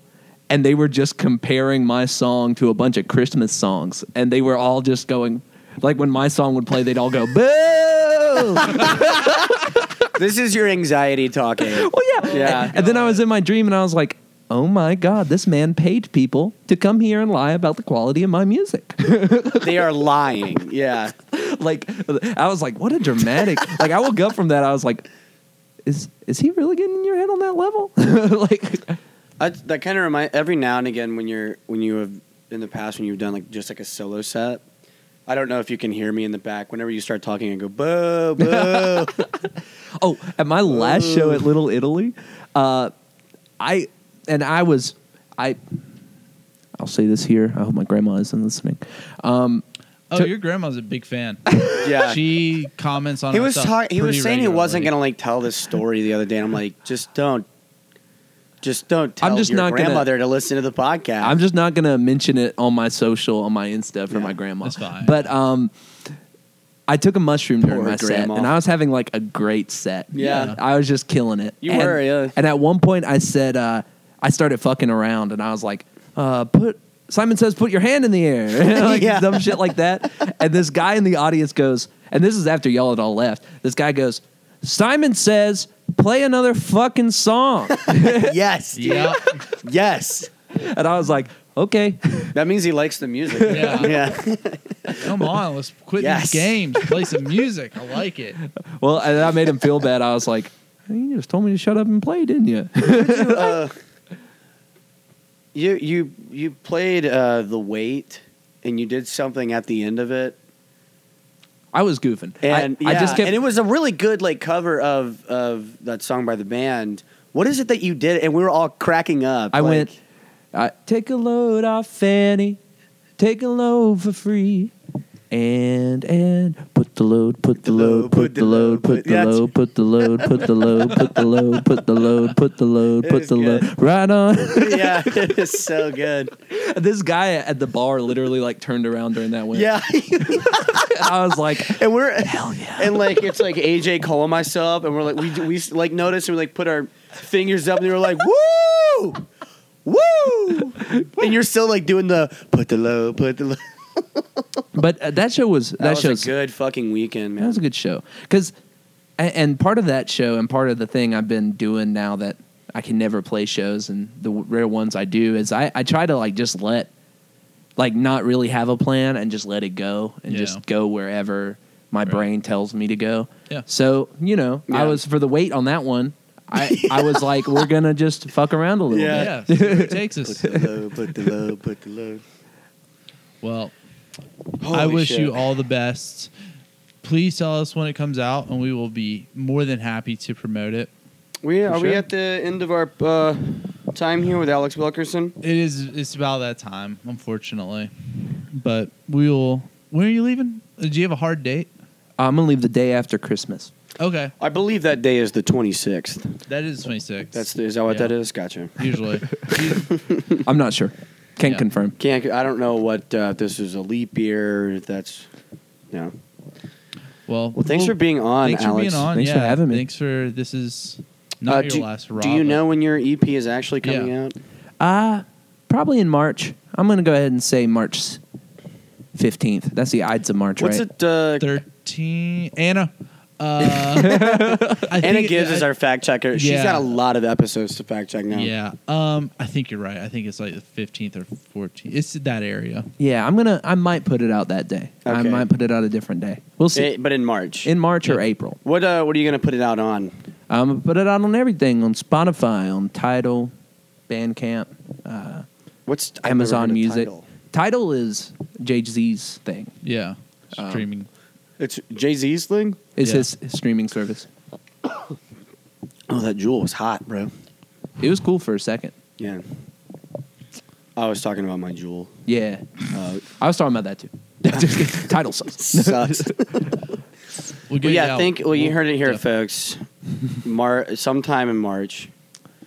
Speaker 2: And they were just comparing my song to a bunch of Christmas songs. And they were all just going, like when my song would play, they'd all go, boo! [laughs]
Speaker 1: This is your anxiety talking.
Speaker 2: Well, yeah.
Speaker 1: Yeah.
Speaker 2: And, and then I was in my dream and I was like, oh my God, this man paid people to come here and lie about the quality of my music.
Speaker 1: they are lying. Yeah.
Speaker 2: like, I was like, what a dramatic. like, I woke up from that. I was like, is, is he really getting in your head on that level? [laughs] like,
Speaker 1: I, that kind of remind every now and again when you're when you have in the past when you've done like just like a solo set. I don't know if you can hear me in the back. Whenever you start talking, I go boo boo.
Speaker 3: [laughs]
Speaker 2: oh, at my last show at Little Italy, uh, I, and I was, I, I'll say this here. I hope my grandma isn't listening. Um,
Speaker 3: Oh,
Speaker 2: To-
Speaker 3: your grandma's a big fan.
Speaker 1: [laughs] yeah.
Speaker 3: She comments on
Speaker 1: he was
Speaker 3: herself
Speaker 1: talking. He was
Speaker 3: pretty
Speaker 1: saying he wasn't
Speaker 3: regularly.
Speaker 1: gonna like tell this story the other day. And I'm like, just don't, just don't
Speaker 2: I'm
Speaker 1: tell
Speaker 2: just
Speaker 1: your
Speaker 2: not gonna-
Speaker 1: grandmother to listen to the podcast.
Speaker 2: I'm just not gonna mention it on my social, on my Insta for
Speaker 1: Yeah,
Speaker 2: my grandma.
Speaker 3: that's fine.
Speaker 2: But um, I took a mushroom during
Speaker 1: Poor
Speaker 2: my
Speaker 1: grandma.
Speaker 2: set, and I was having like a great set.
Speaker 1: Yeah.
Speaker 3: Yeah.
Speaker 2: I was just killing it.
Speaker 1: You
Speaker 2: and,
Speaker 1: were, yeah. [laughs]
Speaker 2: And at one point, I said, uh, I started fucking around, and I was like, uh, put. Simon says, "Put your hand in the air," [laughs]
Speaker 1: [laughs]
Speaker 2: like
Speaker 1: Yeah.
Speaker 2: dumb shit like that. And this guy in the audience goes, and this is after y'all had all left. This guy goes, "Simon says, play another fucking song," [laughs]
Speaker 1: yes, dude.
Speaker 3: Yeah.
Speaker 1: [laughs] yes.
Speaker 2: and I was like, "Okay."
Speaker 1: That means he likes the music. [laughs]
Speaker 3: Yeah.
Speaker 1: yeah.
Speaker 3: Come on, let's quit
Speaker 1: Yes.
Speaker 3: these games. Play some music. I like it.
Speaker 2: Well, and I made him feel bad. I was like, you just told me to shut up and play, didn't you?
Speaker 1: Uh, you you you played uh, the wait, and you did something at the end of it,
Speaker 2: I was goofing.
Speaker 1: and
Speaker 2: I, I
Speaker 1: yeah,
Speaker 2: just kept.
Speaker 1: and it was a really good like cover of of that song by the band. What is it that you did? And we were all cracking up.
Speaker 2: I
Speaker 1: like-
Speaker 2: went, I, take a load off Fanny, take a load for free. And and put the load, put the load, put the load, put the
Speaker 1: Yeah.
Speaker 2: load, put the load, put the load, put the load, put the load, put the load,
Speaker 1: It
Speaker 2: put
Speaker 1: is
Speaker 2: the load.
Speaker 1: good.
Speaker 2: Right on.
Speaker 1: [laughs] yeah, it is so good.
Speaker 2: [laughs] This guy at the bar literally like turned around during that one.
Speaker 1: Yeah, [laughs]
Speaker 2: I was like,
Speaker 1: and we're hell yeah, and like it's like AJ Cole and myself, and we're like we we like noticed and we like put our fingers up and we were like woo, woo, and you're still like doing the put the low, put the low.
Speaker 2: but uh, that show was that,
Speaker 1: That, was
Speaker 2: show's
Speaker 1: a good fucking weekend, man.
Speaker 2: That was a good show. Because, and part of that show and part of the thing I've been doing now that I can never play shows and the w- rare ones I do is I, I try to like just let, like not really have a plan and just let it go and
Speaker 3: Yeah.
Speaker 2: just go wherever my
Speaker 3: Right.
Speaker 2: brain tells me to go.
Speaker 3: Yeah.
Speaker 2: So, you know, I
Speaker 1: Yeah.
Speaker 2: was for the weight on that one. I, I was like, we're going to just fuck around a little
Speaker 1: [laughs] Yeah.
Speaker 2: bit.
Speaker 3: Yeah. see where it
Speaker 1: [laughs]
Speaker 3: takes us.
Speaker 1: Put the low, put the low, put the low.
Speaker 3: Well, I
Speaker 1: Holy
Speaker 3: wish
Speaker 1: shit.
Speaker 3: you all the best. Please tell us when it comes out, and we will be more than happy to promote it.
Speaker 1: We are we
Speaker 2: sure.
Speaker 1: at the end of our uh, time here with Alex Wilkerson.
Speaker 3: It is. It's about that time, unfortunately. But we will. When are you leaving? Uh, Do you have a hard date?
Speaker 2: I'm going to leave the day after Christmas.
Speaker 3: Okay,
Speaker 1: I believe that day is the 26th.
Speaker 3: that is twenty six.
Speaker 1: That's the, is that what that is? Gotcha. [laughs]
Speaker 3: Usually,
Speaker 2: I'm not sure. Can't
Speaker 3: Yeah.
Speaker 2: confirm.
Speaker 1: Can't I don't know what uh, if this is a leap year. If that's no.
Speaker 3: well,
Speaker 1: Well, thanks for being on,
Speaker 3: thanks
Speaker 1: Alex.
Speaker 3: for being on.
Speaker 2: Thanks for
Speaker 3: yeah.
Speaker 2: having me.
Speaker 3: Thanks for this is not
Speaker 1: Uh,
Speaker 3: your
Speaker 1: do,
Speaker 3: last.
Speaker 1: do
Speaker 3: Rob,
Speaker 1: you
Speaker 3: but-
Speaker 1: know when your EP is actually coming
Speaker 3: Yeah.
Speaker 1: out?
Speaker 2: Uh, probably in March. I'm going to go ahead and say March 15th. That's the Ides of March,
Speaker 1: What's
Speaker 2: right?
Speaker 1: it? Uh,
Speaker 3: 13 Anna.
Speaker 1: [laughs]
Speaker 3: Uh, I
Speaker 1: Anna
Speaker 3: think-
Speaker 1: Gibbs
Speaker 3: I-
Speaker 1: is our fact checker. She's
Speaker 3: Yeah.
Speaker 1: got a lot of episodes to fact check now.
Speaker 3: Yeah. Um, I think you're right. I think it's like the 15th or 14th. It's that area.
Speaker 2: yeah, I'm going to I might put it out that day. I
Speaker 1: Okay.
Speaker 2: might put it out a different day. We'll see.
Speaker 1: Eh, but in March.
Speaker 2: in March or
Speaker 3: Yeah.
Speaker 2: April.
Speaker 1: what uh, what are you gonna put it out on?
Speaker 2: I'm going to put it out on everything on Spotify, on Tidal, Bandcamp, uh,
Speaker 1: What's I've never heard
Speaker 2: Amazon
Speaker 1: of
Speaker 2: Music.
Speaker 1: Tidal.
Speaker 2: Tidal is JZ's thing.
Speaker 3: Yeah.
Speaker 2: Um,
Speaker 3: Streaming.
Speaker 1: It's Jay Z's thing.
Speaker 2: It's
Speaker 3: Yeah.
Speaker 2: his streaming service.
Speaker 1: Oh, that jewel was hot, bro.
Speaker 2: It was cool for a second.
Speaker 1: Yeah. I was talking about my jewel.
Speaker 2: Yeah,
Speaker 1: Uh,
Speaker 2: I was talking about that too. [laughs] Title sucks.
Speaker 1: sucks.
Speaker 3: We'll get
Speaker 1: Well,
Speaker 3: it
Speaker 1: yeah,
Speaker 3: out.
Speaker 1: think. Well, you
Speaker 3: We'll
Speaker 1: heard it here,
Speaker 3: def-
Speaker 1: folks. Mar- sometime in March,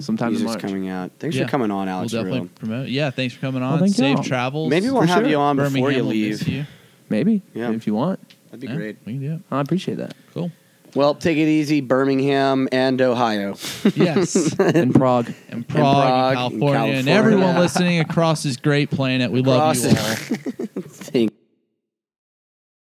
Speaker 2: Sometimes in
Speaker 1: music's
Speaker 2: March.
Speaker 1: coming out. Thanks
Speaker 3: Yeah.
Speaker 1: for coming on,
Speaker 3: We'll
Speaker 1: Alex.
Speaker 3: definitely
Speaker 1: Ruhl.
Speaker 3: promote. Yeah, thanks for coming on.
Speaker 2: Well, thank
Speaker 3: Safe
Speaker 2: y'all.
Speaker 3: travels.
Speaker 1: Maybe we'll
Speaker 2: For
Speaker 1: have
Speaker 2: sure.
Speaker 1: you on
Speaker 3: Birmingham
Speaker 1: before you
Speaker 3: will miss
Speaker 1: leave.
Speaker 3: you.
Speaker 2: Maybe.
Speaker 1: Yeah.
Speaker 2: If you want,
Speaker 1: That'd be
Speaker 3: Yeah,
Speaker 1: great.
Speaker 3: We can do it.
Speaker 2: I appreciate that.
Speaker 3: Cool.
Speaker 1: [laughs] Well, take it easy, Birmingham and Ohio.
Speaker 3: Yes.
Speaker 2: In Prague.
Speaker 1: Prague, in
Speaker 3: and Prague, and California, and
Speaker 1: California.
Speaker 3: everyone listening across this great planet. We love you
Speaker 1: [laughs]
Speaker 3: all.
Speaker 1: Across-